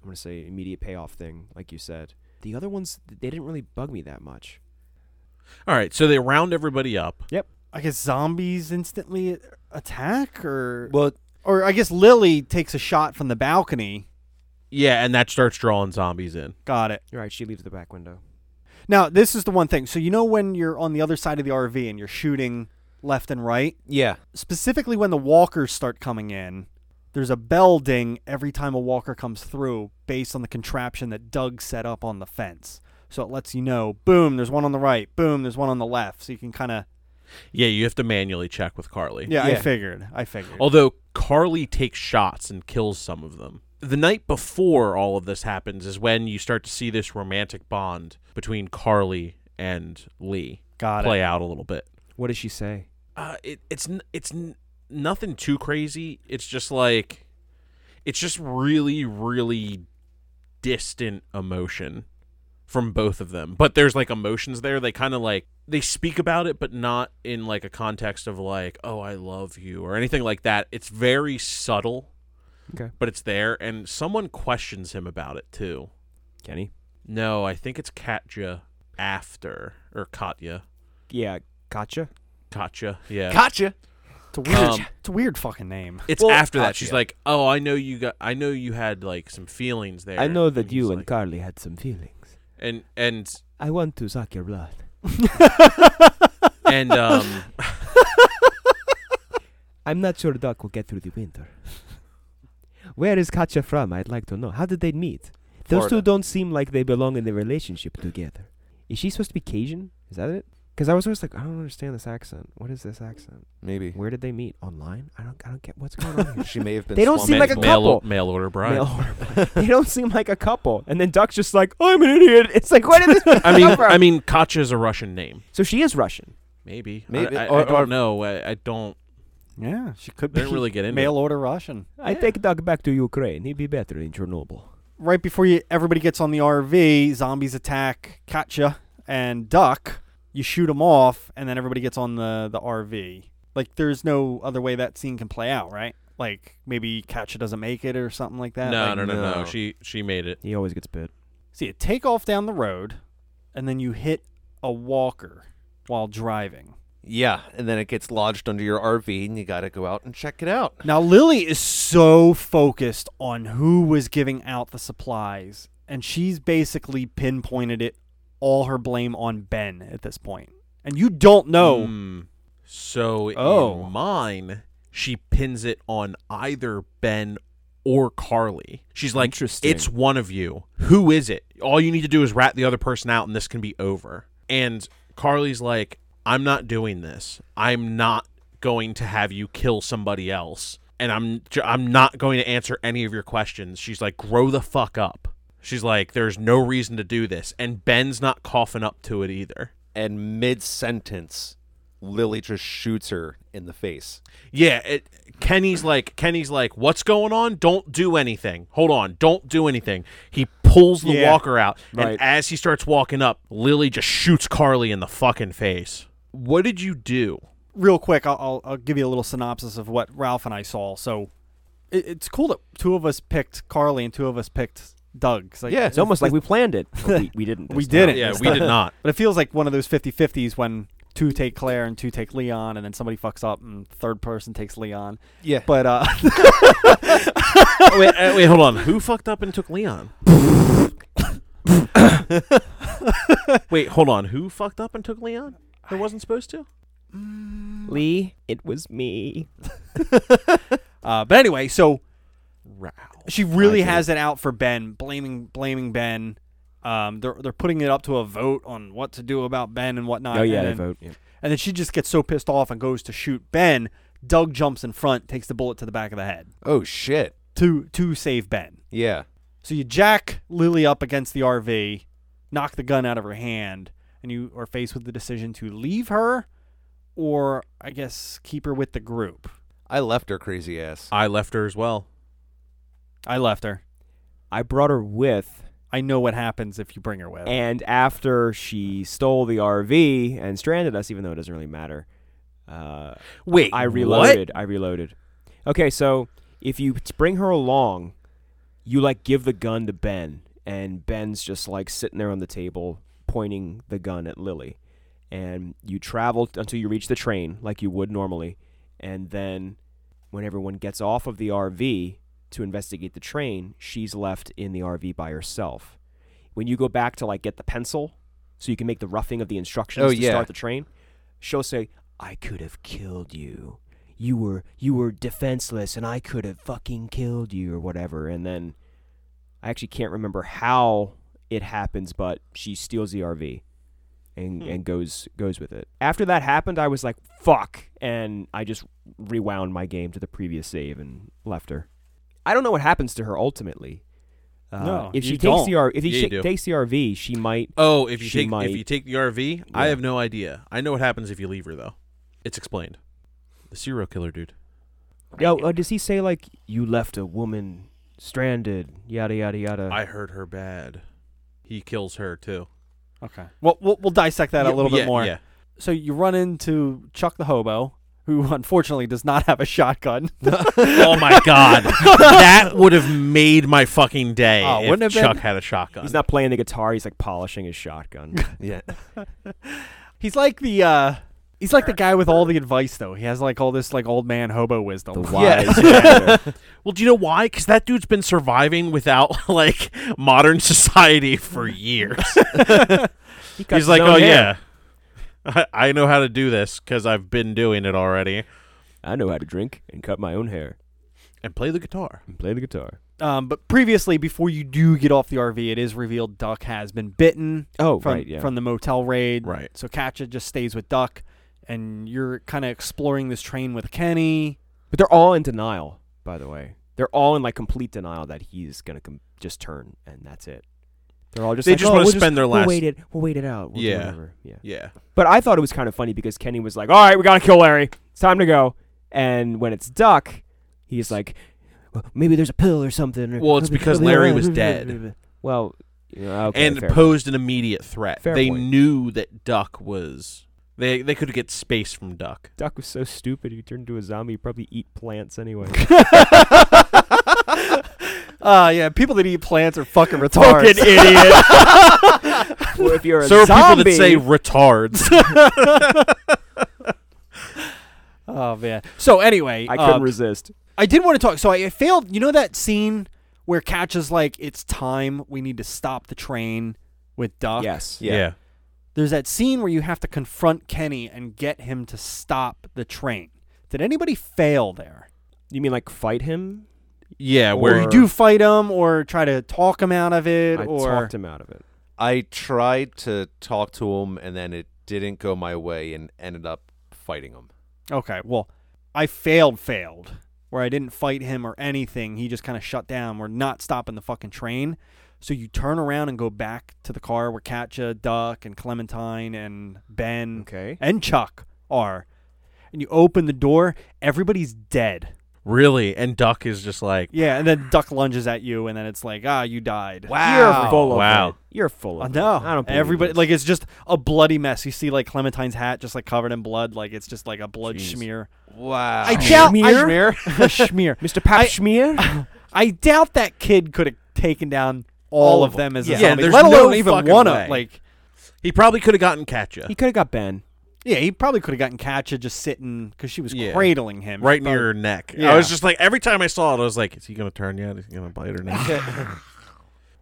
S2: I'm gonna say immediate payoff thing, like you said. The other ones, they didn't really bug me that much.
S3: All right. So they round everybody up.
S4: I guess zombies instantly attack, or
S5: Well,
S4: or I guess Lily takes a shot from the balcony.
S3: Yeah, and that starts drawing zombies in.
S4: Got it.
S2: You're right. She leaves the back window.
S4: Now this is the one thing. So you know when you're on the other side of the RV and you're shooting left and right,
S5: yeah.
S4: specifically when the walkers start coming in, there's a bell ding every time a walker comes through based on the contraption that Doug set up on the fence. So it lets you know, boom, there's one on the right, boom, there's one on the left. So you can kind of
S3: Yeah, you have to manually check with Carly.
S4: yeah, I
S5: Yeah.
S4: figured, I figured.
S3: Although Carly takes shots and kills some of them. The night before all of this happens is when you start to see this romantic bond between Carly and Lee
S4: Got
S3: play
S4: it.
S3: out a little bit.
S2: What does she say?
S3: Uh, it, it's n- it's n- nothing too crazy. It's just like it's just really really distant emotion from both of them. But there's like emotions there. They kind of like they speak about it, but not in like a context of like oh I love you or anything like that. It's very subtle.
S2: Okay.
S3: But it's there, and someone questions him about it too.
S2: Kenny.
S3: No, I think it's Katja after or Katya.
S2: Yeah, gotcha.
S3: Katya, yeah.
S5: Gotcha.
S4: It's a weird,
S3: Um,
S4: it's a weird fucking name.
S3: It's
S5: Well,
S3: after that.
S5: gotcha.
S3: She's like, "Oh, I know you got. I know you had like some feelings there.
S2: I know that
S3: he's
S2: you and
S3: like-
S2: Carly had some feelings.
S3: and and
S2: I want to suck your blood.
S3: and um,
S2: I'm not sure Doc will get through the winter. Where is Katja from? I'd like to know. How did they meet? Those two
S5: Florida.
S2: don't seem like they belong in a relationship together. Is she supposed to be Cajun? Is that it? Because I was always like, I don't understand this accent. What is this accent?
S5: Maybe
S2: Where did they meet? Online? I don't, I don't get what's going on here.
S5: she may have been.
S2: They don't
S5: swum
S2: seem
S3: ma-
S2: like a
S5: in-
S3: mail,
S2: couple.
S3: mail order bride.
S2: Male- they don't seem like a couple. And then Doc's just like, I'm an idiot. It's like, where did this?
S3: I mean, I mean, Katya is a Russian name.
S2: so she is Russian.
S3: Maybe,
S5: Maybe,
S3: I, I, I
S5: or-
S3: don't
S5: or-
S3: know. I, I don't.
S4: Yeah, she could
S3: They
S4: be
S3: didn't really get into
S4: mail order Russian.
S2: I take Doc back to Ukraine. He'd be better in Chernobyl.
S4: Right before you, everybody gets on the RV, zombies attack Katya and Duck. You shoot them off, and then everybody gets on the the RV. Like, there's no other way that scene can play out, right? Like, maybe Katya doesn't make it or something like
S3: No,
S4: that. like,
S3: no, no, no,
S5: no.
S3: She she made it.
S2: He always gets bit.
S4: So you take off down the road, and then you hit a walker while driving.
S5: Yeah, and then it gets lodged under your RV, and you got to go out and check it out.
S4: Now Lily is so focused on who was giving out the supplies, and she's basically pinpointed it all her blame on Ben at this point. And you don't know.
S2: Mm.
S3: Hmm. So
S4: Oh.
S3: in mine, she pins it on either Ben or Carly. She's like,
S2: Interesting.
S3: "It's one of you. Who is it? All you need to do is rat the other person out, and this can be over." And Carly's like, "I'm not doing this. I'm not going to have you kill somebody else, and I'm j- I'm not going to answer any of your questions." She's like, "Grow the fuck up." She's like, "There's no reason to do this," and Ben's not coughing up to it either.
S5: And mid sentence, Lily just shoots her in the face.
S3: Yeah, it, Kenny's like Kenny's like, what's going on? Don't do anything. Hold on, don't do anything. He pulls the
S4: Yeah.
S3: walker out,
S2: Right.
S3: and as he starts walking up, Lily just shoots Carly in the fucking face. What did you do?
S4: Real quick, I'll, I'll, I'll give you a little synopsis of what Ralph and I saw. So it, it's cool that two of us picked Carly and two of us picked Doug. 'cause, like,
S5: Yeah,
S2: It's almost like we planned it. But we, we didn't.
S4: we
S2: this time.
S4: didn't.
S3: Yeah,
S4: this
S3: we did
S4: time.
S3: not.
S4: But it feels like one of those 50-50s when two take Claire and two take Leon, and then somebody fucks up and third person takes Leon.
S5: Yeah,
S4: But uh,
S3: Oh, wait, uh, wait, hold on. Who fucked up and took Leon? wait, hold on. Who fucked up and took Leon? That wasn't supposed to.
S2: Lee, it was me.
S4: uh, but anyway, so
S3: Wow.
S4: she really
S2: I see.
S4: has it out for Ben, blaming blaming Ben. Um, they're they're putting it up to a vote on what to do about Ben and whatnot.
S2: oh yeah,
S4: and
S2: they
S4: then,
S2: vote. Yeah.
S4: And then she just gets so pissed off and goes to shoot Ben. Doug jumps in front, takes the bullet to the back of the head
S5: Oh shit.
S4: to to save Ben.
S5: Yeah.
S4: So you jack Lily up against the RV, knock the gun out of her hand, and you are faced with the decision to leave her, or I guess keep her with the group.
S5: I left her crazy ass.
S3: I left her as well.
S4: I left her.
S2: I brought her with,
S4: I know what happens if you bring her with.
S2: and after she stole the RV and stranded us, even though it doesn't really matter, uh,
S3: Wait,
S2: I
S3: what?
S2: reloaded. I reloaded. Okay, so if you t- bring her along, you like give the gun to Ben, and Ben's just like sitting there on the table pointing the gun at Lily, and you travel t- until you reach the train like you would normally, and then when everyone gets off of the RV to investigate the train, she's left in the RV by herself. When you go back to like get the pencil, so you can make the roughing of the instructions
S5: Oh,
S2: to
S5: yeah.
S2: start the train, she'll say, "I could have killed you. You were you were defenseless, and I could have fucking killed you or whatever." And then I actually can't remember how it happens, but she steals the RV and and goes goes with it. After that happened, I was like, "Fuck!" and I just rewound my game to the previous save and left her. I don't know what happens to her ultimately. Uh,
S4: No,
S2: if she
S4: you
S2: takes
S4: don't.
S2: the RV, if
S3: Yeah,
S2: she
S3: you do.
S2: takes the RV, she might.
S3: Oh, if you
S2: She
S3: take
S2: might-
S3: if you take the RV, I have no idea. I know what happens if you leave her though. It's explained. The serial killer dude.
S2: Oh, uh, does he say like you left a woman stranded? Yada yada yada.
S3: I hurt her bad. He kills her too.
S4: okay. Well, we'll we'll dissect that a
S3: Yeah,
S4: little bit
S3: yeah,
S4: more.
S3: Yeah.
S4: So you run into Chuck the hobo, who unfortunately does not have a shotgun.
S3: oh my god, that would have made my fucking day
S4: Oh,
S3: if
S4: wouldn't have been-
S3: Chuck had a shotgun.
S2: he's not playing the guitar. He's like polishing his shotgun.
S5: Yeah.
S4: He's like the uh he's like the guy with all the advice though. He has like all this like old man hobo wisdom.
S2: The
S5: Yeah.
S2: wise yeah.
S3: well, do you know why? Because that dude's been surviving without like modern society for years. He's like, oh yeah, I, I know how to do this because I've been doing it already
S2: I know how to drink and cut my own hair
S3: and play the guitar.
S2: and play the guitar.
S4: Um but previously before you do get off the RV, it is revealed Duck has been bitten
S2: Oh
S4: from
S2: right, yeah.
S4: from the motel raid.
S3: Right.
S4: So Katja just stays with Duck and you're kind of exploring this train with Kenny.
S2: but they're all in denial. By the way, they're all in like complete denial that he's gonna com- just turn and that's it. They're all just
S3: They
S2: like,
S3: just
S2: "Oh,
S3: wanna
S2: we'll
S3: spend their
S2: We'll
S3: last-
S2: wait it. We'll wait it out. We'll do
S3: Yeah.
S2: whatever." Yeah.
S3: Yeah.
S2: But I thought it was kind of funny because Kenny was like, "All right, we gotta kill Larry. It's time to go." And when it's Duck, he's like, well, "Maybe there's a pill or something." or-
S3: Well, it's because Larry was dead.
S2: Well, yeah, okay,
S3: and
S2: fair.
S3: posed an immediate threat.
S2: Fair
S3: they
S2: point.
S3: knew that Duck was they they could get space from Duck.
S2: Duck was so stupid. He turned into a zombie. He'd probably eat plants anyway.
S4: Uh yeah, people that eat plants are fucking retarded.
S2: idiot. well, if you're a
S3: So are people
S2: zombie,
S3: that say retards.
S4: oh man. So anyway,
S2: I
S4: uh,
S2: couldn't resist.
S4: I did want to talk. So I, I failed. You know that scene where Catch is like, "It's time. We need to stop the train." With Duck,
S2: Yes.
S5: Yeah.
S4: There's that scene where you have to confront Kenny and get him to stop the train. Did anybody fail there?
S2: You mean like fight him?
S3: Yeah,
S4: Where
S3: where
S4: you do fight him or try to talk him out of it,
S2: I
S4: or
S2: talked him out of it.
S5: I tried to talk to him, and then it didn't go my way, and ended up fighting him.
S4: okay, well, I failed, failed, where I didn't fight him or anything. He just kind of shut down. We're not stopping the fucking train. So you turn around and go back to the car where Katja, Duck, and Clementine and Ben
S2: Okay.
S4: and Chuck are. And you open the door, everybody's dead.
S3: really and Duck is just like
S4: Yeah, and then Duck lunges at you, and then it's like, ah, you died.
S2: You're full of
S3: Wow.
S2: it. You're full
S4: Uh,
S2: of
S4: no,
S2: it. I don't believe
S4: everybody
S2: this.
S4: like it's just a bloody mess. You see like Clementine's hat just like covered in blood, like it's just like a blood
S2: Jeez.
S4: smear.
S5: Wow.
S4: I doubt
S2: Schmear?
S4: I, smear.
S2: Mr. Papschmier?
S4: I doubt that kid could have taken down all, of them, as a
S3: Yeah,
S4: zombie,
S3: there's
S4: let
S3: no
S4: alone even
S3: fucking
S4: one of
S3: way.
S4: like.
S3: he probably could have gotten Katya
S2: he could have got Ben.
S4: Yeah, he probably could have gotten Katja just sitting because she was
S3: Yeah.
S4: cradling him
S3: right
S4: But-
S3: near her neck.
S4: Yeah.
S3: I was just like every time I saw it I was like is he going to turn yet? Is he going to bite her now?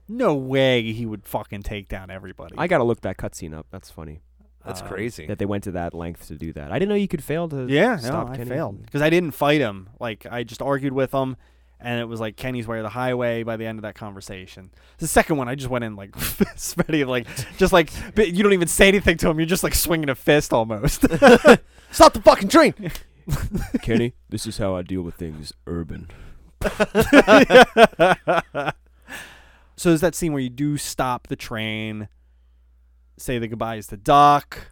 S4: No way he would fucking take down everybody.
S2: I gotta look that cutscene up. That's funny
S5: That's
S4: Um,
S5: crazy.
S2: that they went to that length to do that. I didn't know you could fail to.
S4: Yeah,
S2: stop
S4: no, I
S2: Kenny.
S4: failed because I didn't fight him. Like I just argued with him, and it was like Kenny's way or the highway. By the end of that conversation, the second one, I just went in like spreading, like just like but you don't even say anything to him. You're just like swinging a fist almost.
S5: Stop the fucking train.
S2: Kenny, this is how I deal with things urban.
S4: so there's that scene where you do stop the train, say the goodbyes to Doc,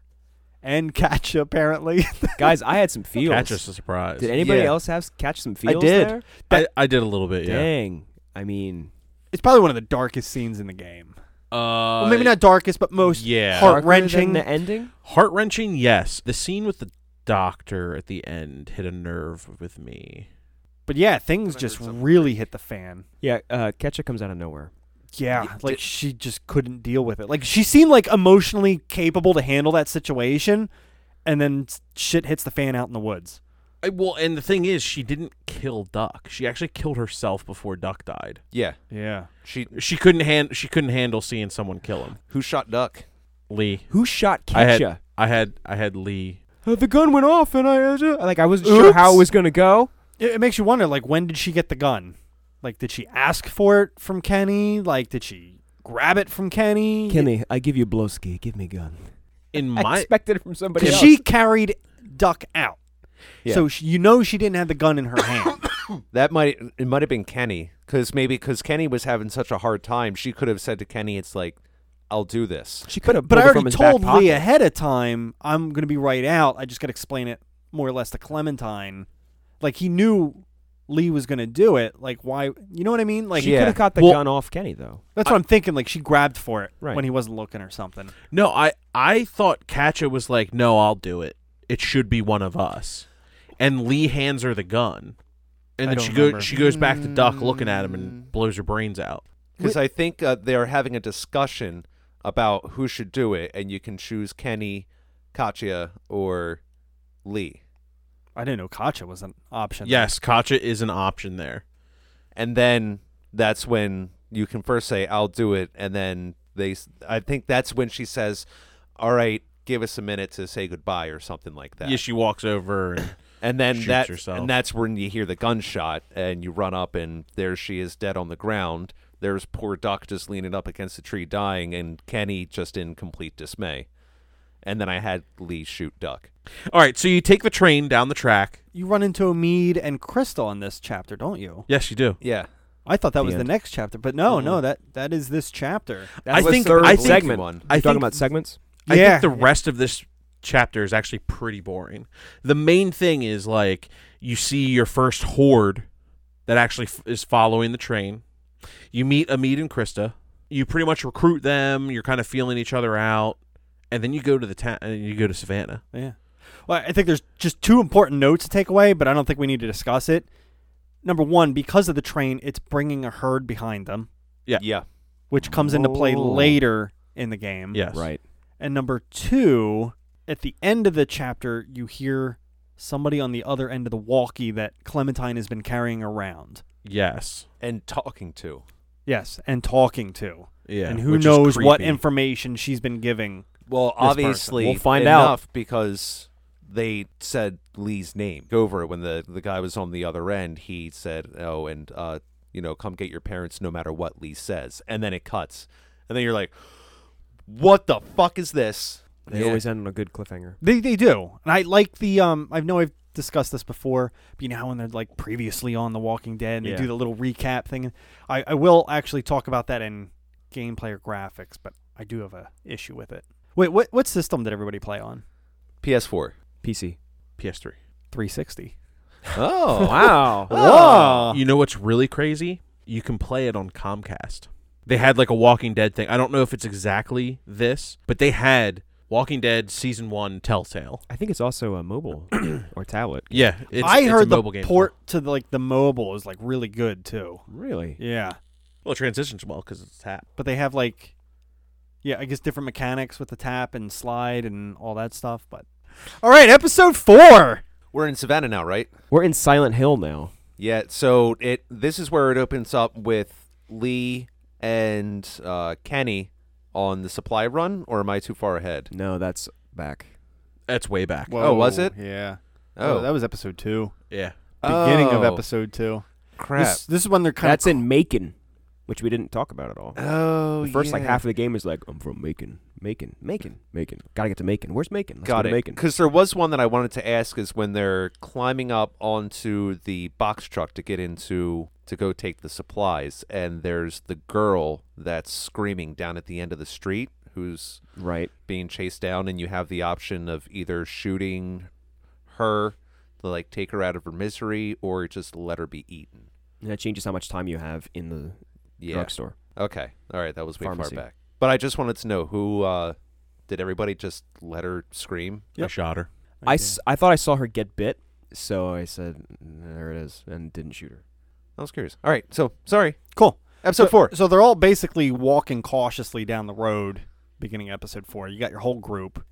S4: and Katja apparently.
S2: Guys, I had some feels.
S3: Katya's a surprise.
S2: Did anybody
S4: Yeah.
S2: else have catch some feels?
S4: did.
S2: there?
S3: I, I did a little bit, yeah.
S2: Dang. I mean,
S4: It's probably one of the darkest scenes in the game.
S3: Uh,
S4: well, maybe not darkest, but most
S3: yeah.
S4: heart wrenching.
S2: the ending.
S3: Heart wrenching, yes. The scene with the doctor at the end hit a nerve with me.
S4: But yeah, things just really hit the fan.
S2: Yeah, uh, Ketcha comes out of nowhere.
S4: Yeah,
S5: It
S4: like
S5: did-
S4: she just couldn't deal with it. Like she seemed like emotionally capable to handle that situation, and then s- shit hits the fan out in the woods.
S3: I, well, and the thing is, she didn't kill Duck. She actually killed herself before Duck died.
S5: Yeah,
S4: Yeah.
S5: she
S3: She couldn't hand. She couldn't handle seeing someone kill him.
S5: who shot Duck.
S3: Lee,
S2: Who shot
S3: I had,
S2: Ketcha?
S3: I had, I had Lee.
S2: Uh, the gun went off, and I uh, ju- like I wasn't sure how it
S4: Oops.
S2: was gonna go.
S4: It, it makes you wonder, like, when did she get the gun? Like, did she ask for it from Kenny? Like, did she grab it from Kenny?
S2: Kenny, I give you Blowski. Give me gun.
S3: In
S2: I
S3: my
S2: expected it from somebody
S4: Because
S2: else.
S4: she carried Duck out.
S2: Yeah.
S4: So she, you know she didn't have the gun in her hand.
S5: That might it might have been Kenny because maybe because Kenny was having such a hard time, she could have said to Kenny, "It's like, I'll do this."
S2: she could have.
S4: but I
S2: from
S4: already
S2: his
S4: told
S2: back pocket.
S4: Lee ahead of time, I'm going to be right out. I just got to explain it more or less to Clementine. Like, he knew Lee was going to do it. Like, why? You know what I mean? Like,
S2: she
S5: Yeah.
S2: could have got the
S3: Well-
S2: gun off Kenny though.
S4: that's what I, am thinking. Like, she grabbed for it
S2: Right.
S4: when he wasn't looking or something.
S3: no, I I thought Katja was like, no, I'll do it. It should be one of us. And Lee hands her the gun, and
S4: I
S3: then
S4: don't
S3: she goes
S4: remember. Hmm.
S3: she goes back to Duck, looking at him, and blows her brains out.
S5: Because I think uh, they're having a discussion about who should do it, and you can choose Kenny, Katya, or Lee.
S4: I didn't know Kacha was an option.
S3: Yes, Katja is an option there.
S5: and then that's when you can first say i'll do it and then they s- i think that's when she says all right give us a minute to say goodbye or something like that
S3: Yeah, she walks over. And
S5: and then
S3: shoots
S5: that
S3: herself.
S5: and that's when you hear the gunshot and you run up and there she is dead on the ground there's poor duck just leaning up against the tree dying and kenny just in complete dismay and then i had lee shoot duck
S3: all right, so you take the train down the track.
S4: You run into Omid and Crystal in this chapter, don't you?
S3: Yes, you do.
S5: yeah
S4: I thought that
S2: The
S4: was the
S2: end.
S4: next chapter, but no, no, that that is this chapter.
S2: That
S3: I
S2: was
S3: think-
S2: third
S3: I think-
S2: segment.
S5: one.
S2: You
S3: I think-
S2: talking about segments.
S3: I
S4: Yeah.
S3: think the rest of this chapter is actually pretty boring. The main thing is like you see your first horde that actually f- is following the train. You meet Amit and Krista. You pretty much recruit them. You're kind of feeling each other out, and then you go to the town. and you go to Savannah.
S4: Yeah. Well, I think there's just two important notes to take away, but I don't think we need to discuss it. Number one, because of the train, it's bringing a herd behind them,
S3: Yeah.
S5: yeah
S4: which comes into play
S2: Oh.
S4: later in the game.
S3: Yes,
S4: And number two, at the end of the chapter, you hear somebody on the other end of the walkie that Clementine has been carrying around.
S3: Yes,
S5: and talking to
S4: Yes, and talking to.
S3: yeah.
S4: and who
S3: which is
S4: knows what
S3: creepy.
S4: information she's been giving.
S5: Well,
S4: person.
S5: obviously,
S2: We'll find out.
S5: enough because they said Lee's name over it when the the guy was on the other end. He said, "Oh, and uh, you know, come get your parents, no matter what Lee says." And then it cuts, and then you're like, "What the fuck is this?"
S2: They
S5: Yeah.
S2: always end on a good cliffhanger.
S4: They they do, and I like the um. I know I've discussed this before, but you know how when they're like previously on The Walking Dead, and
S2: Yeah.
S4: they do the little recap thing. I I will actually talk about that in gameplay or graphics, but I do have a issue with it. Wait, what what system did everybody play on?
S5: PS4.
S2: PC.
S3: PS3.
S4: 360.
S5: Oh
S2: Wow.
S4: Whoa.
S3: You know what's really crazy? You can play it on Comcast. They had like a Walking Dead thing. I don't know if it's exactly this, but they had Walking Dead season one Telltale.
S2: I think it's also a mobile or tablet.
S3: Yeah, it's,
S4: I
S3: it's
S4: heard
S3: a mobile
S4: the
S3: game.
S4: port to the, like the mobile is like really good too.
S2: Really?
S4: Yeah,
S3: Well, it transitions well because it's tap.
S4: but they have like, yeah, I guess different mechanics with the tap and slide and all that stuff. But all right, episode four.
S5: We're in Savannah now, right?
S2: We're in Silent Hill now.
S5: Yeah. So it this is where it opens up with Lee and uh, Kenny on the supply run, or am I too far ahead?
S2: No, that's back.
S3: That's way back.
S5: Oh, was it?
S7: Yeah.
S5: Oh,
S7: that was episode two.
S3: Yeah,
S7: Beginning of
S5: Oh,
S7: episode two.
S5: Crap.
S4: This, this is when they're kind
S2: That's
S4: of
S2: in Macon, which we didn't talk about at all.
S5: Oh,
S2: The first like
S5: yeah.
S2: half of the game is like, I'm from Macon, Macon, Macon, Macon. Gotta get to Macon. Where's Macon? Let's
S5: Got
S2: go to
S5: it.
S2: Macon.
S5: Because there was one that I wanted to ask is when they're climbing up onto the box truck to get into to go take the supplies, and there's the girl that's screaming down at the end of the street who's
S2: Right.
S5: being chased down, and you have the option of either shooting her to like take her out of her misery, or just let her be eaten.
S2: And that changes how much time you have in the
S5: Yeah.
S2: drugstore.
S5: Okay. All right. That was way
S2: Pharmacy.
S5: far back. But I just wanted to know who uh, did everybody just let her scream?
S3: I shot her.
S2: I, s- I thought I saw her get bit, so I said, "Mm, "There it is," and didn't shoot her.
S5: I was curious. All right. So sorry.
S4: Cool.
S5: Episode four.
S4: So they're all basically walking cautiously down the road. Beginning episode four, you got your whole group.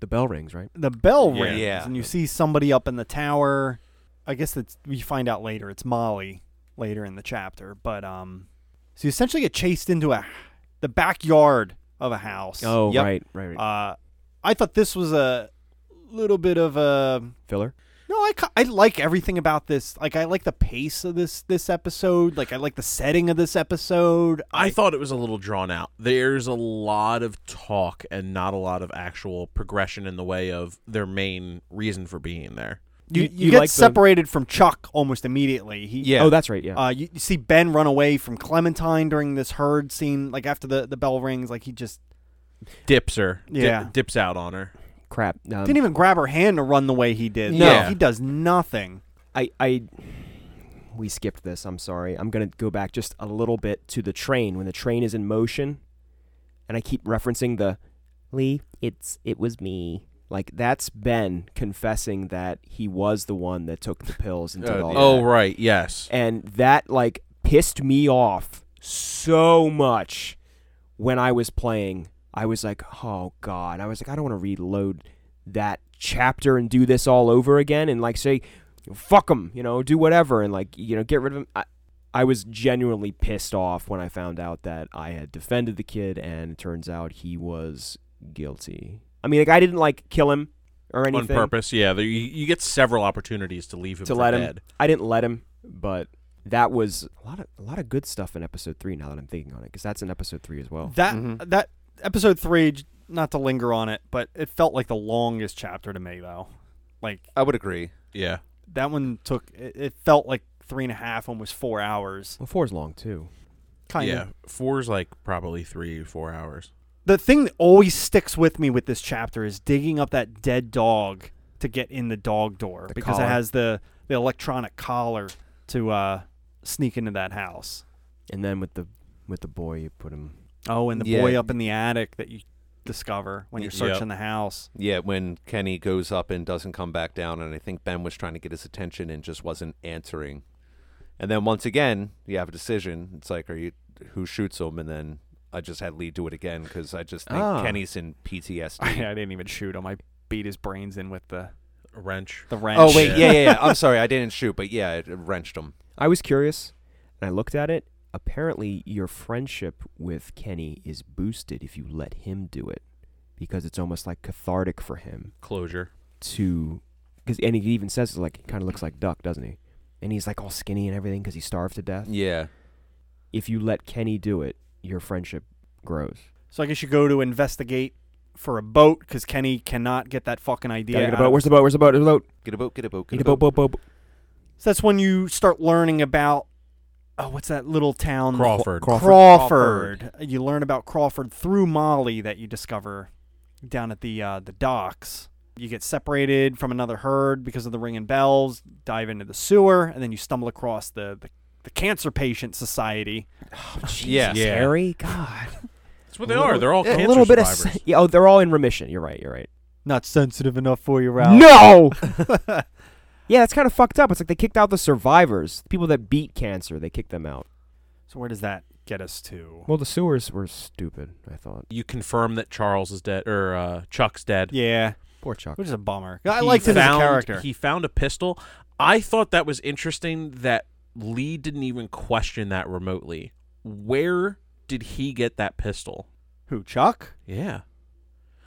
S2: The bell rings, right?
S4: The bell
S5: Yeah.
S4: rings,
S5: Yeah.
S4: and you see somebody up in the tower. I guess that's we find out later. It's Molly later in the chapter, but um, so you essentially get chased into a the backyard of a house.
S2: Oh,
S5: Yep.
S2: right, right, right.
S4: Uh, I thought this was a little bit of a
S2: Filler.
S4: no. I, ca- I like everything about this. Like I like the pace of this this episode. Like I like the setting of this episode.
S3: I thought it was a little drawn out. There's a lot of talk and not a lot of actual progression in the way of their main reason for being there.
S4: you,
S2: You-
S4: you,
S2: you
S4: get
S2: like the-
S4: separated from Chuck almost immediately. He,
S5: Yeah.
S2: Oh, that's right. Yeah.
S4: Uh, you, you see Ben run away from Clementine during this herd scene. Like after the, the bell rings, like he just
S3: Dips her. Di-
S4: Yeah.
S3: dips out on her.
S2: Crap. Um,
S4: didn't even grab her hand to run the way he did.
S5: No.
S4: Like, he does nothing.
S2: I, I, we skipped this. I'm sorry. I'm gonna go back just a little bit to the train when the train is in motion, and I keep referencing the Lee. It's it was me. Like that's Ben confessing that he was the one that took the pills and did
S5: Oh,
S2: all
S5: dear.
S2: that.
S3: Oh, right. Yes.
S2: and that like pissed me off so much when I was playing. I was like, "Oh god." I was like, "I don't want to reload that chapter and do this all over again and like say fuck them, you know, do whatever and like, you know, get rid of them." I, I was genuinely pissed off when I found out that I had defended the kid and it turns out he was guilty. I mean, like I didn't like kill him or
S3: On
S2: anything
S3: purpose. Yeah. There, you, you get several opportunities to leave him
S2: to
S3: for
S2: let
S3: dead.
S2: him. I didn't let him, but that was a lot of a lot of good stuff in episode three. Now that I'm thinking on it, because that's in episode three as well.
S4: That
S5: Mhm.
S4: that episode three. j- Not to linger on it, but it felt like the longest chapter to me though. Like
S5: I would agree.
S3: Yeah.
S4: that one took. It, it felt like three and a half, almost four hours.
S2: Well, four is long too.
S4: Kind
S3: yeah.
S4: of.
S3: Four's like probably three, four hours.
S4: The thing that always sticks with me with this chapter is digging up that dead dog to get in the dog door
S2: The
S4: because
S2: collar.
S4: it has the the electronic collar to uh, sneak into that house.
S2: And then with the with the boy, you put him.
S4: Oh, and the
S5: Yeah.
S4: boy up in the attic that you discover when you're
S3: Yep.
S4: searching the house.
S5: Yeah, when Kenny goes up and doesn't come back down, and I think Ben was trying to get his attention and just wasn't answering. And then once again, you have a decision. It's like, are you who shoots him? And then I just had Lee do it again because I just think
S2: Ah.
S5: Kenny's in PTSD.
S4: I, didn't even shoot him. I beat his brains in with the
S3: A wrench.
S4: the wrench.
S5: oh wait, yeah, yeah, yeah.
S4: Uh,
S5: I'm sorry, I didn't shoot, but yeah, it wrenched him.
S2: I was curious, and I looked at it. Apparently, your friendship with Kenny is boosted if you let him do it, because it's almost like cathartic for him
S3: Closure.
S2: to. Because and he even says it's like kind of looks like Duck, doesn't he? And he's like all skinny and everything because he starved to death.
S5: Yeah.
S2: If you let Kenny do it, your friendship grows.
S4: So I guess you go to investigate for a boat because Kenny cannot get that fucking idea.
S2: Gotta get a
S4: out of
S2: boat. Where's the boat? Where's the boat? Where's the boat?
S5: Get a boat, get a boat, get
S2: Need a boat, boat, boat. boat.
S4: So that's when you start learning about oh, what's that little
S2: Um,
S4: town?
S3: Crawford.
S4: Crawford. You learn about Crawford through Molly that you discover down at the uh, the docks. You get separated from another herd because of the ringing bells. Dive into the sewer, and then you stumble across the the, the cancer patient society.
S5: Yeah.
S2: Oh, Jesus, Harry, God,
S3: That's what they are. They're all
S2: a
S3: cancer
S2: little bit of
S3: survivors.
S2: se- yeah. Oh, they're all in remission. You're right. You're right.
S4: Not sensitive enough for you, Ralph.
S2: No. yeah, that's kind of fucked up. It's like they kicked out the survivors, people that beat cancer. They kicked them out.
S4: So where does that get us to?
S2: Well, the sewers were stupid. I thought.
S3: you confirm that Charles is dead or uh, Chuck's dead.
S4: Yeah,
S2: Poor Chuck.
S4: which is a bummer. I
S3: He
S4: liked him as a
S3: found-
S4: character.
S3: He found a pistol. I thought that was interesting that Lee didn't even question that remotely. Where did he get that pistol?
S4: Who Chuck?
S3: Yeah.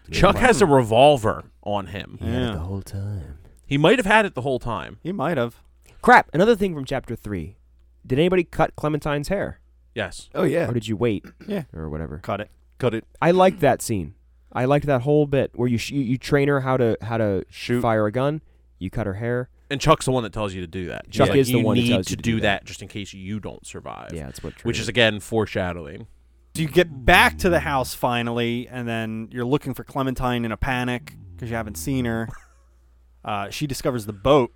S2: Yeah,
S3: Chuck
S2: wow.
S3: has a revolver on him.
S2: He had it
S4: Yeah.
S2: the whole time.
S3: He might have had it the whole time.
S4: He might have.
S2: Crap. Another thing from chapter three. Did anybody cut Clementine's hair,
S3: Yes.
S5: Oh yeah.
S2: or did you wait?
S4: Yeah.
S2: Or whatever.
S4: Cut it.
S5: Cut it.
S2: I liked that scene. I liked that whole bit where you sh- you, you train her how to how to
S5: Shoot.
S2: fire a gun. You cut her hair.
S3: And Chuck's the one that tells you to do that.
S2: Chuck
S3: He's like,
S2: is the
S3: "You
S2: one that
S3: need
S2: tells
S3: to,
S2: you to
S3: do,
S2: do
S3: that.
S2: that."
S3: just in case you don't survive.
S2: Yeah, that's what.
S3: Which
S2: triggered
S3: is again foreshadowing.
S4: So you get back to the house finally, and then you're looking for Clementine in a panic because you haven't seen her. Uh, she discovers the boat,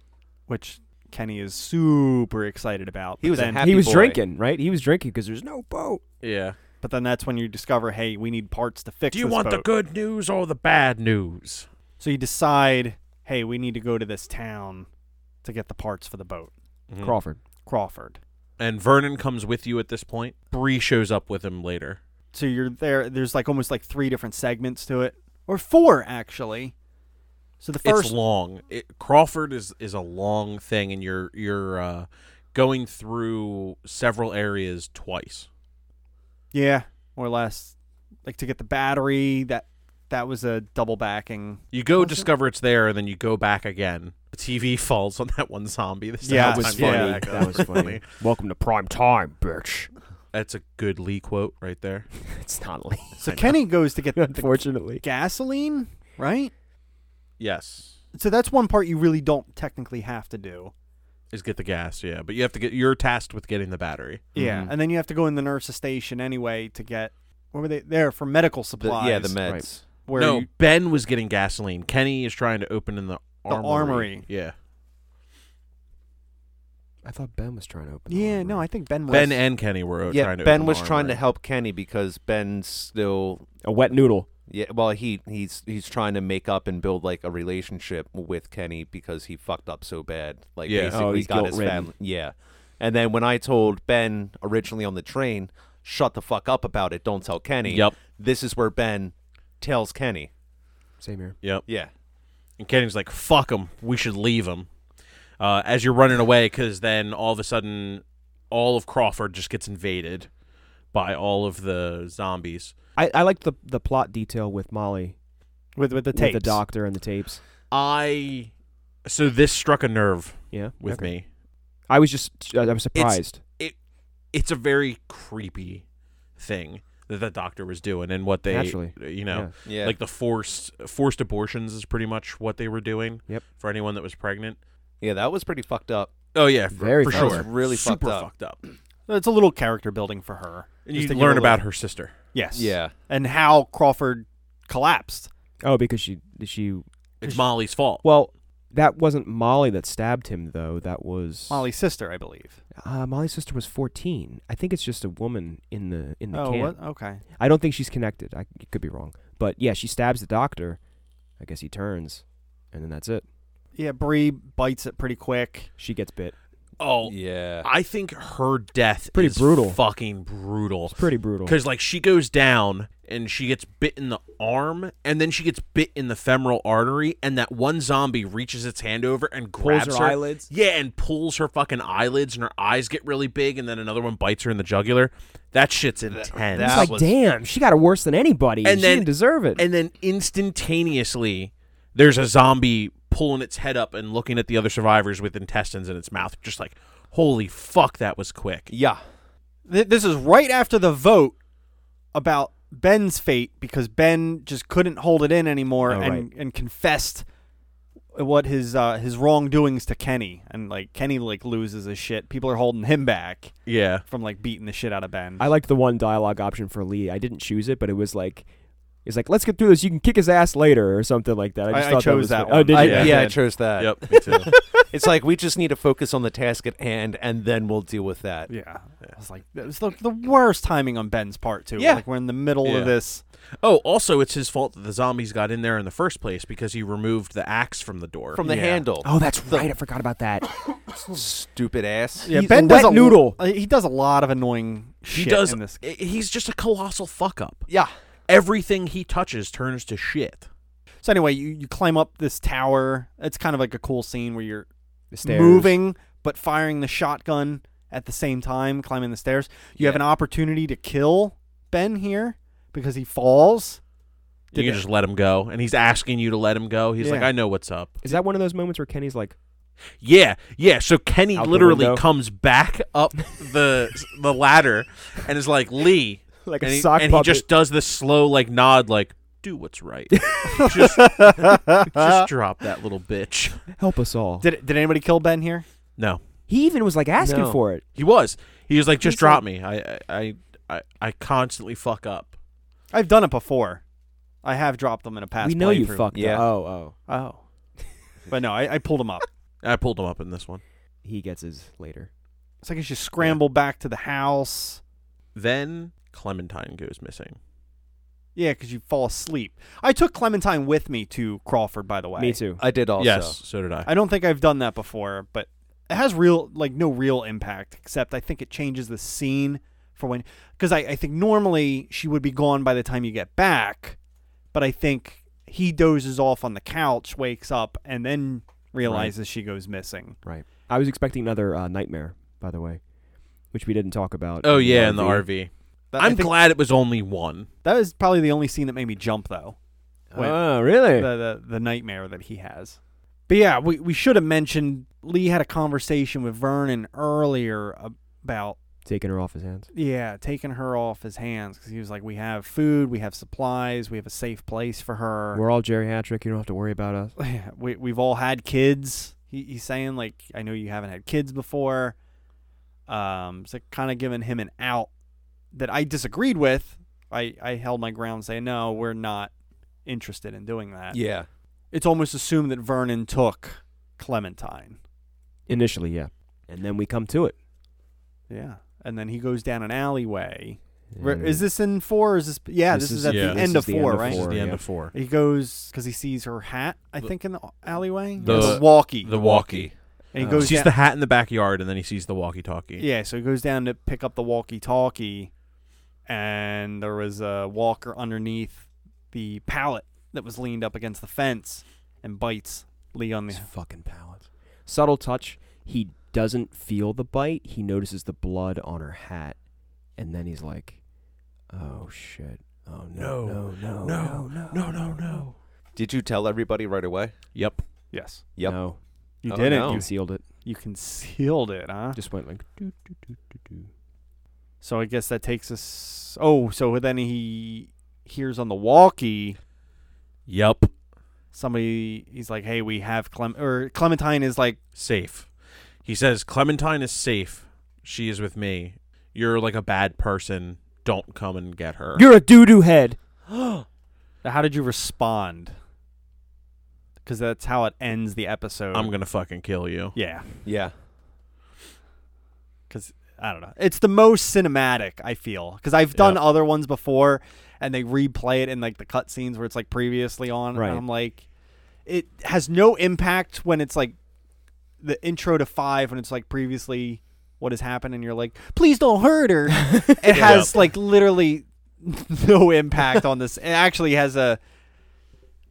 S4: which Kenny is super excited about.
S5: He
S4: But
S5: was a
S4: then,
S5: happy-
S2: he was
S5: boy.
S2: drinking, right? He was drinking because there's no boat.
S3: Yeah.
S4: but then that's when you discover, hey, we need parts to fix.
S3: Do you
S4: this
S3: want the
S4: boat.
S3: good news or the bad news?
S4: So you decide, hey, we need to go to this town to get the parts for the boat.
S2: Crawford.
S4: Crawford.
S3: Mm-hmm. And Vernon comes with you at this point. Bree shows up with him later.
S4: So you're there. There's like almost like three different segments to it, or four actually. So the first
S3: it's long. It, Crawford is is a long thing, and you're you're uh, going through several areas twice.
S4: Yeah, more or less. Like to get the battery that that was a double backing.
S3: You go
S4: Was it?
S3: discover it's there, and then you go back again. The TV falls on that one zombie. This
S4: Yeah,
S3: time.
S4: it was
S3: I'm
S4: funny.
S3: going back
S2: That was
S3: up.
S2: funny. Welcome to prime time, bitch.
S3: That's a good Lee quote right there.
S2: It's not late,
S4: So Kenny goes to get the
S2: unfortunately.
S4: gasoline, right?
S3: Yes,
S4: So that's one part you really don't technically have to do.
S3: is get the gas. Yeah, but you have to get. You're tasked with getting the battery.
S4: Yeah, and then you have to go in the nurse's station anyway to get. Where were they? There for medical
S5: The-
S4: supplies.
S5: yeah, the meds.
S2: right.
S4: Where
S3: no,
S4: you-
S3: Ben was getting gasoline. Kenny is trying to open in the armory.
S4: armory.
S3: Yeah,
S2: I thought Ben was trying to open. the
S4: yeah,
S2: armory.
S4: no, I think Ben was.
S3: Ben and Kenny were o-
S5: Yeah,
S3: trying to.
S5: Ben
S3: open
S5: was
S3: the
S5: trying to
S3: armory.
S5: help Kenny because Ben still
S2: a wet noodle.
S5: yeah, well he he's he's trying to make up and build like a relationship with Kenny because he fucked up so bad. Like
S3: Yeah. Oh,
S5: basically
S2: he's
S5: got his
S2: guilt-ridden.
S5: family. Yeah. And then when I told Ben originally on the train, shut the fuck up about it, don't tell Kenny.
S3: Yep.
S5: This is where Ben tells Kenny.
S2: Same here.
S3: Yep.
S5: Yeah.
S3: And Kenny's like, "Fuck him. We should leave him." Uh, as you're running away, because then all of a sudden, all of Crawford just gets invaded by all of the zombies.
S2: I, I liked the the plot detail with Molly,
S4: with with the
S2: with
S4: tapes.
S2: the doctor and the tapes.
S3: I so this struck a nerve
S2: Yeah,
S3: with
S2: okay.
S3: me.
S2: I was just I was surprised.
S3: It's a very creepy thing that the doctor was doing, and what they,
S2: Naturally.
S3: you know,
S5: Yeah.
S3: like the forced forced abortions is pretty much what they were doing.
S2: Yep.
S3: For anyone that was pregnant.
S5: yeah, that was pretty fucked up.
S3: Oh yeah, for,
S2: Very
S3: for
S2: fucked
S3: sure.
S5: up. Really
S3: super
S5: fucked up.
S3: fucked up.
S4: It's a little character building for her.
S3: And
S4: Just
S3: you
S4: to give
S3: learn
S4: a
S3: about
S4: little-
S3: her sister.
S4: Yes.
S5: Yeah.
S4: And how Crawford collapsed.
S2: Oh, because she she
S3: It's Molly's fault.
S2: well that wasn't Molly that stabbed him though. That was
S4: Molly's sister, I believe.
S2: Uh, Molly's sister was 14. I think it's just a woman in the in the
S4: oh,
S2: camp.
S4: what? Okay.
S2: I don't think she's connected. I could be wrong, but yeah, she stabs the doctor. I guess he turns, and then that's it.
S4: Yeah, Bree bites it pretty quick.
S2: She gets bit.
S3: Oh,
S5: Yeah.
S3: I think her death
S2: Pretty
S3: is
S2: brutal.
S3: fucking brutal.
S2: It's pretty brutal.
S3: Because like she goes down and she gets bit in the arm, and then she gets bit in the femoral artery, and that one zombie reaches its hand over and grabs
S2: her eyelids?
S3: Yeah, and pulls her fucking eyelids, and her eyes get really big, and then another one bites her in the jugular. That shit's intense.
S2: It's
S5: that
S2: like,
S5: was-
S2: damn, she got it worse than anybody, and
S3: And
S2: she
S3: then-
S2: didn't deserve it.
S3: and then instantaneously, there's a zombie pulling its head up and looking at the other survivors with intestines in its mouth, just like, holy fuck, that was quick.
S5: Yeah.
S4: Th- this is right after the vote about Ben's fate because Ben just couldn't hold it in anymore
S2: Oh,
S4: and,
S2: right.
S4: and confessed what his uh, his wrongdoings to Kenny and like Kenny like loses his shit. People are holding him back
S3: Yeah.
S4: from like beating the shit out of Ben.
S2: I liked the one dialogue option for Lee. I didn't choose it, but it was like, it's like, let's get through this. You can kick his ass later or something like that. I,
S4: I-
S2: just
S4: I
S2: thought
S4: chose
S2: was
S4: that
S2: fu-
S4: one.
S2: Oh, did
S5: I,
S2: you?
S5: yeah,
S3: Yeah.
S5: I chose that.
S3: Yep, me too.
S5: It's like we just need to focus on the task at hand and then we'll deal with that.
S4: yeah. I was like, that was the, the worst timing on Ben's part too.
S5: Yeah.
S4: like we're in the middle
S3: Yeah.
S4: of this.
S3: oh, also, it's his fault that the zombies got in there in the first place because he removed the axe from the door.
S5: From the handle.
S2: Oh, that's right. I forgot about that.
S3: Oh.
S5: Stupid ass.
S4: Yeah,
S2: He's
S4: Ben
S2: a
S4: does
S2: wet
S4: a
S2: noodle.
S4: uh, He does a lot of annoying
S3: he
S4: shit
S3: does.
S4: in this.
S3: i- He's just a colossal fuck up.
S5: Yeah.
S3: Everything he touches turns to shit.
S4: So anyway, you, you climb up this tower. It's kind of like a cool scene where you're
S2: The stairs.
S4: moving but firing the shotgun at the same time, climbing the stairs. You have
S3: Yeah.
S4: an opportunity to kill Ben here because he falls. Did
S3: you can
S4: it-
S3: just let him go, and he's asking you to let him go. He's like,
S4: Yeah.
S3: "I know what's up."
S2: Is that one of those moments where Kenny's like,
S3: Yeah, yeah. So Kenny
S2: Out the
S3: literally
S2: window.
S3: comes back up the the ladder and is like Lee,
S2: like
S3: and,
S2: a
S3: he,
S2: sock
S3: and he
S2: puppet?
S3: just does this slow like nod, like do what's right. just, just drop that little bitch.
S2: help us all.
S4: Did did anybody kill Ben here?
S3: No,
S2: he even was like asking
S5: No.
S2: for it.
S3: he was. He was like, just
S2: He's
S3: drop
S2: like-
S3: me. I, I I I constantly fuck up.
S4: I've done it before. I have dropped them in a past.
S2: we know you
S4: playthrough.
S2: fucked
S5: Yeah.
S2: up. Oh, oh.
S4: Oh, but no, I, I pulled him up.
S3: I pulled him up in this one.
S2: he gets his later.
S4: It's like I should scramble back to the house.
S3: Then Clementine goes missing.
S4: Yeah, because you fall asleep. I took Clementine with me to Crawford, by the way.
S2: Me too.
S5: I did also.
S3: Yes, so did I.
S4: I don't think I've done that before, but it has real, like, no real impact, except I think it changes the scene for when. Because I, I think normally she would be gone by the time you get back, but I think he dozes off on the couch, wakes up, and then realizes she goes missing.
S2: I was expecting another uh, nightmare, by the way, which we didn't talk about.
S3: oh yeah, in the RV.
S4: That, I
S3: I'm
S4: think
S3: glad it was only one.
S4: That was probably the only scene that made me jump, though. Wait.
S6: Oh, really?
S4: the, the the nightmare that he has. But yeah, we, we should have mentioned Lee had a conversation with Vernon earlier about
S2: Taking her off his hands.
S4: yeah taking her off his hands because he was like, we have food, we have supplies, we have a safe place for her.
S2: We're all geriatric. You don't have to worry about us.
S4: Yeah, we we've all had kids. He, he's saying like, I know you haven't had kids before. Um, so kind of giving him an out that I disagreed with. I I held my ground, saying no, we're not interested in doing that.
S5: Yeah.
S4: it's almost assumed that Vernon took Clementine.
S2: Initially, yeah. And then we come to it.
S4: Yeah. And then he goes down an alleyway. Re- Is this in four? Or is this? Yeah,
S2: Mm.
S4: this,
S2: This
S4: is,
S2: is-
S4: at
S3: yeah,
S4: the
S3: this
S4: end
S2: is
S4: of
S2: the
S4: four,
S2: end of
S4: right?
S2: four.
S3: The end
S2: yeah.
S3: of four.
S4: He goes because he sees her hat, I think, in the alleyway.
S3: The-
S4: It's walkie.
S3: The walkie.
S4: and he
S2: uh,
S4: goes
S3: Sees
S4: down-
S3: the hat in the backyard, and then he sees the walkie-talkie.
S4: Yeah, so he goes down to pick up the walkie-talkie, and there was a walker underneath the pallet that was leaned up against the fence and bites Lee on the.
S2: These fucking pallets. Subtle touch. He doesn't feel the bite. He notices the blood on her hat, and then he's like, "Oh shit! Oh no!
S3: No,
S2: No!
S3: no,
S2: No! No!
S3: no, no, no.
S5: Did you tell everybody right away?
S3: Yep.
S4: Yes,
S5: Yep.
S2: No.
S4: you
S5: Oh,
S4: didn't.
S5: no.
S4: You,
S2: Concealed it.
S4: you concealed it, huh?
S2: Just went like. "Doo, doo, doo, doo, doo."
S4: So I guess that takes us. Oh, so then he hears on the walkie
S3: Yep.
S4: somebody. He's like, "Hey, we have Clem." Or Clementine is like,
S3: Safe. He says Clementine is safe. She is with me. You're like a bad person. Don't come and get her.
S2: You're a doo doo head.
S4: "How did you respond?" Because that's how it ends the episode.
S3: I'm gonna fucking kill you.
S4: yeah,
S5: Yeah.
S4: because I don't know. It's the most cinematic I feel because I've done
S3: Yeah.
S4: other ones before, and they replay it in like the cutscenes where it's like previously on.
S2: Right.
S4: And I'm like, it has no impact when it's like the intro to five when it's like previously what has happened, and you're like, please don't hurt her. it has like literally no impact on this. It actually has a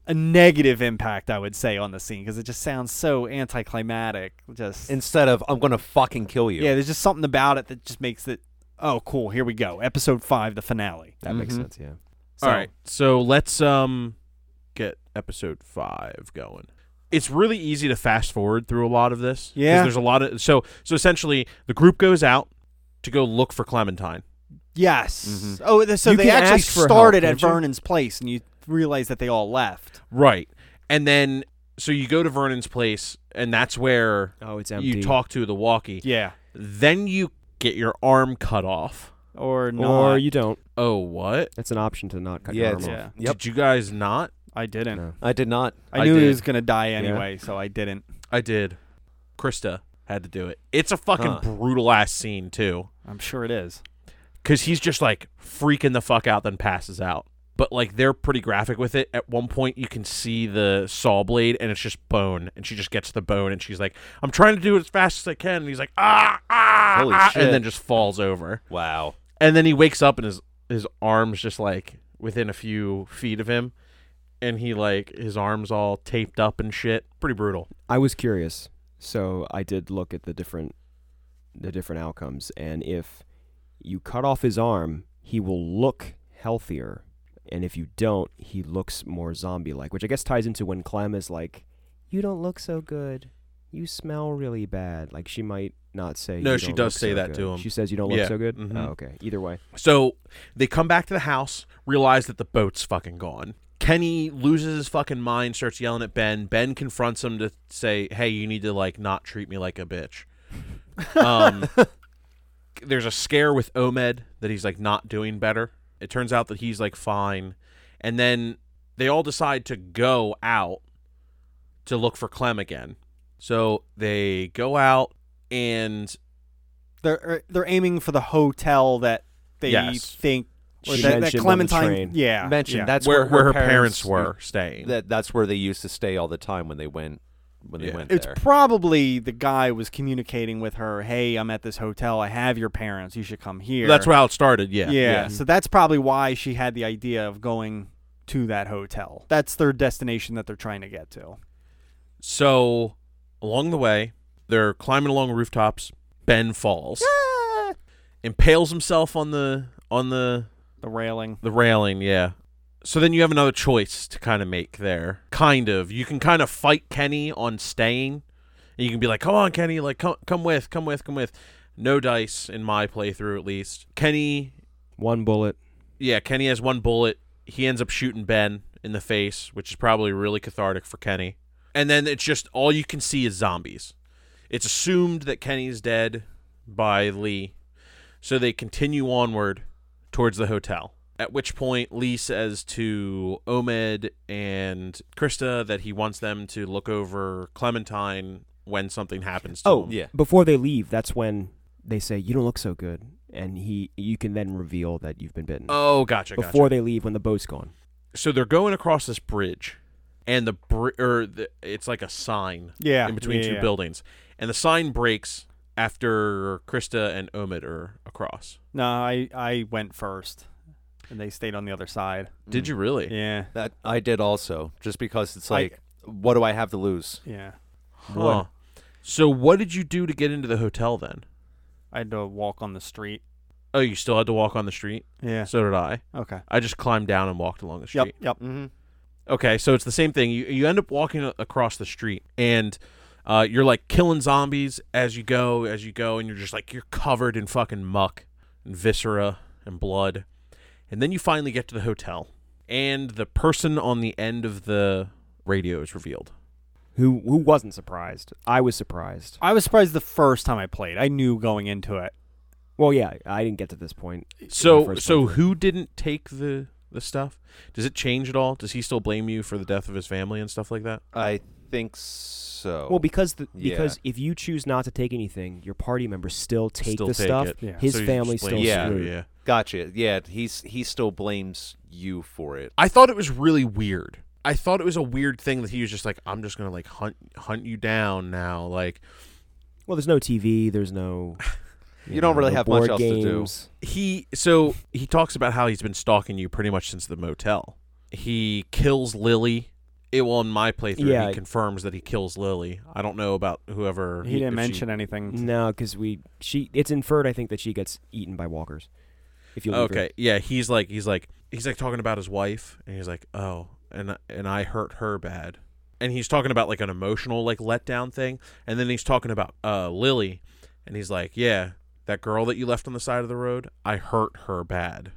S4: a negative impact, I would say, on the scene because it just sounds so anticlimactic. Just
S5: Instead of I'm gonna fucking kill you.
S4: yeah, there's just something about it that just makes it. Oh, cool. Here we go. Episode five, the finale.
S2: That makes
S5: Mhm.
S3: Mm-hmm.
S2: sense. Yeah.
S4: So,
S3: All right. So let's um get episode 5 going. It's really easy to fast forward through a lot of this 'cause
S4: Yeah.
S3: there's a lot of so so essentially the group goes out to go look for Clementine.
S4: Yes.
S5: Mhm.
S4: Oh, th- so
S2: Mm-hmm. You
S4: they
S2: can
S4: actually
S2: ask for help,
S4: started at
S2: can't you?
S4: Vernon's place, and you realize that they all left.
S3: Right. And then so you go to Vernon's place and that's where
S2: Oh, it's
S3: you talk to the walkie.
S4: Yeah.
S3: Then you get your arm cut off.
S4: Or not.
S2: Or you don't.
S3: Oh, what?
S2: That's an option to not cut
S5: Yeah,
S2: your arm
S5: it's-
S2: off.
S4: yeah.
S5: Yep.
S3: Did you guys not?
S4: I didn't.
S2: No.
S5: I did not.
S4: I,
S3: I
S4: knew he
S3: did.
S4: was gonna die anyway, so I didn't.
S3: I did. Krista had to do it. It's a fucking
S5: Huh.
S3: brutal ass scene too.
S4: I'm sure it is.
S3: because he's just like freaking the fuck out, then passes out. But like they're pretty graphic with it. At one point, you can see the saw blade, and it's just bone, and she just gets the bone, and she's like, "I'm trying to do it as fast as I can." And he's like, "Ah, ah,
S5: Holy
S3: ah,"
S5: shit.
S3: and then just falls over.
S5: Wow.
S3: And then he wakes up, and his his arms just like within a few feet of him, and he like his arms all taped up and shit. Pretty brutal.
S2: I was curious, so I did look at the different the different outcomes and if you cut off his arm, he will look healthier. And if you don't, he looks more zombie like, which I guess ties into when Clem is like, You don't look so good. You smell really bad. Like she might not say
S3: No,
S2: "You
S3: she
S2: don't
S3: does
S2: look
S3: say
S2: so
S3: that
S2: good."
S3: to him.
S2: She says you don't look
S3: Yeah,
S2: so good?
S3: mhm.
S2: Oh, okay. Either way.
S3: So they come back to the house, realize that the boat's fucking gone. Kenny loses his fucking mind, starts yelling at Ben. Ben confronts him to say, "Hey, you need to like not treat me like a bitch." Um, there's a scare with Omed that he's like not doing better. It turns out that he's like fine, and then they all decide to go out to look for Clem again. So they go out and
S4: They're er, they're aiming for the hotel that they
S3: Yes.
S4: think or
S2: She
S4: that, that
S2: mentioned on the
S4: Clementine.
S2: train.
S4: Yeah,
S5: mentioned
S4: yeah.
S5: that's
S3: where, where her parents,
S5: parents,
S3: were staying.
S5: That that's where they used to stay all the time when they went when they
S3: Yeah.
S5: went
S4: It's
S5: there.
S4: probably the guy was communicating with her. Hey, I'm at this hotel. I have your parents. You should come here.
S3: That's how it started. Yeah.
S4: Yeah. So that's probably why she had the idea of going to that hotel. That's their destination that they're trying to get to.
S3: So along the way, they're climbing along rooftops. Ben falls, impales himself on the on the
S4: The railing.
S3: the railing. Yeah. So then you have another choice to kind of make there. Kind of. You can kind of fight Kenny on staying. And you can be like, "Come on, Kenny! Like, come come with, come with, come with." No dice in my playthrough, at least. Kenny
S2: One bullet.
S3: yeah, Kenny has one bullet. He ends up shooting Ben in the face, which is probably really cathartic for Kenny. And then it's just all you can see is zombies. It's assumed that Kenny's dead by Lee. So they continue onward towards the hotel. At which point, Lee says to Omed and Krista that he wants them to look over Clementine when something happens to
S2: Oh,
S3: him.
S5: Yeah.
S2: Before they leave, that's when they say, "You don't look so good," and he, you can then reveal that you've been bitten.
S3: Oh, gotcha. gotcha.
S2: before they leave, when the boat's gone.
S3: so they're going across this bridge and the br- or the, it's like a sign
S4: Yeah.
S3: in between
S4: yeah,
S3: two
S4: yeah.
S3: buildings and the sign breaks after krista and omid are across
S4: No, I I went first, and they stayed on the other side.
S3: did you really
S4: Yeah.
S5: Mm. That I did also, just because it's
S4: I-
S5: like, what do I have to lose?
S4: Yeah.
S3: huh. so what did you do to get into the hotel then
S4: I had to walk on the street.
S3: oh you still had to walk on the street
S4: Yeah.
S3: so did i
S4: Okay.
S3: i just climbed down and walked along the street
S4: Yep. Yep.
S5: Mm-hmm.
S3: Okay, so it's the same thing. You you end up walking a- across the street and uh, you're like killing zombies as you go, as you go, and you're just like you're covered in fucking muck and viscera and blood. And then you finally get to the hotel. And the person on the end of the radio is revealed.
S2: Who, who wasn't surprised? I was surprised.
S4: I was surprised the first time I played. I knew going into it.
S2: Well, yeah, I didn't get to this point.
S3: So
S2: first
S3: so
S2: playthrough.
S3: who didn't take the the stuff? Does it change at all? Does he still blame you for the death of his family and stuff like that?
S5: I think so.
S2: Well, because the,
S5: Oh, Yeah.
S2: because if you choose not to take anything, your party members still take
S3: Still
S2: the
S3: take
S2: stuff.
S3: it.
S4: Yeah.
S2: His
S3: So you just
S2: family
S3: blame
S2: still
S5: you. Yeah.
S2: screwed.
S3: yeah.
S5: gotcha. Yeah, he's he still blames you for it.
S3: I thought it was really weird. I thought it was a weird thing that he was just like, I'm just gonna like hunt hunt you down now. Like
S2: Well, there's no TV. There's no.
S5: You don't really
S2: no
S5: have much
S2: board
S5: else to do.
S2: games.
S3: he so he talks about how he's been stalking you pretty much since the motel. He kills Lily. It well in my playthrough
S2: Yeah.
S3: he confirms that he kills Lily. I don't know about whoever
S4: He didn't
S3: if she-
S4: mention anything.
S2: No, because we she it's inferred I think that she gets eaten by walkers. If you leave her.
S3: Okay. Yeah, he's like he's like he's like talking about his wife and he's like, "Oh, and and I hurt her bad." And he's talking about like an emotional like letdown thing, and then he's talking about uh Lily and he's like, "Yeah, that girl that you left on the side of the road, I hurt her bad."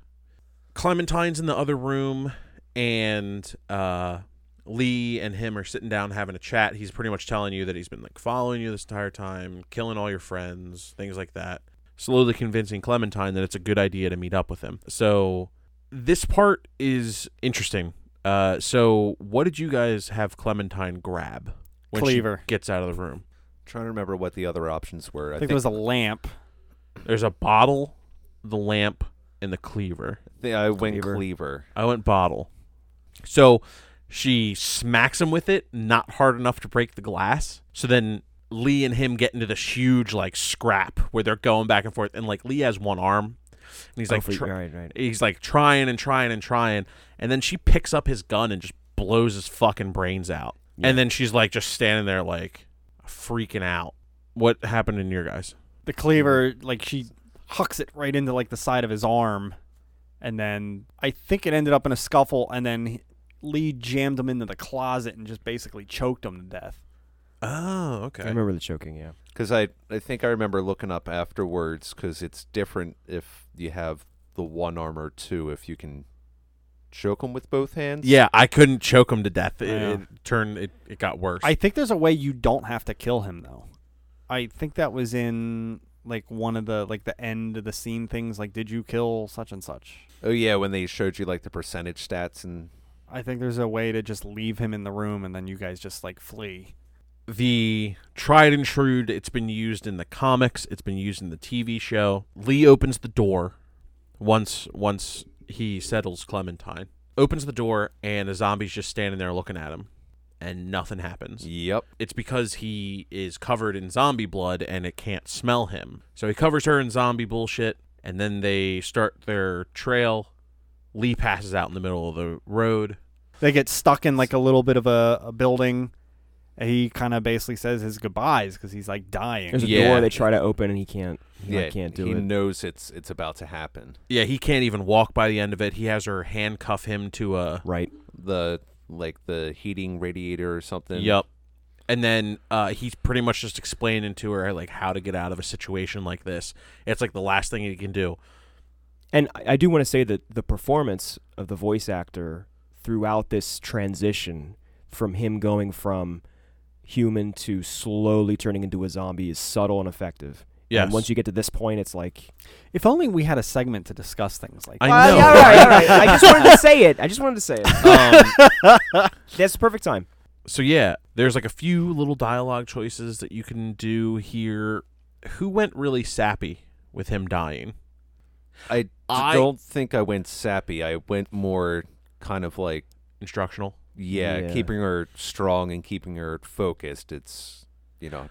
S3: Clementine's in the other room and uh Lee and him are sitting down having a chat. He's pretty much telling you that he's been like following you this entire time, killing all your friends, things like that slowly convincing Clementine that it's a good idea to meet up with him. So this part is interesting. Uh, so what did you guys have Clementine grab when
S4: Cleaver.
S3: she gets out of the room?
S5: trying to remember what the other options were.
S4: I
S5: I
S4: think
S5: think,
S4: there was a lamp.
S3: There's a bottle, the lamp, and the cleaver.
S5: thi- I went
S2: Cleaver.
S5: cleaver.
S3: I went bottle. So she smacks him with it, not hard enough to break the glass. So then Lee and him get into this huge like scrap where they're going back and forth, and like Lee has one arm, and he's
S2: Oh,
S3: like
S2: for-
S3: try-
S2: right, right.
S3: he's like trying and trying and trying and then she picks up his gun and just blows his fucking brains out
S2: Yeah.
S3: and then she's like just standing there like freaking out what happened in your guys
S4: The cleaver, like she hucks it right into like the side of his arm, and then I think it ended up in a scuffle, and then he- Lee jammed him into the closet and just basically choked him to death.
S3: oh okay
S2: I remember the choking. Yeah.
S5: Because I, I think I remember looking up afterwards because it's different if you have the one arm or two, if you can choke them with both hands.
S3: yeah i couldn't choke him to death it,
S4: Yeah.
S3: it turned it, it got worse
S4: I think there's a way you don't have to kill him though. I think that was in like one of the like the end of the scene things like did you kill such and such?
S5: Oh, yeah, when they showed you like the percentage stats and.
S4: I think there's a way to just leave him in the room and then you guys just like flee.
S3: the tried and true. It's been used in the comics. It's been used in the TV show. Lee opens the door once once he settles Clementine. Opens the door and a zombie's just standing there looking at him, and nothing happens.
S5: Yep.
S3: It's because he is covered in zombie blood and it can't smell him. So he covers her in zombie bullshit, and then they start their trail. Lee passes out in the middle of the road.
S4: They get stuck in like a little bit of a, a building. And he kind of basically says his goodbyes because he's like dying.
S2: There's a
S3: Yeah.
S2: door they try to open and he can't. He like, can't do
S5: he
S2: it.
S5: knows it's it's about to happen.
S3: Yeah, he can't even walk by the end of it. He has her handcuff him to a.
S2: right.
S5: The like the heating radiator or something.
S3: Yup. And then uh, he's pretty much just explaining to her like how to get out of a situation like this. It's like the last thing he can do.
S2: And I, I do want to say that the performance of the voice actor throughout this transition from him going from human to slowly turning into a zombie is subtle and effective.
S3: Yes.
S2: And once you get to this point, it's like
S4: If only we had a segment to discuss things like
S3: I
S4: that.
S3: know.
S2: Uh, yeah, all right, all right. I just wanted to say it. I just wanted to say it.
S3: Um,
S2: That's the perfect time.
S3: so yeah, there's like a few little dialogue choices that you can do here. Who went really sappy with him dying?
S5: I d-
S3: I-
S5: don't think I went sappy. I went more kind of like
S3: Instructional.
S5: yeah,
S2: Yeah.
S5: keeping her strong and keeping her focused. It's you know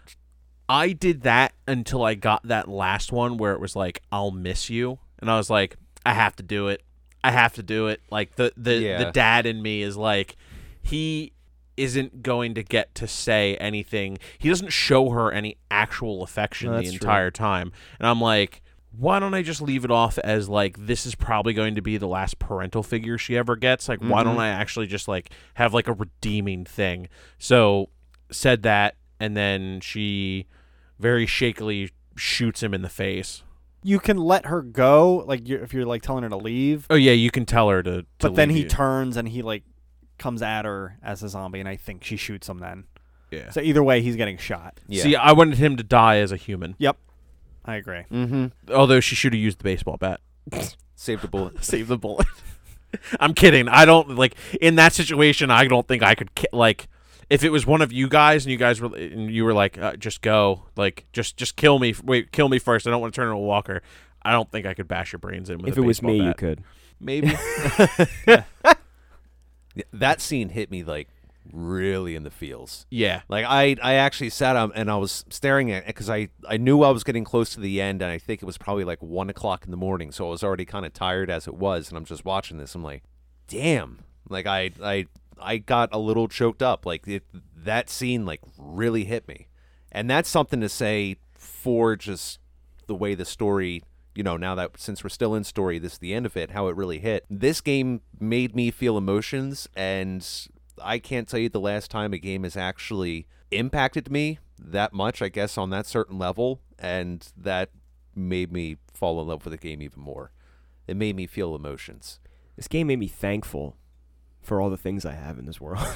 S3: I did that until I got that last one where it was like, "I'll miss you," and I was like, "I have to do it. I have to do it." Like the the
S5: Yeah.
S3: the dad in me is like, he isn't going to get to say anything. He doesn't show her any actual affection
S2: No,
S3: the
S2: that's true.
S3: entire time, and I'm like. Why don't I just leave it off as like this is probably going to be the last parental figure she ever gets? Like, why don't I actually just like have like a redeeming thing? So said that, and then she very shakily shoots him in the face.
S4: You can let her go, like you if you're like telling her to leave.
S3: Oh yeah, you can tell her to. to
S4: but then
S3: leave
S4: he
S3: you.
S4: turns and he like comes at her as a zombie, and I think she shoots him then.
S3: Yeah.
S4: So either way, he's getting shot.
S5: yeah.
S3: See, I wanted him to die as a human,
S4: I agree.
S5: mm-hmm.
S3: although she should have used the baseball bat.
S5: Saved a bullet.
S3: Save the bullet. I'm kidding. I don't like in that situation. I don't think I could ki- like if it was one of you guys and you guys were and you were like uh, just go like just just kill me wait kill me first. I don't want to turn into a walker. I don't think I could bash your brains in with
S2: If
S3: a
S2: it was
S3: baseball
S2: me,
S3: bat.
S2: you could.
S3: maybe.
S5: Yeah, That scene hit me like really in the feels.
S3: yeah.
S5: Like I, I actually sat up and I was staring at it because I, I knew I was getting close to the end and I think it was probably like one o'clock in the morning, so I was already kind of tired as it was, and I'm just watching this. I'm like, damn, like I, I, I got a little choked up. Like it, that scene like really hit me, and that's something to say for just the way the story you know now that since we're still in story this is the end of it how it really hit this game made me feel emotions and i can't tell you the last time a game has actually impacted me that much i guess on that certain level and that made me fall in love with the game even more it made me feel emotions
S2: This game made me thankful for all the things I have in this world.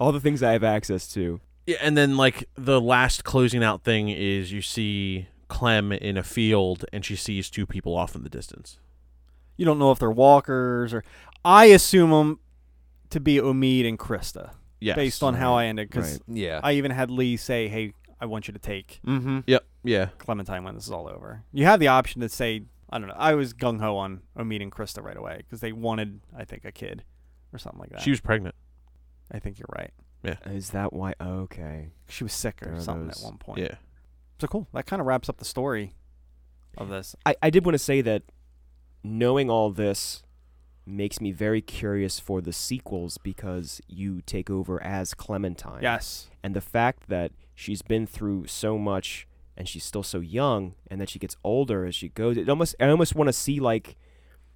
S2: all the things I have access to.
S3: Yeah, and then like the last closing out thing is you see Clem in a field and she sees two people off in the distance.
S4: You don't know if they're walkers or. I assume them to be Omid and Krista
S3: Yes.
S4: based on how I ended because
S2: Right.
S5: yeah
S4: I even had Lee say, "Hey, I want you to take
S5: mm-hmm
S3: Yep. Yeah.
S4: Clementine when this is all over." You have the option to say, "I don't know." I was gung ho on Omid and Krista right away because they wanted, I think, a kid or something like that.
S3: She was pregnant.
S4: I think you're right.
S2: Is that why? Oh, Okay.
S4: She was sick
S2: There
S4: or
S2: are
S4: something
S2: those-
S4: at one point.
S3: Yeah.
S4: So cool. That kind of wraps up the story of this.
S2: I, I did want to say that knowing all this makes me very curious for the sequels because you take over as Clementine.
S4: Yes.
S2: And the fact that she's been through so much and she's still so young and that she gets older as she goes, it almost I almost want to see like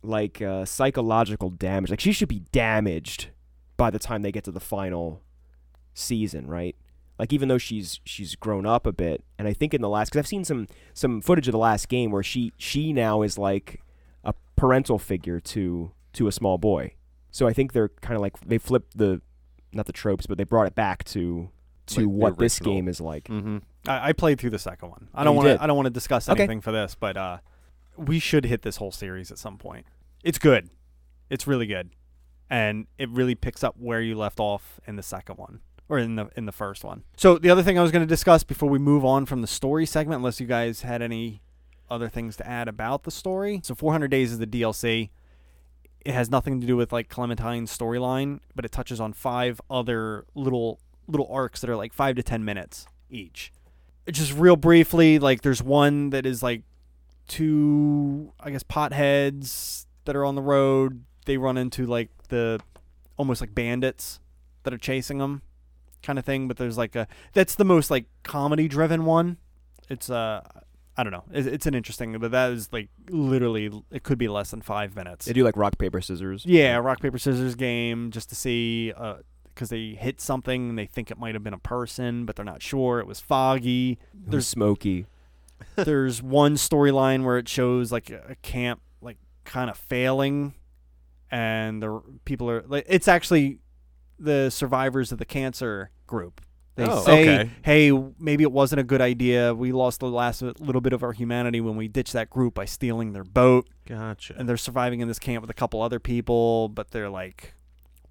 S2: like uh, psychological damage. Like she should be damaged by the time they get to the final season, right? Like even though she's she's grown up a bit, and I think in the last because I've seen some some footage of the last game where she she now is like a parental figure to to a small boy. So I think they're kind of like they flipped the not the tropes, but they brought it back to to
S5: Like the
S2: what this
S5: original.
S2: game is like.
S5: mm-hmm
S4: I, I played through the second one. I
S2: Oh,
S4: don't
S2: you
S4: want
S2: did?
S4: to. I don't want to discuss
S2: Okay.
S4: anything for this, but uh, we should hit this whole series at some point. It's good. It's really good, and it really picks up where you left off in the second one. or in the in the first one. So the other thing I was going to discuss before we move on from the story segment, unless you guys had any other things to add about the story. So 400 Days is the DLC. It has nothing to do with like Clementine's storyline, but it touches on five other little little arcs that are like 5 to 10 minutes each. Just real briefly, like there's one that is like two I guess potheads that are on the road. They run into like the almost like bandits that are chasing them kind of thing but there's like a that's the most like comedy driven one it's uh i don't know it's, it's an interesting but that is like literally it could be less than five minutes
S2: They do like rock paper scissors.
S4: yeah rock paper scissors game just to see because they hit something and they think it might have been a person but they're not sure it was foggy
S2: They're
S4: there's
S2: smoky.
S4: there's one storyline where it shows like a a camp like kind of failing and the r- people are like it's actually the survivors of the cancer group they
S5: Oh,
S4: say
S3: okay.
S4: hey w- maybe it wasn't a good idea we lost the last bit- little bit of our humanity when we ditched that group by stealing their boat
S3: Gotcha.
S4: and they're surviving in this camp with a couple other people but they're like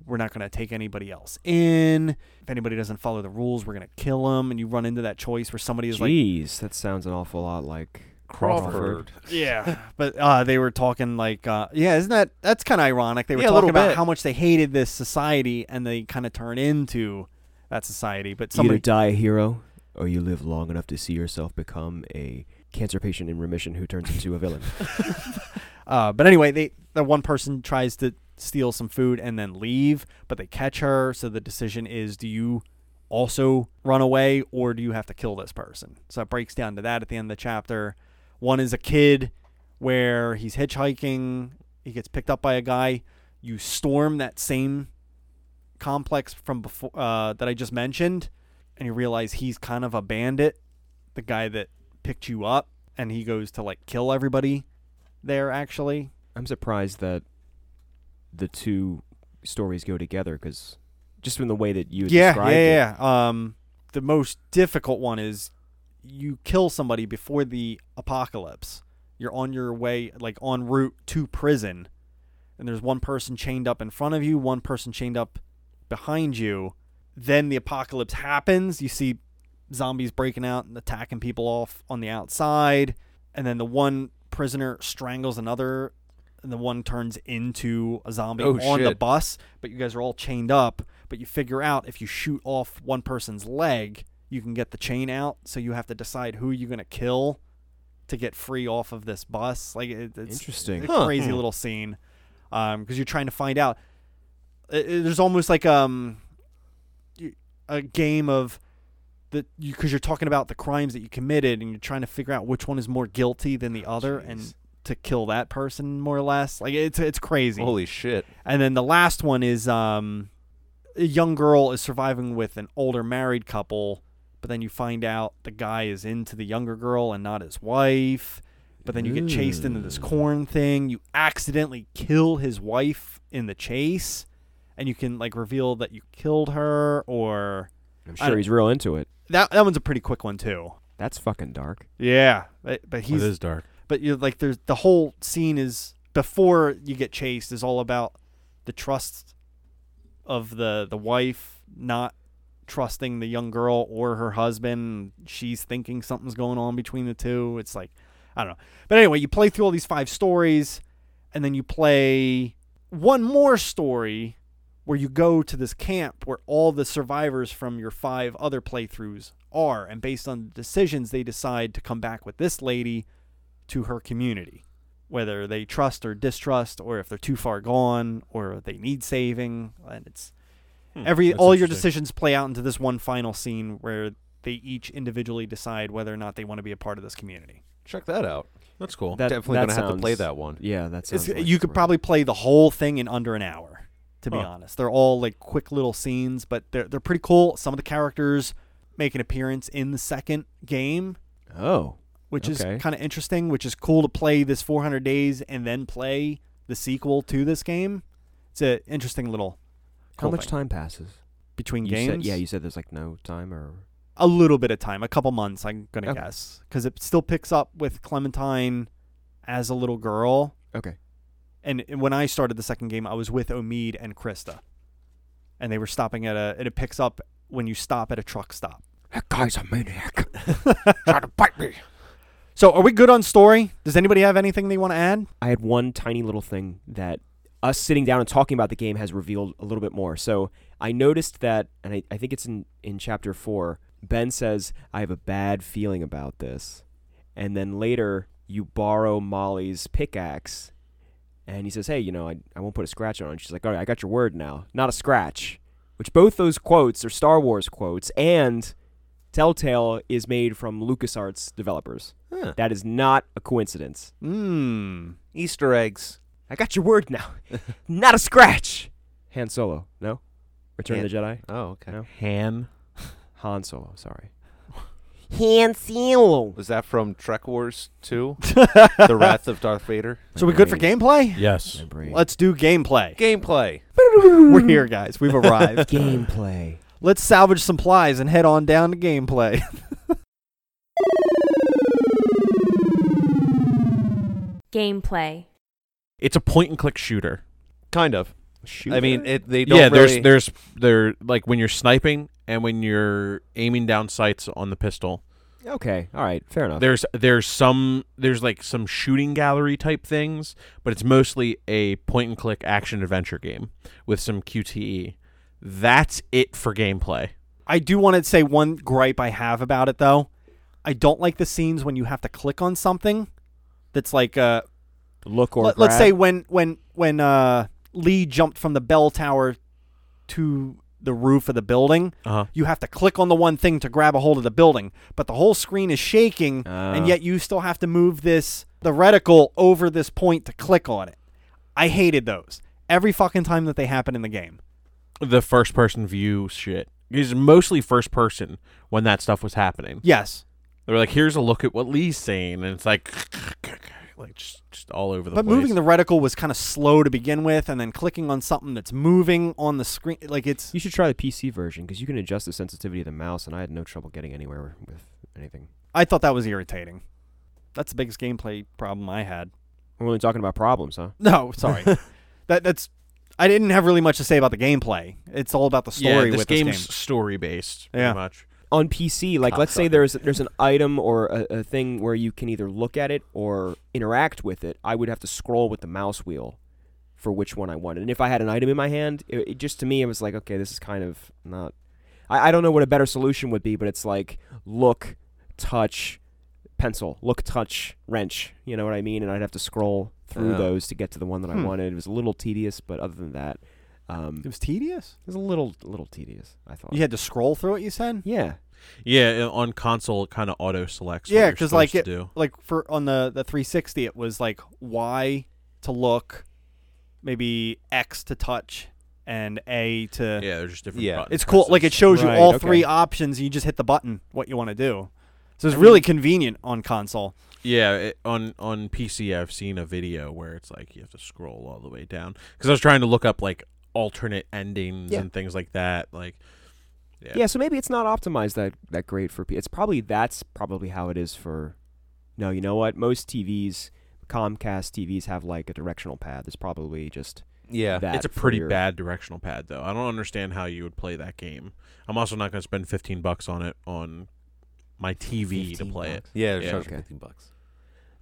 S4: we're not going to take anybody else in if anybody doesn't follow the rules we're going to kill them and you run into that choice where somebody is like
S2: Jeez, that sounds an awful lot like Crawford.
S4: yeah, but uh, they were talking like, uh, yeah, isn't that that's kind of ironic? They were
S5: Yeah, a
S4: talking
S5: little
S4: about
S5: bit.
S4: how much they hated this society, and they kind of turn into that society. But
S2: Somebody
S4: somebody,
S2: Either die a hero, or you live long enough to see yourself become a cancer patient in remission who turns into a villain.
S4: uh, but anyway, they the one person tries to steal some food and then leave, but they catch her. So the decision is, do you also run away, or do you have to kill this person? So it breaks down to that at the end of the chapter. One is a kid where he's hitchhiking. He gets picked up by a guy. You storm that same complex from before uh, that I just mentioned, and you realize he's kind of a bandit, the guy that picked you up, and he goes to like kill everybody there. Actually,
S2: I'm surprised that the two stories go together because just in the way that you
S4: yeah,
S2: described it,
S4: yeah, yeah. Um, the most difficult one is you kill somebody before the apocalypse. You're on your way, like en route to prison, and there's one person chained up in front of you, one person chained up behind you. Then the apocalypse happens. You see zombies breaking out and attacking people off on the outside, and then the one prisoner strangles another, and the one turns into a zombie
S5: Oh,
S4: on the
S5: shit.
S4: bus. But you guys are all chained up. But you figure out if you shoot off one person's leg, you can get the chain out. So you have to decide who you're gonna kill to get free off of this bus. Like it, it's
S2: Interesting.
S4: a
S5: Huh.
S4: crazy
S5: Hmm.
S4: little scene because you're trying to find out. i- i- there's almost like um y- a game of the because you, are talking about the crimes that you committed and you're trying to figure out which one is more guilty than the other and
S5: jeez.
S4: to kill that person more or less. Like it's it's crazy.
S5: Holy shit!
S4: And then the last one is um, a young girl is surviving with an older married couple, but then you find out the guy is into the younger girl and not his wife. But then you get chased into this
S2: Ooh.
S4: corn thing. You accidentally kill his wife in the chase, and you can like reveal that you killed her. Or
S2: I'm
S4: I
S2: sure
S4: don't-
S2: he's real into it.
S4: that that one's a pretty quick one too.
S2: That's fucking dark.
S4: Yeah, but, but he's
S3: it is dark.
S4: but you're like there's the whole scene is before you get chased is all about the trust of the the wife not trusting the young girl or her husband she's thinking something's going on between the two it's like i don't know but anyway you play through all these five stories and then you play one more story where you go to this camp where all the survivors from your five other playthroughs are and based on the decisions they decide to come back with this lady to her community, whether they trust or distrust, or if they're too far gone, or they need saving. And it's every
S3: Hmm, that's
S4: all your
S3: interesting.
S4: decisions play out into this one final scene where they each individually decide whether or not they want to be a part of this community.
S5: Check that out.
S3: That's cool.
S2: That,
S5: Definitely
S2: that
S5: gonna have to play
S2: sounds-
S5: that one.
S2: Yeah, that's.
S4: It's, you could probably play the whole thing in under an hour. To be
S3: Huh.
S4: honest, they're all like quick little scenes, but they're they're pretty cool. Some of the characters make an appearance in the second game,
S2: Oh,
S4: which
S2: Okay.
S4: is kind of interesting, which is cool to play this 400 days and then play the sequel to this game. It's an interesting little
S2: how
S4: cool
S2: much
S4: thing.
S2: time passes?
S4: between
S2: You
S4: games.
S2: said, yeah, you said there's like no time or
S4: a little bit of time, a couple months, I'm gonna
S2: Okay.
S4: guess, because it still picks up with Clementine as a little girl.
S2: okay.
S4: And and when I started the second game, I was with Omid and Krista, and they were stopping at a. And it picks up when you stop at a truck stop.
S2: That guy's a maniac.
S4: So, are we good on story? Does anybody have anything they want to add?
S2: I had one tiny little thing that us sitting down and talking about the game has revealed a little bit more. So I noticed that, and I, I think it's in, in chapter four, Ben says, I have a bad feeling about this. And then later, you borrow Molly's pickaxe, and he says, Hey, you know, I, I won't put a scratch on it. And she's like, All right, I got your word now. Not a scratch. Which both those quotes are Star Wars quotes, and Telltale is made from LucasArts developers.
S5: Huh.
S2: That is not a coincidence.
S4: Hmm.
S5: Easter eggs.
S2: I got your word now. Not a scratch. Han Solo. No. Return of the Jedi.
S5: Oh, okay.
S2: No.
S3: Han.
S2: Han Solo. Sorry.
S6: Han Solo.
S5: Was that from Trek Wars 2? the Wrath of Darth Vader?
S4: So, we good for gameplay?
S3: Yes.
S4: Let's do gameplay.
S5: Gameplay.
S4: We're here, guys. We've arrived.
S2: Gameplay.
S4: Let's salvage some plies and head on down to gameplay.
S1: Gameplay.
S3: It's a point and click shooter.
S5: Kind of.
S2: Shoot.
S5: I mean, it, they don't
S3: yeah,
S5: really...
S3: there's there's there like when you're sniping and when you're aiming down sights on the pistol.
S2: okay. All right. Fair enough.
S3: There's there's some there's like some shooting gallery type things, but it's mostly a point and click action adventure game with some QTE. That's it for gameplay.
S4: I do want to say one gripe I have about it though. I don't like the scenes when you have to click on something that's like uh
S2: Look or
S4: let, us
S2: grab.
S4: say when when when uh Lee jumped from the bell tower to the roof of the building,
S3: Uh-huh.
S4: you have to click on the one thing to grab a hold of the building, but the whole screen is shaking
S2: Oh.
S3: Uh.
S4: and yet you still have to move this the reticle over this point to click on it. I hated those every fucking time that they happen in the game.
S3: The first person view shit. It's mostly first person when that stuff was happening.
S4: Yes.
S3: They were like, "Here's a look at what Lee's saying," and it's like, like just, just all over the
S4: but
S3: place.
S4: moving the reticle was kind of slow to begin with and then clicking on something that's moving on the screen like it's
S2: You should try the PC version because you can adjust the sensitivity of the mouse, and I had no trouble getting anywhere with anything.
S4: i thought that was irritating that's the biggest gameplay problem i had
S2: We're only talking about problems, huh?
S4: no sorry that that's i didn't have really much to say about the gameplay it's all about the story
S3: yeah, this
S4: with
S3: game's
S4: this game
S3: story based,
S4: Yeah.
S3: pretty much.
S2: On PC, like let's say
S5: Cocksucker.
S2: there's there's an item or a, a thing where you can either look at it or interact with it. I would have to scroll with the mouse wheel for which one I wanted. And if I had an item in my hand, it, it just to me, it was like, okay, this is kind of not. I, I don't know what a better solution would be, but it's like look, touch, pencil, look, touch, wrench. You know what I mean? And I'd have to scroll through
S5: Yeah.
S2: those to get to the one that I
S4: Hmm.
S2: wanted. It was a little tedious, but other than that, um,
S4: it
S2: it
S4: was tedious
S2: was a little little tedious. I
S3: Oh.
S2: thought.
S4: you had to scroll through it you said
S2: Yeah.
S3: Yeah, i- on console, it kind of auto selects.
S4: Yeah,
S3: because
S4: like it,
S3: to do.
S4: like for on the the 360, it was like Y to look, maybe X to touch, and A to.
S3: yeah, there's just different.
S5: Yeah.
S3: button
S4: It's cool. Like it
S3: presses.
S4: shows
S2: Right,
S4: you all
S2: okay.
S4: three options. And you just hit the button what you want to do. So it's
S2: I
S4: really
S2: mean-
S4: convenient on console.
S3: Yeah, it, on on PC, I've seen a video where it's like you have to scroll all the way down because I was trying to look up like alternate endings
S2: Yeah.
S3: and things like that. Like, yeah,
S2: yeah, So maybe it's not optimized that that great for. P- it's probably that's probably how it is for. No, you know what? Most TVs, Comcast TVs, have like a directional pad. There's probably just
S5: Yeah.
S2: that.
S3: it's a
S2: for
S3: pretty
S2: your-
S3: bad directional pad though. I don't understand how you would play that game. I'm also not going to spend 15 bucks on it on my TV to
S2: 15
S3: play
S2: bucks.
S5: Yeah,
S3: Yeah,
S5: yeah
S2: okay.
S5: 15 bucks.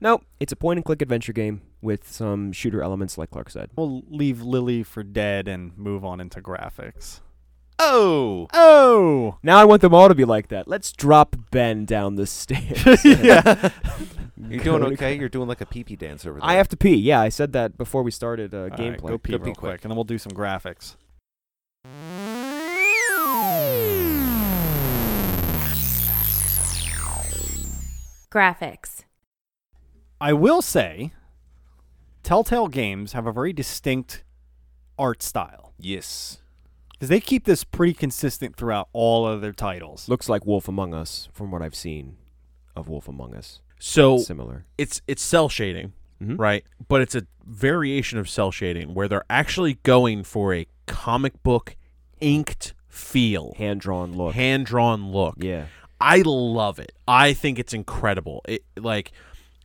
S2: Nope. It's a point and click adventure game with some shooter elements, like Clark said.
S4: We'll leave Lily for dead and move on into graphics.
S5: Oh!
S4: Oh,
S2: Now I want them all to be like that. Let's drop Ben down the stairs.
S4: yeah.
S5: You're
S2: Go
S5: doing
S2: to
S5: okay?
S2: crap.
S5: You're doing like a pee-pee dance over there.
S2: I have to pee. Yeah, I said that before we started uh,
S4: All right,
S2: gameplay.
S4: go pee
S5: Go
S4: real
S5: pee
S4: quick. and then we'll do some graphics.
S1: Graphics.
S4: I will say, Telltale Games have a very distinct art style
S5: Yes.
S4: because they keep this pretty consistent throughout all of their titles.
S2: Looks like Wolf Among Us from what I've seen of Wolf Among Us.
S3: it. So
S2: Similar.
S3: it's it's cell shading,
S2: Mhm.
S3: right? But it's a variation of cell shading where they're actually going for a comic book inked feel,
S2: Hand drawn look.
S3: hand drawn look.
S2: yeah.
S3: I love it. I think it's incredible. It like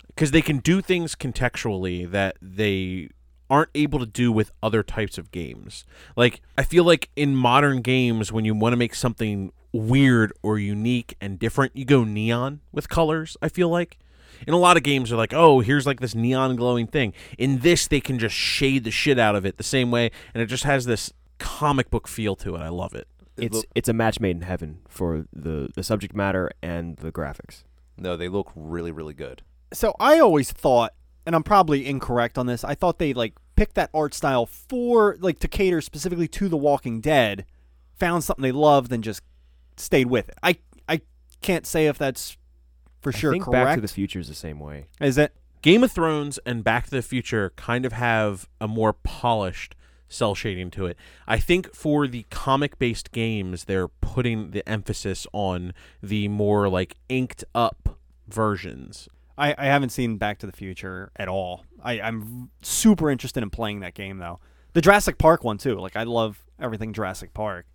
S3: because they can do things contextually that they aren't able to do with other types of games. Like I feel like in modern games when you want to make something weird or unique and different, you go neon with colors, I feel like. In a lot of games are like, "Oh, here's like this neon glowing thing." In this they can just shade the shit out of it the same way and it just has this comic book feel to it. I love it.
S2: It's it's a match made in heaven for the the subject matter and the graphics.
S5: No, they look really, really good.
S4: So I always thought, and I'm probably incorrect on this, I thought they like picked that art style for like to cater specifically to The Walking Dead, found something they loved and just stayed with it. I I can't say if that's for sure
S2: I think
S4: correct.
S2: Back to the Future is the same way.
S4: Is it?
S3: Game of Thrones and Back to the Future kind of have a more polished cell shading to it. I think for the comic based games, they're putting the emphasis on the more like inked up versions.
S4: I, I haven't seen Back to the Future at all. I, I'm super interested in playing that game though. The Jurassic Park one too. Like I love everything Jurassic Park.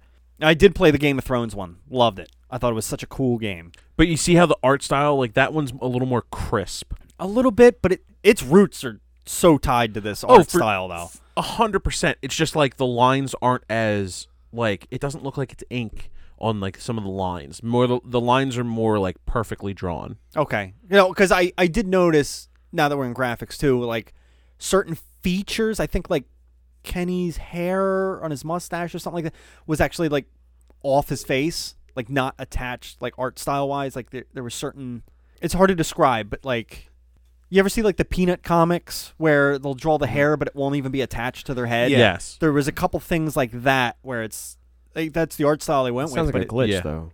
S4: I did play the Game of Thrones one. Loved it. I thought it was such a cool game.
S3: But you see how the art style, like that one's a little more crisp.
S4: A little bit, but it its roots are so tied to this art
S3: Oh, for-
S4: style though.
S3: A hundred percent. It's just like the lines aren't as like it doesn't look like it's ink on like some of the lines. More the, the lines are more like perfectly drawn.
S4: Okay. You know, because I, I did notice, now that we're in graphics too, like certain features, I think like Kenny's hair on his mustache or something like that was actually like off his face, like not attached, like art style wise. Like there, there was certain, it's hard to describe, but like. You ever see like the Peanut comics where they'll draw the hair but it won't even be attached to their head?
S3: Yes.
S4: There was a couple things like that where it's like that's the art style they went
S2: Sounds
S4: with.
S2: like a
S4: but
S2: glitch
S4: it-
S3: yeah.
S2: though.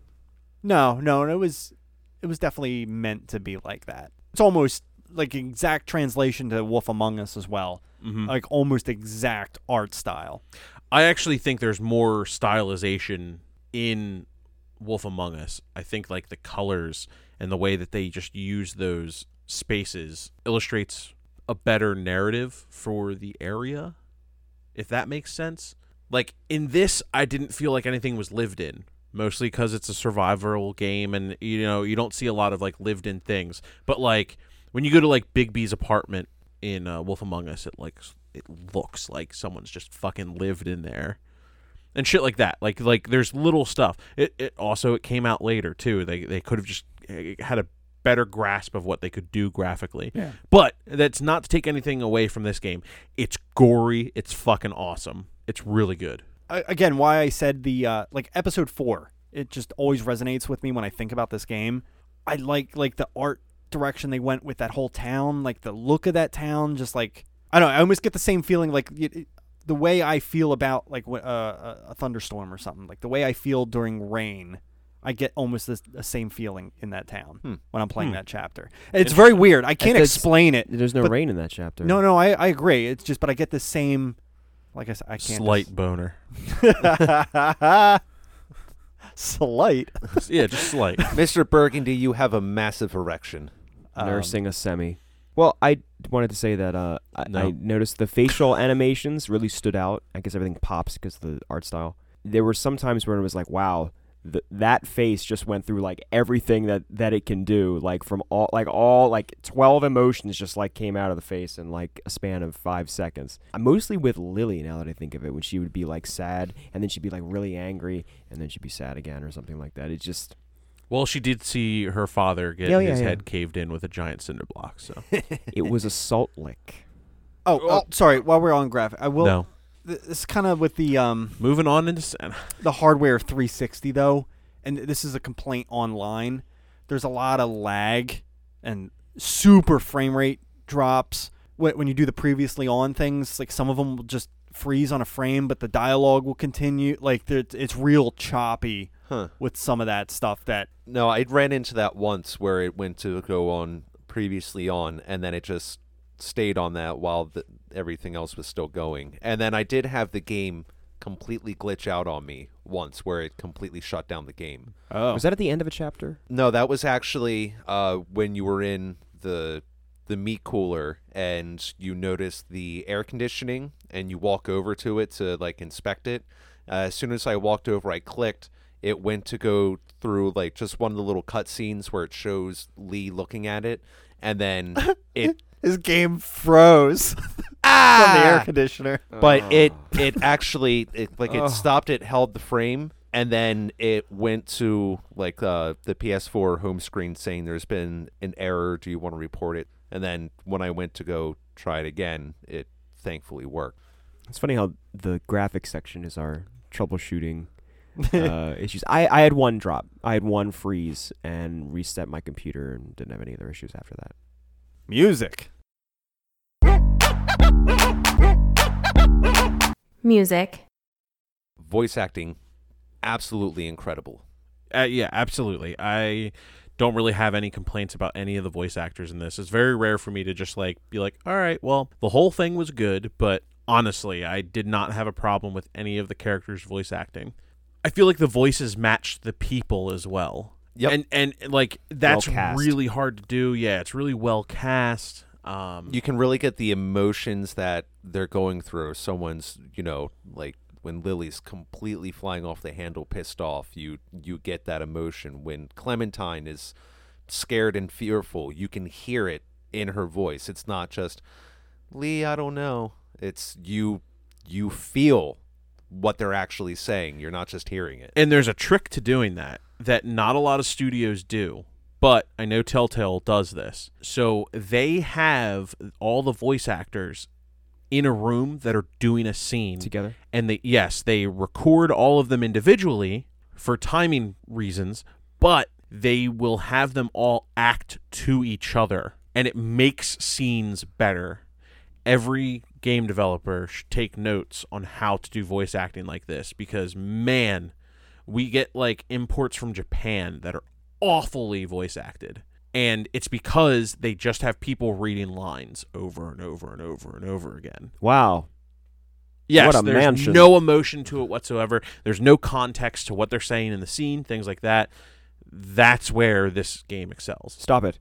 S4: no, no, it was it was definitely meant to be like that. It's almost like exact translation to Wolf Among Us as well.
S3: Mhm.
S4: Like almost exact art style.
S3: I actually think there's more stylization in Wolf Among Us. I think like the colors and the way that they just use those spaces illustrates a better narrative for the area, if that makes sense. Like in this, I didn't feel like anything was lived in, mostly because it's a survival game and you know you don't see a lot of like lived in things. But like when you go to like Big B's apartment in uh, Wolf Among Us, it like s- it looks like someone's just fucking lived in there, and shit like that. Like like there's little stuff. It, it also it came out later too. They they could have just eh, had a better grasp of what they could do graphically.
S4: Yeah.
S3: But that's not to take anything away from this game. It's gory. It's fucking awesome. It's really good.
S4: I, again, why I said the uh, like episode four, it just always resonates with me when I think about this game. I like like the art direction they went with that whole town, like the look of that town. Just like I don't, know, I almost get the same feeling like y it- the way I feel about like wh- uh, a, a thunderstorm or something, like the way I feel during rain. I get almost this, the same feeling in that town
S5: Hmm.
S4: when I'm playing
S3: Hmm.
S4: that chapter. It's very weird. I can't
S2: does-
S4: explain it.
S2: There's no
S4: But-
S2: rain in that chapter.
S4: No, no, I, I agree. It's just, but I get the same. Like I said, I can't.
S3: Slight boner.
S4: Slight.
S3: yeah, just slight.
S5: Mr. Burgundy, you have a massive erection.
S4: Um,
S2: nursing a semi. Um, Well, I wanted to say that uh, I,
S3: No.
S2: I noticed the facial animations really stood out. I guess everything pops because of the art style. There were some times where it was like, wow, th- that face just went through like everything that that it can do, like from all like all like twelve emotions just like came out of the face in like a span of five seconds. Uh, Mostly with Lily, now that I think of it, when she would be like sad and then she'd be like really angry and then she'd be sad again or something like that. It just
S3: Well, she did see her father get
S4: Oh,
S2: Yeah,
S3: his
S2: yeah, yeah.
S3: head caved in with a giant cinder block. So
S2: it was a salt lick.
S4: Oh, oh, sorry. While we're on graphic, I will.
S3: no,
S4: th- This kind of with the um
S3: moving on into Santa.
S4: the hardware 360 though, and this is a complaint online. There's a lot of lag and super frame rate drops Wh- when you do the previously on things. Like some of them will just freeze on a frame, but the dialogue will continue. Like there- it's real choppy
S5: Huh.
S4: with some of that stuff that
S5: No, I ran into that once where it went to go on previously on, and then it just stayed on that while the, everything else was still going. And then I did have the game completely glitch out on me once where it completely shut down the game.
S2: Was that at the end of a chapter?
S5: No, that was actually uh, when you were in the the meat cooler and you noticed the air conditioning and you walk over to it to like inspect it. Uh, as soon as I walked over, I clicked. It went to go through like just one of the little cutscenes where it shows Lee looking at it, and then it
S4: his game froze. from the air
S5: ah!
S4: conditioner.
S3: Oh.
S5: But it it actually it, like it stopped. It held the frame, and then it went to like uh, the PS4 home screen saying there's been an error. Do you want to report it? And then when I went to go try it again, it thankfully worked.
S2: It's funny how the graphics section is our troubleshooting uh, issues. I, I had one drop. I had one freeze and reset my computer and didn't have any other issues after that.
S4: Music.
S1: Music.
S5: Voice acting, absolutely incredible.
S3: Uh, yeah, absolutely. I don't really have any complaints about any of the voice actors in this. It's very rare for me to just like be like, all right, well, the whole thing was good, but honestly, I did not have a problem with any of the characters' voice acting. I feel like the voices matched the people as well.
S5: Yep.
S3: And and like that's
S2: Well cast.
S3: really hard to do. Yeah, it's really well cast. Um,
S5: you can really get the emotions that they're going through. Someone's, you know, like when Lily's completely flying off the handle, pissed off. You you get that emotion when Clementine is scared and fearful. You can hear it in her voice. It's not just Lee. I don't know. It's you. You feel what they're actually saying. You're not just hearing it.
S3: And there's a trick to doing that that not a lot of studios do, but I know Telltale does this. So they have all the voice actors in a room that are doing a scene
S2: Together?
S3: and they yes, they record all of them individually for timing reasons, but they will have them all act to each other and it makes scenes better. Every game developer should take notes on how to do voice acting like this because man, we get like imports from Japan that are awfully voice acted. And it's because they just have people reading lines over and over and over and over again.
S2: Wow.
S3: Yes,
S2: What a
S3: there's
S2: mansion.
S3: no emotion to it whatsoever. There's no context to what they're saying in the scene, things like that. That's where this game excels.
S2: Stop it.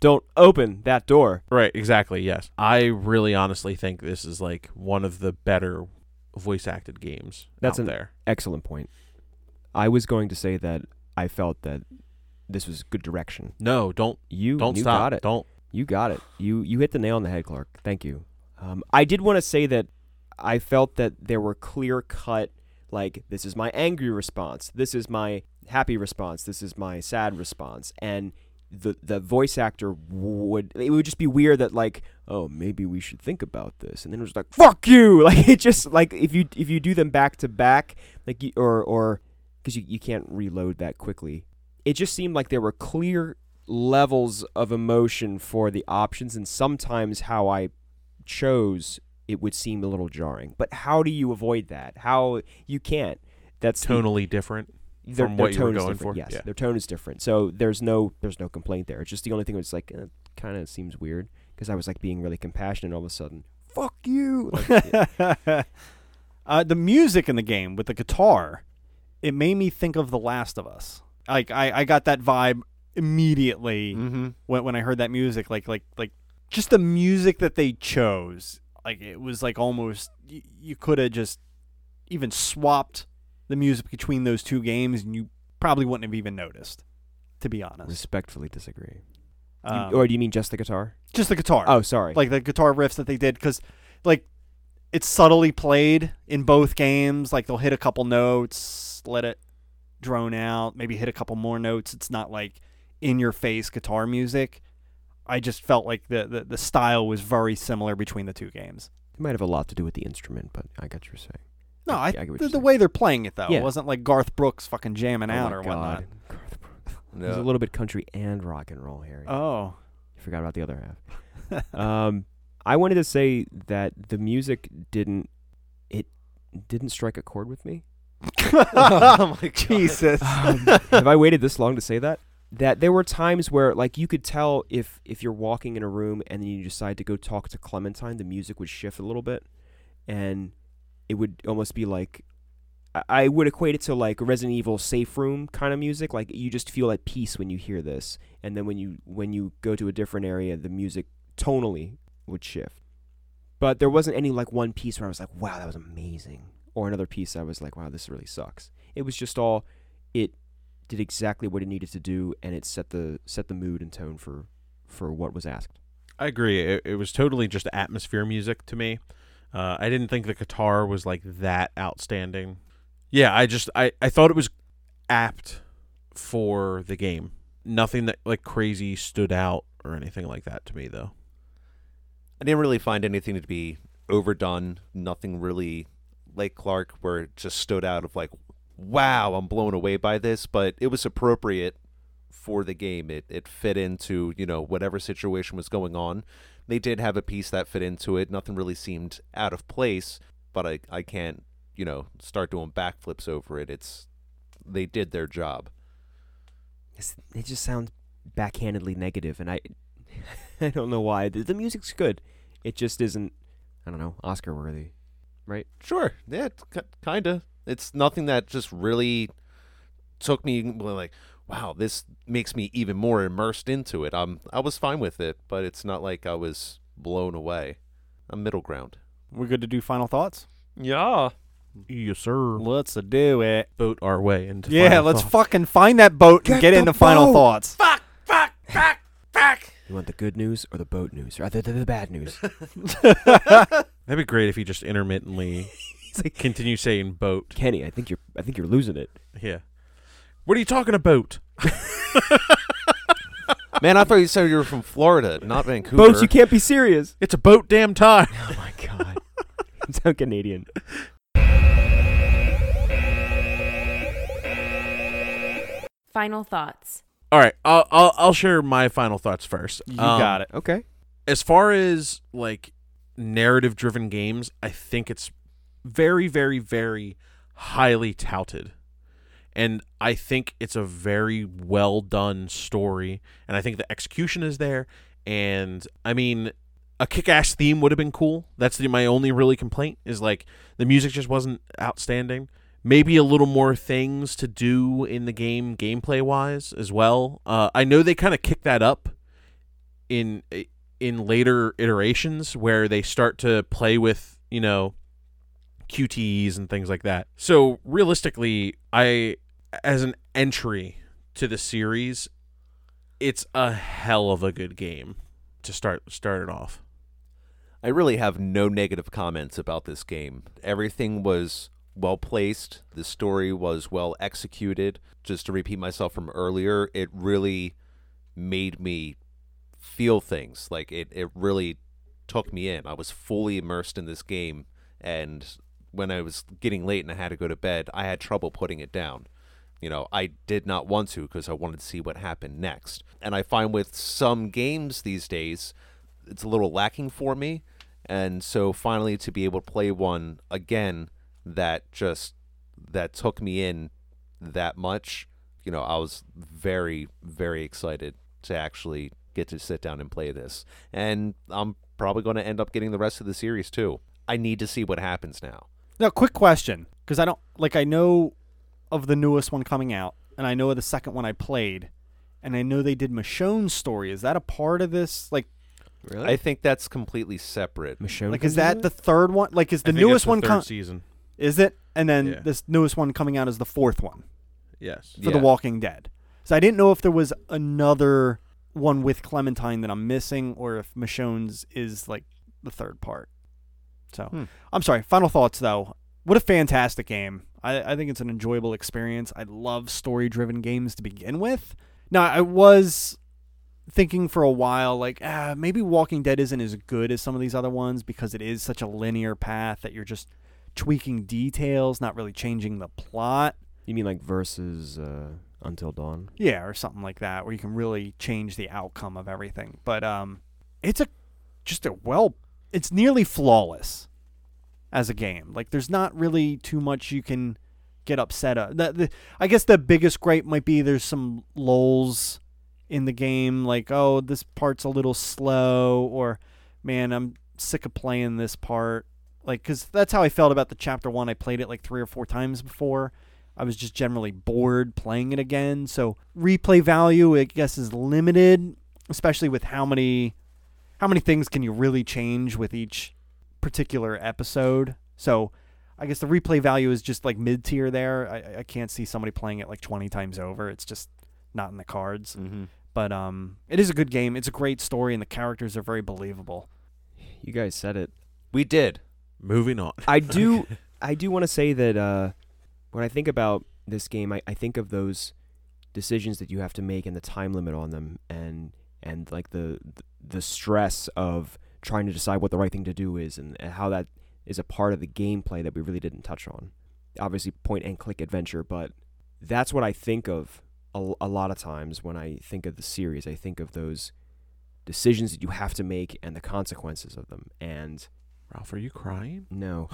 S2: Don't open that door.
S3: Right, exactly, yes. I really honestly think this is like one of the better voice acted games
S2: That's
S3: out
S2: an
S3: there.
S2: excellent point. I was going to say that I felt that this was good direction.
S3: No, don't
S2: You,
S3: don't
S2: you
S3: stop.
S2: got it.
S3: Don't
S2: You got it. You you hit the nail on the head, Clark. Thank you. Um, I did want to say that I felt that there were clear cut like this is my angry response, this is my happy response, this is my sad response, and the the voice actor would it would just be weird that like oh maybe we should think about this and then it was like fuck you like it just like if you if you do them back to back like you, or or because you, you can't reload that quickly it just seemed like there were clear levels of emotion for the options and sometimes how i chose it would seem a little jarring but how do you avoid that how you can't that's the-
S3: tonally different.
S2: their,
S3: from
S2: their
S3: what you
S2: tone
S3: were
S2: is
S3: going
S2: different.
S3: for?
S2: Yes,
S3: Yeah.
S2: their tone is different. So there's no there's no complaint there. It's just the only thing was like eh, kind of seems weird because I was like being really compassionate all of a sudden. Fuck you. Like,
S4: uh, the music in the game with the guitar, it made me think of The Last of Us. Like I, I got that vibe immediately
S5: Mm-hmm.
S4: when, when I heard that music. Like like like just the music that they chose. Like it was like almost you, you could have just even swapped the music between those two games, and you probably wouldn't have even noticed. To be honest,
S2: Respectfully disagree. You-
S4: Um,
S2: or do you mean just the guitar?
S4: just the guitar.
S2: Oh, sorry.
S4: like the guitar riffs that they did because like it's subtly played in both games like they'll hit a couple notes let it drone out maybe hit a couple more notes it's not like in your face guitar music i just felt like the, the, the style was very similar between the two games
S2: it might have a lot to do with the instrument, but I got your saying.
S4: no i,
S2: I get what
S4: the,
S2: you're
S4: the
S2: saying.
S4: way they're playing it though
S2: Yeah.
S4: it wasn't like garth brooks fucking jamming
S2: Oh
S4: out
S2: my
S4: or whatnot
S2: God. There's a
S5: No.
S2: little bit country and rock and roll here.
S4: oh
S2: You forgot about the other half. um, I wanted to say that the music didn't it didn't strike a chord with me.
S5: oh my
S4: jesus
S2: have I waited this long to say that? That there were times where like you could tell if if you're walking in a room and then you decide to go talk to Clementine, the music would shift a little bit, and it would almost be like I- I would equate it to like Resident Evil safe room kind of music. Like you just feel at peace when you hear this, and then when you when you go to a different area, the music tonally would shift. But there wasn't any like one piece where I was like, "Wow, that was amazing," or another piece I was like, "Wow, this really sucks." It was just all it did exactly what it needed to do, and it set the set the mood and tone for for what was asked.
S3: I agree. It, it was totally just atmosphere music to me. Uh, I didn't think the guitar was like that outstanding. Yeah, I just I, I thought it was apt for the game. Nothing that like crazy stood out or anything like that to me though.
S5: I didn't really find anything to be overdone. Nothing really like Clark where it just stood out of like, wow, I'm blown away by this. But it was appropriate for the game. It it fit into you know whatever situation was going on. They did have a piece that fit into it. Nothing really seemed out of place. But I I can't you know start doing backflips over it. It's they did their job.
S2: It's, it just sounds backhandedly negative, and I, I don't know why. The, the music's good. It just isn't. I don't know. Oscar worthy.
S5: Sure. Yeah, it's ki- kinda. It's nothing that just really took me well, like, wow, this makes me even more immersed into it. I'm I was fine with it, but it's not like I was blown away. I'm middle ground.
S4: We're good to do final thoughts.
S3: Yeah. Yes, sir.
S4: Let's do it.
S3: Boat our way into.
S4: Yeah,
S3: final
S4: let's
S3: thought.
S4: fucking find that boat and
S2: Get
S4: get
S2: the
S4: into final
S2: boat.
S4: thoughts.
S2: You want the good news or the boat news, rather than the bad news?
S3: That'd be great if he just intermittently
S2: It's like-
S3: continue saying boat.
S2: Kenny, I think you're. I think you're losing it.
S3: Yeah. What are you talking about?
S5: Man, I thought you said you were from Florida, not Vancouver.
S2: Boats, you can't be serious.
S3: It's a boat damn time.
S2: Oh my god, it's so Canadian.
S1: Final thoughts.
S3: All right, I'll, I'll I'll share my final thoughts first. Um,
S4: You got it.
S2: Okay.
S3: As far as like narrative driven games, I think it's very very very highly touted. And I think it's a very well done story and I think the execution is there and I mean a kick-ass theme would have been cool. That's the, my only really complaint is like the music just wasn't outstanding. Maybe a little more things to do in the game gameplay wise as well. Uh, I know they kind of kick that up in in later iterations where they start to play with you know QTEs and things like that. So realistically, I as an entry to the series, it's a hell of a good game to start start it off.
S5: I really have no negative comments about this game. Everything was well placed, the story was well executed. Just to repeat myself from earlier, it really made me feel things. Like it, it really took me in. I was fully immersed in this game and when I was getting late and I had to go to bed, I had trouble putting it down. You know, I did not want to because I wanted to see what happened next. And I find with some games these days, it's a little lacking for me. And so finally to be able to play one again that just that took me in that much, you know, I was very very excited to actually get to sit down and play this. And I'm probably going to end up getting the rest of the series too. I need to see what happens now.
S4: Now, quick question, because I don't like I know of the newest one coming out, and I know of the second one I played, and I know they did Michonne's story. Is that a part of this? Like,
S2: Really?
S5: I think that's completely separate.
S2: Michonne
S4: like
S2: comes
S4: is
S2: into
S4: that
S2: it?
S4: the third one? Like, is
S3: I
S4: the
S3: think that's
S4: newest
S3: the
S4: one
S3: third
S4: coming?
S3: season?
S4: Is it? And then
S3: Yeah.
S4: this newest one coming out is the fourth one
S3: Yes.
S4: for The
S5: Yeah.
S4: Walking Dead. So I didn't know if there was another one with Clementine that I'm missing, or if Michonne's is like the third part. So
S5: Hmm.
S4: I'm sorry. Final thoughts though. What a fantastic game. I, I think it's an enjoyable experience. I love story driven games to begin with. Now I was thinking for a while like ah, maybe Walking Dead isn't as good as some of these other ones because it is such a linear path that you're just tweaking details, not really changing the plot.
S2: You mean like versus uh, Until Dawn?
S4: Yeah, or something like that, where you can really change the outcome of everything. But um, it's a just a well, it's nearly flawless as a game. Like there's not really too much you can get upset at. The, the, I guess the biggest gripe might be there's some lulls in the game, like oh this part's a little slow, or man I'm sick of playing this part. Like, cause that's how I felt about the chapter one. I played it like three or four times before. I was just generally bored playing it again. So replay value, I guess, is limited, especially with how many how many things can you really change with each particular episode. So I guess the replay value is just like mid tier there. I, I can't see somebody playing it like twenty times over. It's just not in the cards.
S5: Mm-hmm.
S4: But um, it is a good game. It's a great story, and the characters are very believable.
S2: You guys said it.
S5: We did.
S3: Moving on.
S2: I do. I do want to say that uh, when I think about this game, I, I think of those decisions that you have to make and the time limit on them, and and like the the stress of trying to decide what the right thing to do is, and, and how that is a part of the gameplay that we really didn't touch on. Obviously, point and click adventure, but that's what I think of a, a lot of times when I think of the series. I think of those decisions that you have to make and the consequences of them. And
S3: Ralph, are you crying?
S2: no,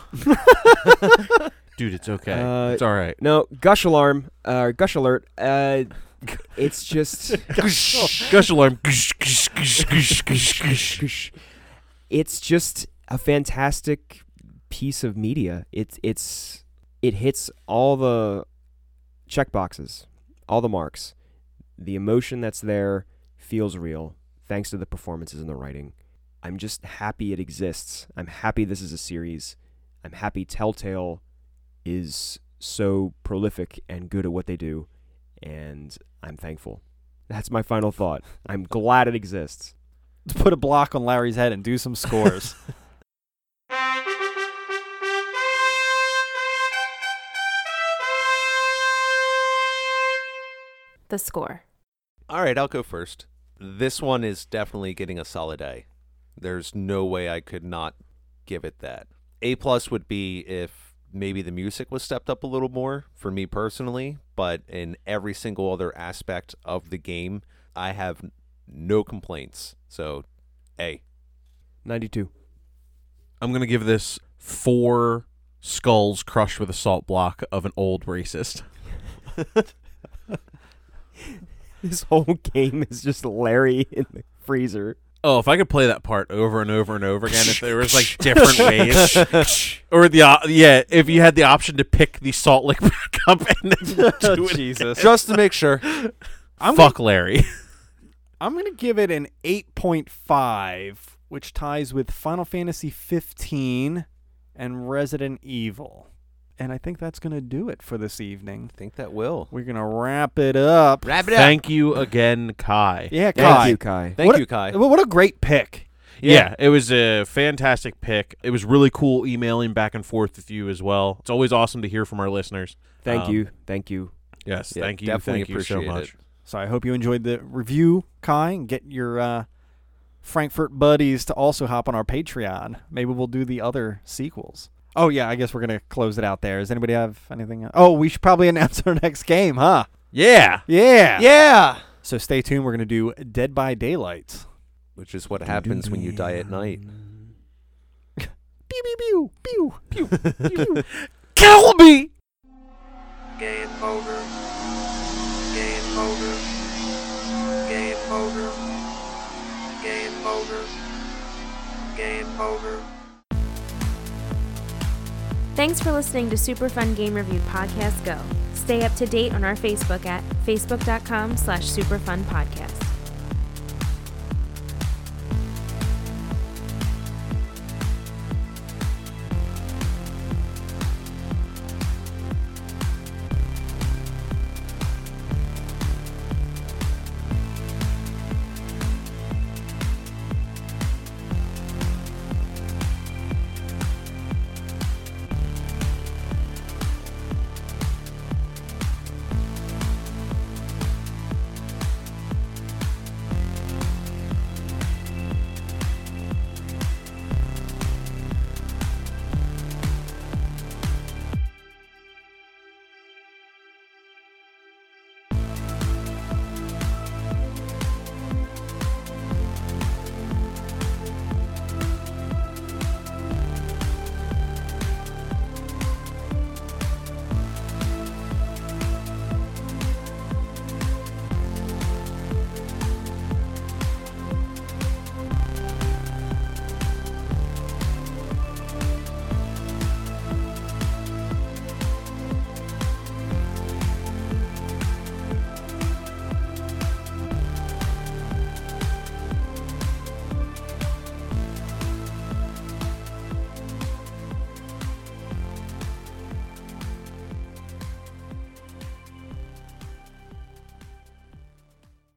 S3: Dude, it's okay.
S2: Uh,
S3: it's all right.
S2: No, gush alarm, uh, gush alert. Uh, it's just,
S3: Gush alarm. Gush, gush, gush, gush, gush, gush.
S2: it's just a fantastic piece of media. It's it's it hits all the check boxes, all the marks. The emotion that's there feels real, thanks to the performances and the writing. I'm just happy it exists. I'm happy this is a series. I'm happy Telltale is so prolific and good at what they do, and I'm thankful. That's my final thought. I'm glad it exists.
S4: To put a block on Larry's head and do some scores.
S1: The score.
S5: All right, I'll go first. This one is definitely getting a solid A. There's no way I could not give it that. A plus would be if maybe the music was stepped up a little more for me personally, but in every single other aspect of the game, I have no complaints. So, A.
S2: 92.
S3: I'm going to give this four skulls crushed with a salt block of an old racist.
S2: This whole game is just Larry in the freezer.
S3: Oh, if I could play that part over and over and over again, if there was like different ways, or the op- yeah, if you had the option to pick the salt lick back up and then do it.
S4: Jesus.
S5: Just to make sure.
S4: I'm
S3: Fuck Larry.
S4: I'm going to give it an 8.5, which ties with Final Fantasy 15 and Resident Evil. And I think that's going to do it for this evening.
S5: I think that will.
S4: We're going to wrap it up.
S5: Wrap
S3: Thank you again, Kai.
S4: Yeah,
S2: Thank
S4: Kai.
S2: you, Kai.
S5: Thank
S4: What
S5: you, Kai.
S4: Well, What a great pick.
S3: Yeah, it was a fantastic pick. It was really cool emailing back and forth with you as well. It's always awesome to hear from our listeners.
S2: Thank
S3: Um,
S2: you. Thank you.
S3: Yes,
S5: Yeah,
S3: thank you.
S5: definitely
S3: thank you so
S5: appreciate
S3: much.
S5: it.
S4: So I hope you enjoyed the review, Kai, and get your uh, Frankfurt buddies to also hop on our Patreon. Maybe we'll do the other sequels. Oh, yeah, I guess we're going to close it out there. Does anybody have anything? Oh, we should probably announce our next game, huh?
S3: Yeah.
S4: Yeah.
S5: Yeah.
S4: So stay tuned. We're going to do Dead by Daylight.
S5: Which is what happens when you die at night.
S4: Pew, pew, pew, pew, pew, pew.
S3: Kill me.
S7: Game over. Game over. Game over. Game over. Game over.
S1: Thanks for listening to Super Fun Game Review Podcast Go. Stay up to date on our Facebook at facebook.com slash superfunpodcast.